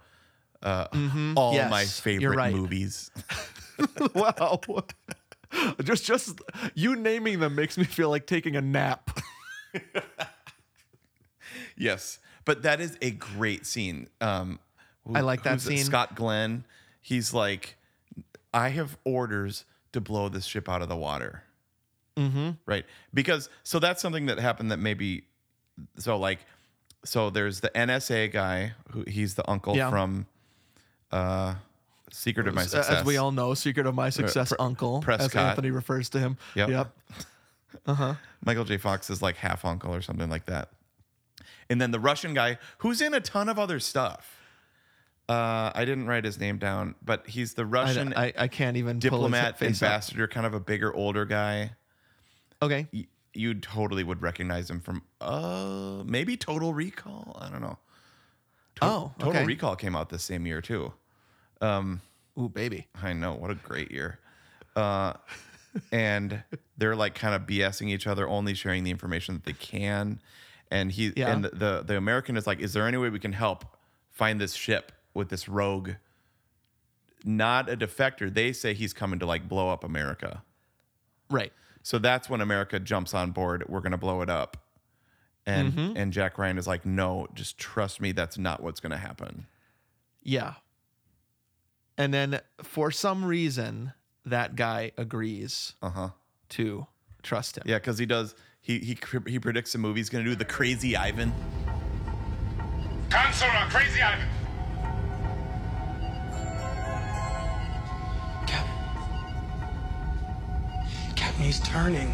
S2: Uh,
S1: Mhm.
S2: all
S1: Yes,
S2: my
S1: you're
S2: favorite
S1: right.
S2: movies.
S1: [laughs]
S2: [laughs]
S1: wow. Just just you naming them makes me feel like taking a nap.
S2: Yes, but that is a great scene. Um, who-
S1: I like that
S2: who's it?
S1: scene.
S2: Scott Glenn, he's like, I have orders to blow this ship out of the water,
S1: Mm-hmm.
S2: right? Because so that's something that happened that maybe so like so there's the NSA guy who he's the uncle
S1: Yeah.
S2: from uh Secret of
S1: [laughs]
S2: My
S1: As-
S2: Success. Uh,
S1: As we all know, Secret of My Success
S2: Pre-
S1: Uncle, as
S2: Prescott.
S1: Anthony refers to him.
S2: Yep.
S1: [laughs] Uh huh.
S2: Michael J. Fox is like half uncle or something like that. And then the Russian guy who's in a ton of other stuff. Uh, I didn't write his name down, but he's the Russian
S1: I, I, I can't even
S2: diplomat,
S1: pull his face up.
S2: ambassador, kind of a bigger, older guy.
S1: Okay.
S2: Y- You totally would recognize him from uh maybe Total Recall. I don't know. To-
S1: Oh,
S2: Total
S1: okay.
S2: Recall came out this same year too. Um,
S1: Ooh, baby.
S2: I know what a great year. Uh, and they're like kind of BSing each other, only sharing the information that they can. And he
S1: Yeah.
S2: and the the American is like, is there any way we can help find this ship with this rogue? Not a defector. They say he's coming to like blow up America.
S1: Right.
S2: So that's when America jumps on board. We're gonna blow it up. And
S1: Mhm.
S2: and Jack Ryan is like, no, just trust me. That's not what's gonna happen.
S1: Yeah. And then for some reason, that guy agrees
S2: Uh huh.
S1: to trust him.
S2: Yeah, because he does. He he cr- he predicts the movie's gonna do the crazy Ivan.
S13: Consora, Crazy Ivan.
S4: Captain. He's turning.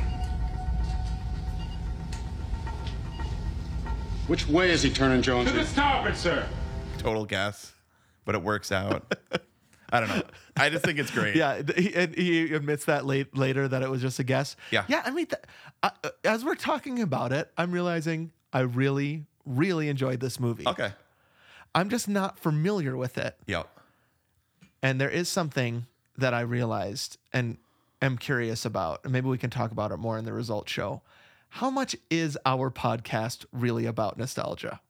S11: Which way is he turning, Jones?
S13: To the starboard, sir.
S2: Total guess, but it works
S1: [laughs]
S2: out. I don't know. I just think it's great.
S1: Yeah, th- he, and he admits that late later that it was just a guess.
S2: Yeah.
S1: yeah. I mean, th- I, uh, as we're talking about it, I'm realizing I really, really enjoyed this movie.
S2: Okay.
S1: I'm just not familiar with it,
S2: Yep.
S1: and there is something that I realized and am curious about. And maybe we can talk about it more in the results show. How much is our podcast really about nostalgia?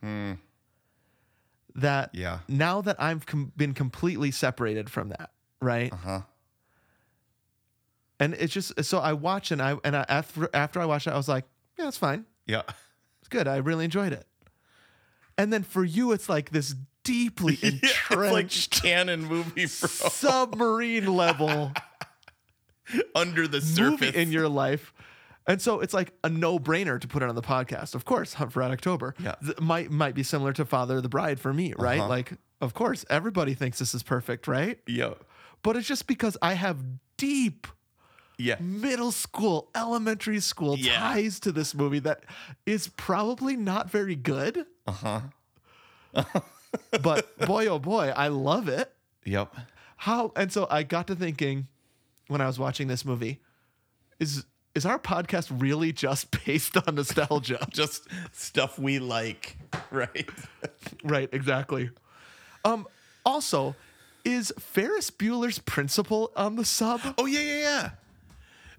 S2: Hmm.
S1: That
S2: Yeah.
S1: now that I've com- been completely separated from that, right?
S2: Uh huh.
S1: And it's just so I watched and I and I, after after I watched it, I was like, yeah, it's fine,
S2: Yeah.
S1: [laughs] it's good. I really enjoyed it. And then for you, it's like this
S2: [laughs]
S1: deeply entrenched
S2: It's like canon movie,
S1: [laughs]
S2: bro.
S1: submarine level
S2: Under the
S1: movie
S2: [laughs] surface.
S1: in your life. And so it's like a no-brainer to put it on the podcast. Of course, Hunt for Red October
S2: Yeah.
S1: Th- might might be similar to Father of the Bride for me, right?
S2: Uh-huh.
S1: Like, of course, everybody thinks this is perfect, right?
S2: Yo.
S1: But it's just because I have deep
S2: Yeah.
S1: middle school, elementary school
S2: Yeah.
S1: ties to this movie that is probably not very good,
S2: Uh huh.
S1: [laughs] but boy oh boy, I love it.
S2: Yep.
S1: How and so I got to thinking when I was watching this movie, is is our podcast really just [laughs] based on nostalgia?
S2: Just stuff we like, [laughs] right?
S1: right, exactly. Um also, is Ferris Bueller's principal on the sub?
S2: Oh yeah, yeah, yeah.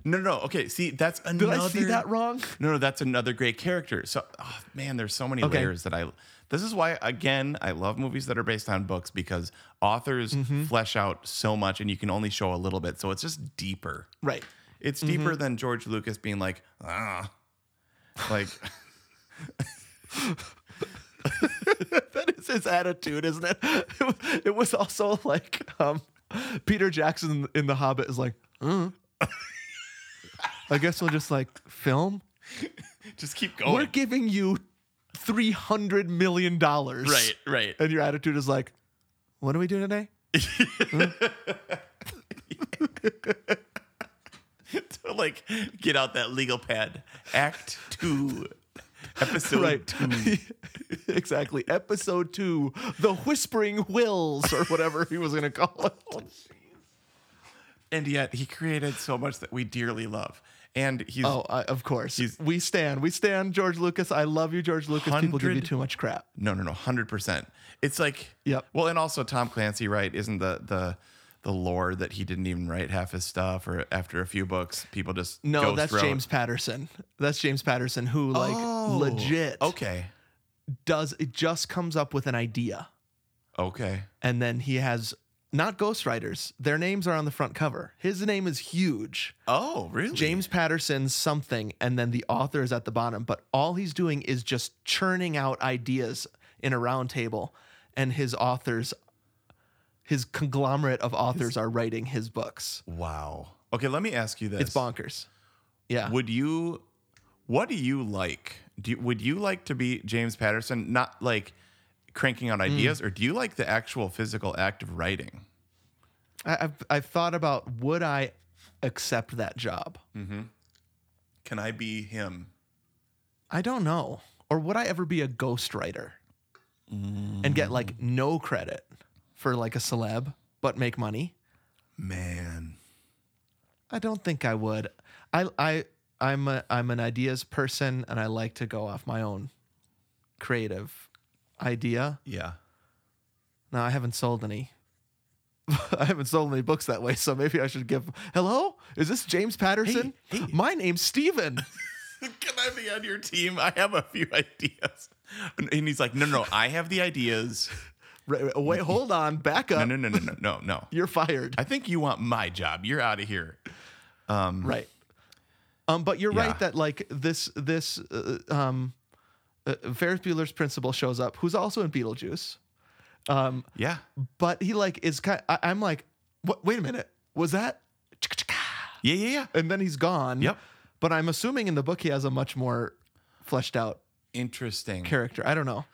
S2: No, no. no. Okay. See, that's
S1: Did
S2: another.
S1: I see that wrong? [laughs]
S2: No, no, that's another great character. So, oh, man, there's so many
S1: Okay.
S2: layers that I. This is why, again, I love movies that are based on books because authors
S1: Mm-hmm.
S2: flesh out so much, and you can only show a little bit. So it's just deeper.
S1: Right. [laughs]
S2: It's deeper
S1: Mm-hmm.
S2: than George Lucas being like, ah,
S1: [laughs]
S2: like
S1: that is his attitude, isn't it? [laughs] It was, it was also like um, Peter Jackson in The Hobbit is like, "Uh, [laughs] I guess we'll just like film.
S2: just keep
S1: We're
S2: going.
S1: giving you three hundred million dollars,
S2: Right, right.
S1: And your attitude is like, what do we do today?
S2: to [laughs] like get out that legal pad. Act
S1: [laughs]
S2: two, episode
S1: right, [laughs]
S2: two.
S1: exactly. Episode two, the Whispering Wills, or whatever he was gonna call [laughs] it.
S2: And yet he created so much that we dearly love. And he's
S1: Oh, I, of course.
S2: He's-
S1: we stand. We stand, George Lucas. I love you, George Lucas. People give you
S2: 100
S1: too much crap.
S2: No, no, no, hundred percent. It's like
S1: Yep.
S2: Well, and also Tom Clancy, right? Isn't the the the lore that he didn't even write half his stuff, or after a few books, people just
S1: No,
S2: ghost
S1: that's
S2: wrote?
S1: James Patterson. That's James Patterson who like
S2: Oh,
S1: legit
S2: Okay,
S1: does it just comes up with an idea
S2: okay,
S1: and then he has not ghostwriters. Their names are on the front cover. His name is huge.
S2: oh, really?
S1: James Patterson something and then the author is at the bottom, but all he's doing is just churning out ideas in a round table and his authors his conglomerate of authors are writing his books.
S2: Wow. Okay, let me ask you this:
S1: It's bonkers. Yeah.
S2: Would you? What do you like? Do you, would you like to be James Patterson? Not like cranking
S1: Hmm.
S2: out ideas, or do you like the actual physical act of writing?
S1: I, I've, I've thought about would I accept that job?
S2: Can I be him?
S1: I don't know. Or would I ever be a ghostwriter and get like no credit for like a celeb but make money?
S2: Man.
S1: I don't think I would. I I I'm a, I'm an ideas person and I like to go off my own creative idea.
S2: Yeah.
S1: Now I haven't sold any. [laughs] I haven't sold any books that way, so maybe I should give. Hello, is this James Patterson?
S2: Hey, hey.
S1: My name's Steven. [laughs]
S2: Can I be on your team? I have a few ideas. And and he's like, no, no, I have the ideas.
S1: Right, right, wait, hold on, back up.
S2: No, no, no, no, no, no, no.
S1: You're fired.
S2: I think you want my job. You're out of here.
S1: right. Um, but you're
S2: Yeah.
S1: right that like this this uh, um, uh, Ferris Bueller's principal shows up, who's also in Beetlejuice,
S2: Yeah.
S1: but he like is kind. I, I'm like, what, wait a minute, was that?
S2: Yeah, yeah, yeah.
S1: And then he's gone.
S2: Yep.
S1: But I'm assuming in the book he has a much more fleshed out
S2: Interesting.
S1: character. I don't know.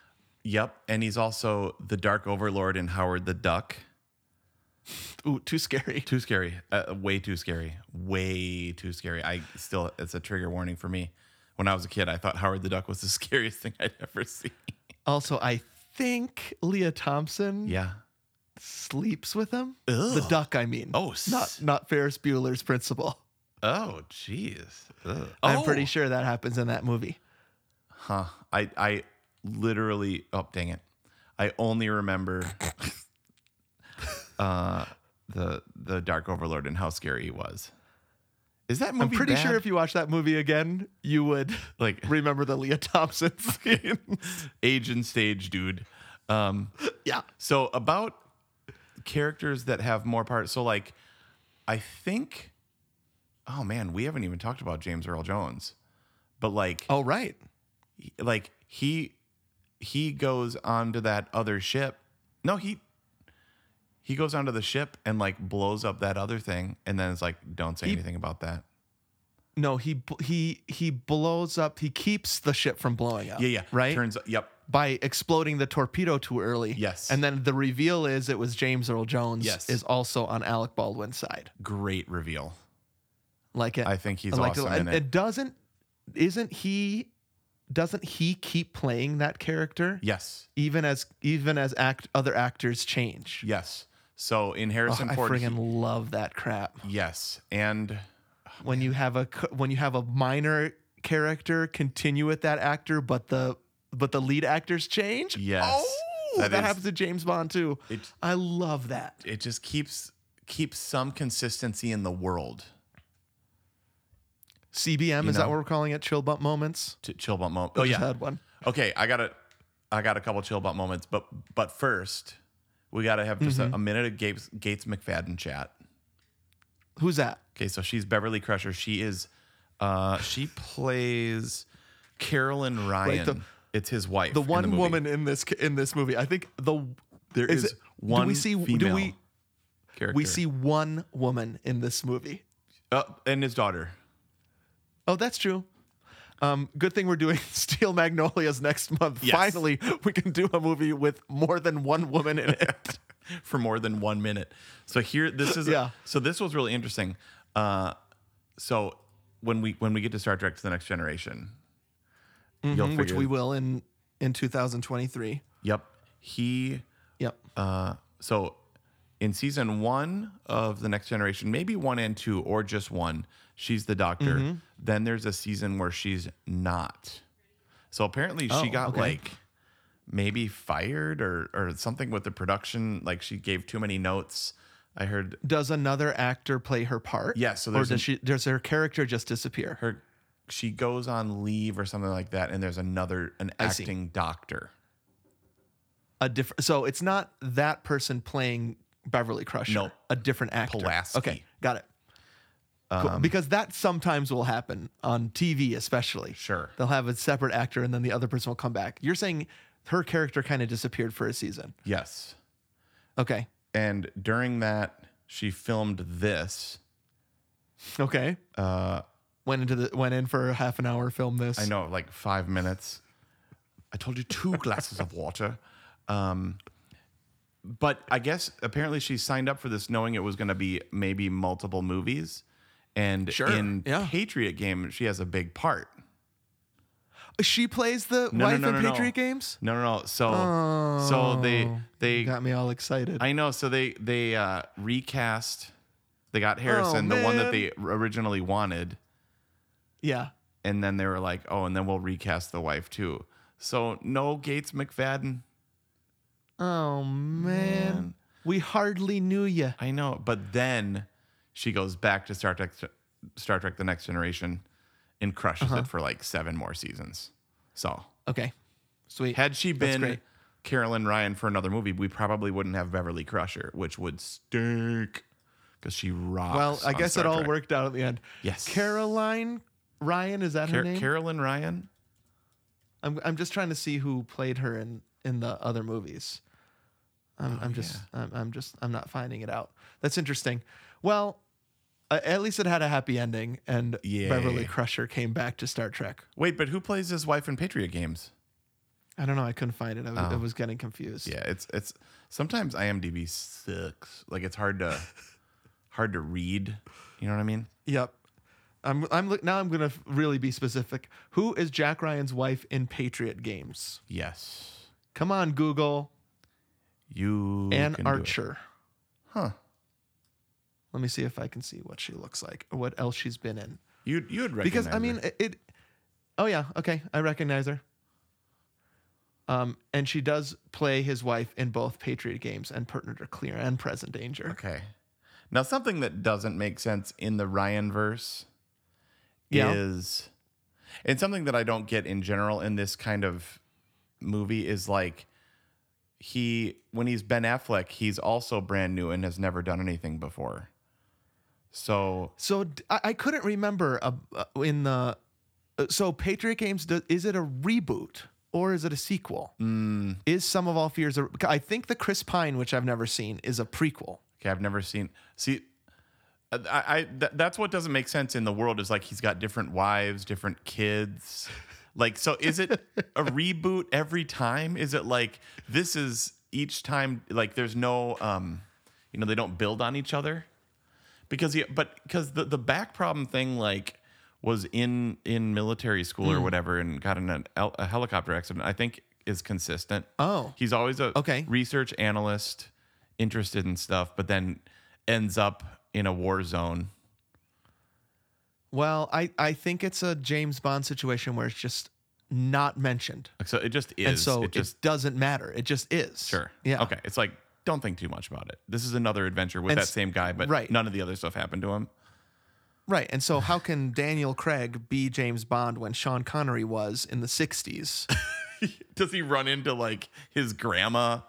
S2: Yep. And he's also the Dark Overlord in Howard the Duck.
S1: Ooh, too scary.
S2: Too scary. Uh, way too scary. Way too scary. I still, it's a trigger warning for me. When I was a kid, I thought Howard the Duck was the [laughs] scariest thing I'd ever seen.
S1: Also, I think Leah Thompson
S2: Yeah.
S1: sleeps with him.
S2: Ugh.
S1: The duck, I mean.
S2: Oh, s-
S1: not not Ferris Bueller's principal.
S2: Oh, jeez. Ugh.
S1: I'm
S2: Oh!
S1: pretty sure that happens in that movie.
S2: Huh. I I literally oh dang it. I
S1: [laughs]
S2: only remember uh the the Dark Overlord and how scary he was. Is that movie
S1: I'm pretty
S2: bad?
S1: sure if you watch that movie again, you would [laughs]
S2: [laughs] like
S1: remember the Leah Thompson [laughs] scene.
S2: age and stage dude. Um
S1: yeah.
S2: so about characters that have more parts. So like I think oh man, we haven't even talked about James Earl Jones. But like
S1: Oh right.
S2: like he he goes onto that other ship. No, he he goes onto the ship and like blows up that other thing, and then it's like, don't say
S1: He-
S2: anything about that.
S1: No, he bl- he he blows up. He keeps the ship from blowing up.
S2: Yeah, yeah.
S1: Right.
S2: Turns. Yep.
S1: by exploding the torpedo too early.
S2: Yes.
S1: And then the reveal is it was James Earl Jones
S2: Yes.
S1: is also on Alec Baldwin's side.
S2: Great reveal.
S1: Like it,
S2: I think he's
S1: like
S2: awesome in
S1: and
S2: it.
S1: it doesn't isn't he doesn't he keep playing that character
S2: Yes.
S1: even as even as act other actors change.
S2: Yes. So in
S1: Oh,
S2: Harrison
S1: I
S2: Ford. he-
S1: friggin' love that crap.
S2: yes. And
S1: when you have a c- when you have a minor character continue with that actor, but the but the lead actors change.
S2: Yes,
S1: oh,
S2: that
S1: that,
S2: is-
S1: happens to James Bond too.
S2: It-
S1: I love that.
S2: it just keeps keeps some consistency in the world.
S1: CBM
S2: You
S1: is
S2: know?
S1: that what we're calling it? Chill bump moments.
S2: To chill bump moment.
S1: I
S2: Oh
S1: just
S2: yeah.
S1: had one.
S2: Okay, I got a, I got a couple chill bump moments, but but first we got to have just
S1: Mm-hmm.
S2: a, a minute of Gates Gates McFadden chat.
S1: Who's that?
S2: Okay, so she's Beverly Crusher. She is, uh, she plays Carolyn Ryan.
S1: the-
S2: it's his wife.
S1: The
S2: in
S1: one
S2: movie.
S1: woman in this in this movie. I think the
S2: There is,
S1: it-
S2: one
S1: Do we see?
S2: female
S1: do we?
S2: character.
S1: We see one woman in this movie.
S2: uh, and his daughter.
S1: Oh, that's true. Um, good thing we're doing [laughs] Steel Magnolias next month.
S2: Yes.
S1: Finally, we can do a movie with more than one woman in it.
S2: [laughs] for more than one minute. So here, this is
S1: Yeah.
S2: So this was really interesting. Uh, so when we when we get to Star Trek: To the Next Generation, you'll
S1: Mhm, which
S2: figure-
S1: we will in in 2023.
S2: Yep, he.
S1: Yep.
S2: Uh, so in season one of the Next Generation, maybe one and two, or just one, she's the Doctor.
S1: Mm-hmm.
S2: Then there's a season where she's not. So apparently she
S1: Oh,
S2: got
S1: okay.
S2: like maybe fired or or something with the production. Like she gave too many notes. I heard
S1: Does another actor play her part?
S2: Yeah, so
S1: or
S2: there's
S1: does
S2: an-
S1: she does her character just disappear?
S2: her she goes on leave or something like that, and there's another an
S1: I see.
S2: acting doctor.
S1: a different. So it's not that person playing Beverly Crusher.
S2: No.
S1: a different actor.
S2: Pulaski. Um,
S1: Okay, got it. Cool, Because that sometimes will happen on TV, especially.
S2: Sure.
S1: they'll have a separate actor, and then the other person will come back. You're saying her character kind of disappeared for a season.
S2: Yes.
S1: Okay.
S2: And during that, she filmed this.
S1: Okay. Uh, went into the went in for a half an hour. Film this.
S2: I know, like five minutes. I told
S1: [laughs]
S2: you two glasses of water. Um, but I guess apparently she signed up for this knowing it was going to be maybe multiple movies. And
S1: Sure,
S2: in
S1: yeah.
S2: Patriot Game, she has a big part.
S1: She plays the
S2: No, no,
S1: wife
S2: no,
S1: in
S2: no, no.
S1: Patriot Games. Oh,
S2: No, no, no. So, so they they
S1: Got me all excited.
S2: I know. So they they uh, recast. They got Harrison, the one that
S1: Oh, man.
S2: they originally wanted,
S1: yeah.
S2: and then they were like, "Oh, and then we'll recast the wife too." So no Gates McFadden.
S1: Oh man. we hardly knew you.
S2: I know. But then she goes back to Star Trek, Star Trek: The Next Generation, and crushes
S1: Uh-huh.
S2: it for like seven more seasons. So
S1: Okay, sweet.
S2: had she
S1: That's
S2: been
S1: great.
S2: Carolyn Ryan for another movie, we probably wouldn't have Beverly Crusher, which would stink because she rocks.
S1: Well, I
S2: on
S1: guess
S2: Star
S1: it all
S2: Trek.
S1: worked out at the end.
S2: Yes.
S1: Caroline Ryan is that her
S2: Car-
S1: name?
S2: Carolyn Ryan.
S1: I'm I'm just trying to see who played her in in the other movies.
S2: Oh,
S1: I'm, I'm just I'm, I'm just I'm not finding it out. That's interesting. Well, uh, at least it had a happy ending, and
S2: Yeah.
S1: Beverly Crusher came back to Star Trek.
S2: Wait, but who plays his wife in Patriot Games?
S1: I don't know. I couldn't find it. I was, I
S2: Oh.
S1: was getting confused.
S2: Yeah, it's it's sometimes IMDb sucks. Like it's
S1: [laughs]
S2: hard to hard to read. You know what I mean?
S1: Yep. I'm. I'm look- now. I'm gonna f- really be specific. Who is Jack Ryan's wife in Patriot Games?
S2: Yes.
S1: Come on, Google.
S2: You
S1: Anne
S2: can do it.
S1: Archer.
S2: Huh.
S1: Let me see if I can see what she looks like or what else she's been in.
S2: You you would recognize
S1: because I mean
S2: her.
S1: it, it. Oh yeah. Okay, I recognize her. Um, and she does play his wife in both Patriot Games and Partner to Clear and Present Danger.
S2: Okay. Now something that doesn't make sense in the Ryan verse
S1: Yeah.
S2: is and something that I don't get in general in this kind of movie is like he when he's Ben Affleck, he's also brand new and has never done anything before. So
S1: So d- I, I couldn't remember uh, uh, in the. uh, So Patriot Games do, is it a reboot or is it a sequel?
S2: mm,
S1: Is Some of All Fears? A, I think the Chris Pine, which I've never seen, is a prequel.
S2: okay, I've never seen see uh, I, I th- that's what doesn't make sense in the world is like he's got different wives, different kids. Like so is it a reboot every time? Is it like this is each time like there's no um you know they don't build on each other? Because he, but cuz the the back problem thing like was in in military school or
S1: Mm.
S2: whatever and got in an, hel- a helicopter accident. I think is consistent.
S1: Oh.
S2: He's always a okay. research analyst interested in stuff but then ends up in a war zone.
S1: Well, I, I think it's a James Bond situation where it's just not mentioned.
S2: Like, So it just is.
S1: And so
S2: it
S1: it,
S2: just
S1: doesn't matter. It just is.
S2: sure.
S1: Yeah.
S2: Okay. It's like don't think too much about it. This is another adventure with
S1: And
S2: that
S1: s-
S2: same guy, but
S1: right.
S2: none of the other stuff happened to him.
S1: Right. And so how can Daniel Craig be James Bond when Sean Connery was in the 60s?
S2: Does he run into like his grandma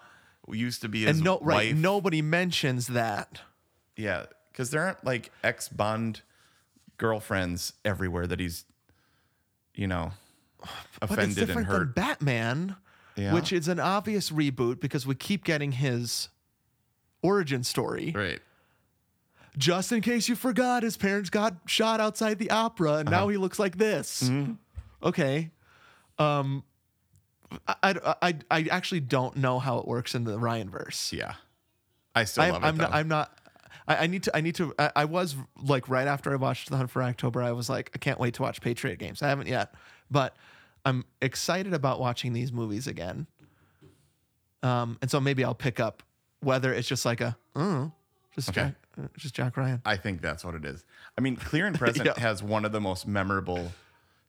S2: who used to be [laughs] his
S1: and no right,
S2: wife?
S1: nobody mentions that.
S2: Yeah, because there aren't like ex Bond girlfriends everywhere that he's, you know,
S1: but it's
S2: offended and
S1: different than
S2: hurt.
S1: Batman,
S2: Yeah.
S1: which is an obvious reboot because we keep getting his origin story.
S2: Right.
S1: Just in case you forgot, his parents got shot outside the opera, and
S2: Uh-huh.
S1: now he looks like this.
S2: Mm-hmm.
S1: Okay. Um, I, I, I, I actually don't know how it works in the Ryan verse.
S2: Yeah. I still love it,
S1: I'm not.
S2: though.
S1: I'm not I, I need to. I need to. I, I was like right after I watched The Hunt for October. I was like, I can't wait to watch Patriot Games. I haven't yet, but I'm excited about watching these movies again. Um, and so maybe I'll pick up whether it's just like a, oh, just
S2: Okay.
S1: Jack, uh, just Jack Ryan.
S2: I think that's what it is. I mean, Clear
S1: [laughs]
S2: and Present
S1: Yeah.
S2: has one of the most memorable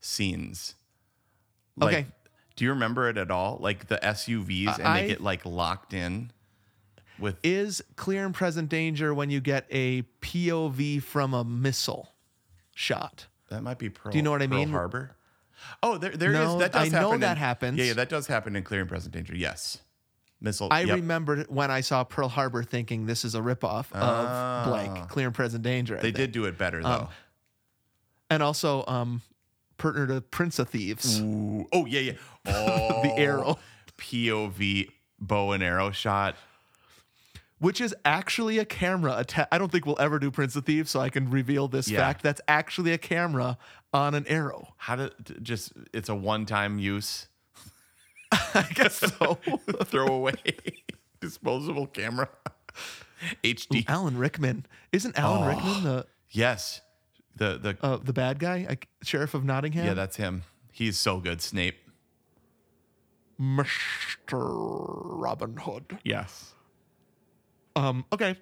S2: scenes.
S1: Okay.
S2: Do you remember it at all? Like the SUVs and
S1: I-
S2: they get like locked in with
S1: Is clear and present danger when you get a POV from a missile shot?
S2: that might be Pearl.
S1: Do you know what I
S2: Pearl
S1: mean?
S2: Harbor. Oh, there there is
S1: No,
S2: that does
S1: I know
S2: happen
S1: that
S2: in-
S1: happens.
S2: Yeah, yeah, that does happen in Clear and Present Danger. Yes. Missile.
S1: I
S2: yep.
S1: remembered when I saw Pearl Harbor thinking this is a ripoff of
S2: Oh.
S1: blank, clear and present danger. I
S2: They
S1: think.
S2: did do it better though.
S1: Um, and also um, partner to Prince of Thieves.
S2: Ooh. Oh yeah, yeah.
S1: [laughs]
S2: Oh,
S1: arrow.
S2: POV bow and arrow shot.
S1: which is actually a camera atta- I don't think we'll ever do Prince of Thieves, so I can reveal this
S2: Yeah.
S1: fact. That's actually a camera on an arrow.
S2: How to just it's a one time use.
S1: [laughs] I guess so.
S2: [laughs] throwaway disposable camera. [laughs]
S1: Ooh,
S2: HD.
S1: Alan Rickman isn't Alan
S2: Oh.
S1: Rickman the
S2: Yes. The the
S1: uh, the bad guy, like sheriff of Nottingham?
S2: yeah, that's him. He's so good, Snape.
S1: Mr. Robin Hood.
S2: Yes.
S1: Um, okay.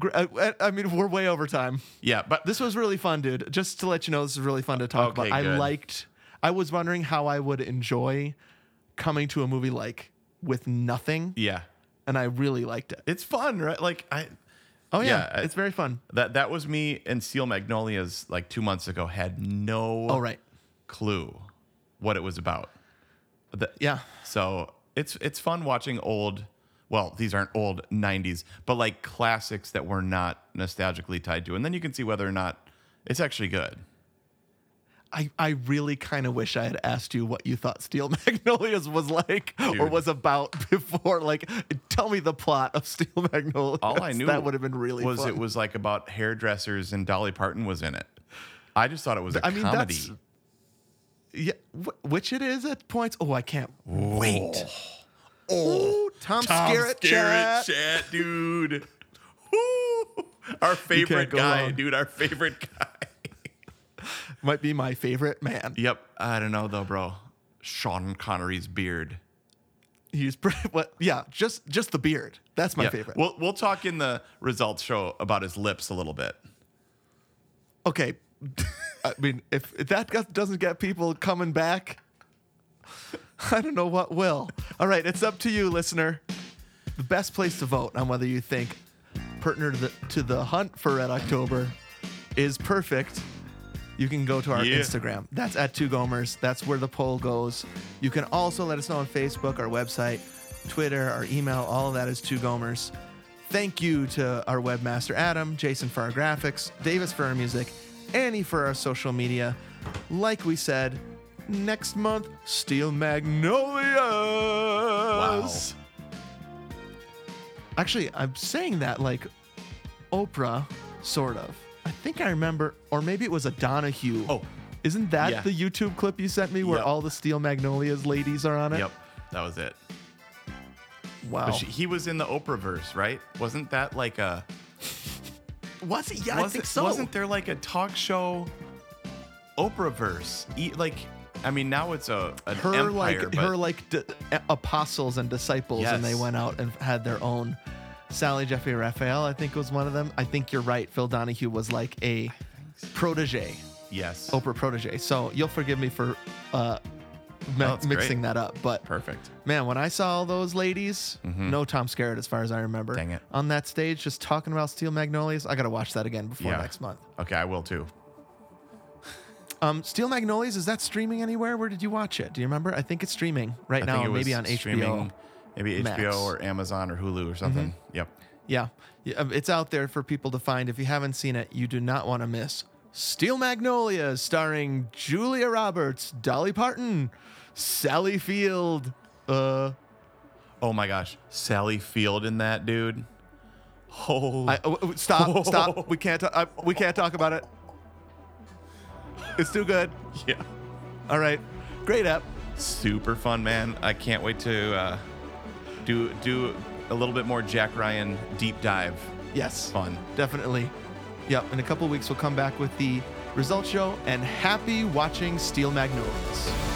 S1: Gr- I, I mean, we're way over time.
S2: Yeah, but
S1: This was really fun, dude. Just to let you know, this is really fun to talk
S2: Okay,
S1: about. I
S2: good.
S1: liked. I was wondering how I would enjoy coming to a movie like with nothing,
S2: yeah.
S1: and I really liked it.
S2: It's fun, right? Like I
S1: Oh yeah,
S2: Yeah, I-
S1: it's very fun.
S2: that that was me and Seal Magnolias like 2 months ago had no
S1: All Oh, right,
S2: clue what it was about. The-
S1: yeah,
S2: So, it's it's fun watching old well, these aren't old 90s, but like classics that we're not nostalgically tied to. And then you can see whether or not it's actually good.
S1: I I really kind of wish I had asked you what you thought Steel [laughs] Magnolias was like or
S2: Dude.
S1: was about [laughs] before. Like, tell me the plot of Steel Magnolias.
S2: All I knew
S1: that would have been really
S2: was
S1: fun.
S2: it was like about hairdressers and Dolly Parton was in it. I just thought it was a
S1: I mean,
S2: comedy.
S1: that's- Yeah, wh- which it is at points. Oh, I can't wait. Oh, Tom,
S2: Tom
S1: Skerritt,
S2: Skerritt
S1: chat.
S2: chat, dude. [laughs] Woo. Our favorite
S1: go
S2: guy,
S1: wrong.
S2: dude. Our favorite guy.
S1: Might be my favorite man.
S2: Yep. I don't know though, bro. Sean Connery's beard.
S1: He's [laughs] pretty, what? Yeah, just just the beard. That's my
S2: Yeah.
S1: favorite.
S2: We'll we'll talk in the results show about his lips a little bit.
S1: okay. [laughs] I mean, if, if that got- doesn't get people coming back, [laughs] I don't know what will. All right, it's up to you, listener. The best place to vote on whether you think pertinent to the, to the hunt for Red October is perfect. You can go to our
S2: Yeah.
S1: Instagram. That's at Two Gomers. That's where the poll goes. You can also let us know on Facebook, our website, Twitter, our email. All of that is Two Gomers. Thank you to our webmaster Adam, Jason for our graphics, Davis for our music, Annie for our social media. Like we said, next month, Steel Magnolias. Actually, I'm saying that like Oprah, sort of. I think I remember, or maybe it was a Donahue.
S2: Oh.
S1: Isn't that
S2: Yeah.
S1: the YouTube clip you sent me where
S2: Yep.
S1: all the Steel Magnolias ladies are on it?
S2: Yep. That was it.
S1: Wow. Oh.
S2: But she, he was in the Oprah verse, right? Wasn't that like a
S1: was it? Yeah, I
S2: wasn't-
S1: think so.
S2: Wasn't there like a talk show Oprah verse? E- like I mean now it's a an
S1: her
S2: empire,
S1: like
S2: but
S1: her like d- a- apostles and disciples, and they
S2: Yes.
S1: went out and had their own. Sally Jeffrey Raphael, I think, was one of them. I think you're right. Phil Donahue was like a protege,
S2: yes.
S1: Oprah protege. So you'll forgive me for uh, mi-
S2: Oh, that's
S1: mixing
S2: great.
S1: that up, but
S2: Perfect.
S1: Man, when I saw all those ladies, no Tom Skerritt as far as I remember.
S2: Mm-hmm. Dang it.
S1: On that stage, just talking about Steel Magnolias. I got to watch that again before
S2: Yeah.
S1: next month.
S2: Okay, I will too.
S1: Um, Steel Magnolias, is that streaming anywhere? Where did you watch it? Do you remember? I think it's streaming right
S2: I
S1: now,
S2: think it
S1: maybe
S2: was
S1: on
S2: streaming,
S1: HBO.
S2: Maybe HBO
S1: Max. Mm-hmm.
S2: or Amazon or Hulu or something. Yep.
S1: Yeah. Yeah, um, It's out there for people to find. If you haven't seen it, you do not want to miss Steel Magnolias, starring Julia Roberts, Dolly Parton, Sally Field. Uh,
S2: Oh my gosh. Sally Field in that dude. Oh
S1: I, oh, oh, stop, stop. We can't, ta- I, we can't talk about it. It's too good.
S2: [laughs] yeah.
S1: All right. Great app.
S2: Super fun, man. I can't wait to uh, do do a little bit more Jack Ryan deep dive
S1: Yes.
S2: fun.
S1: Definitely. Yep. In a couple weeks, we'll come back with the results show and happy watching Steel Magnolias.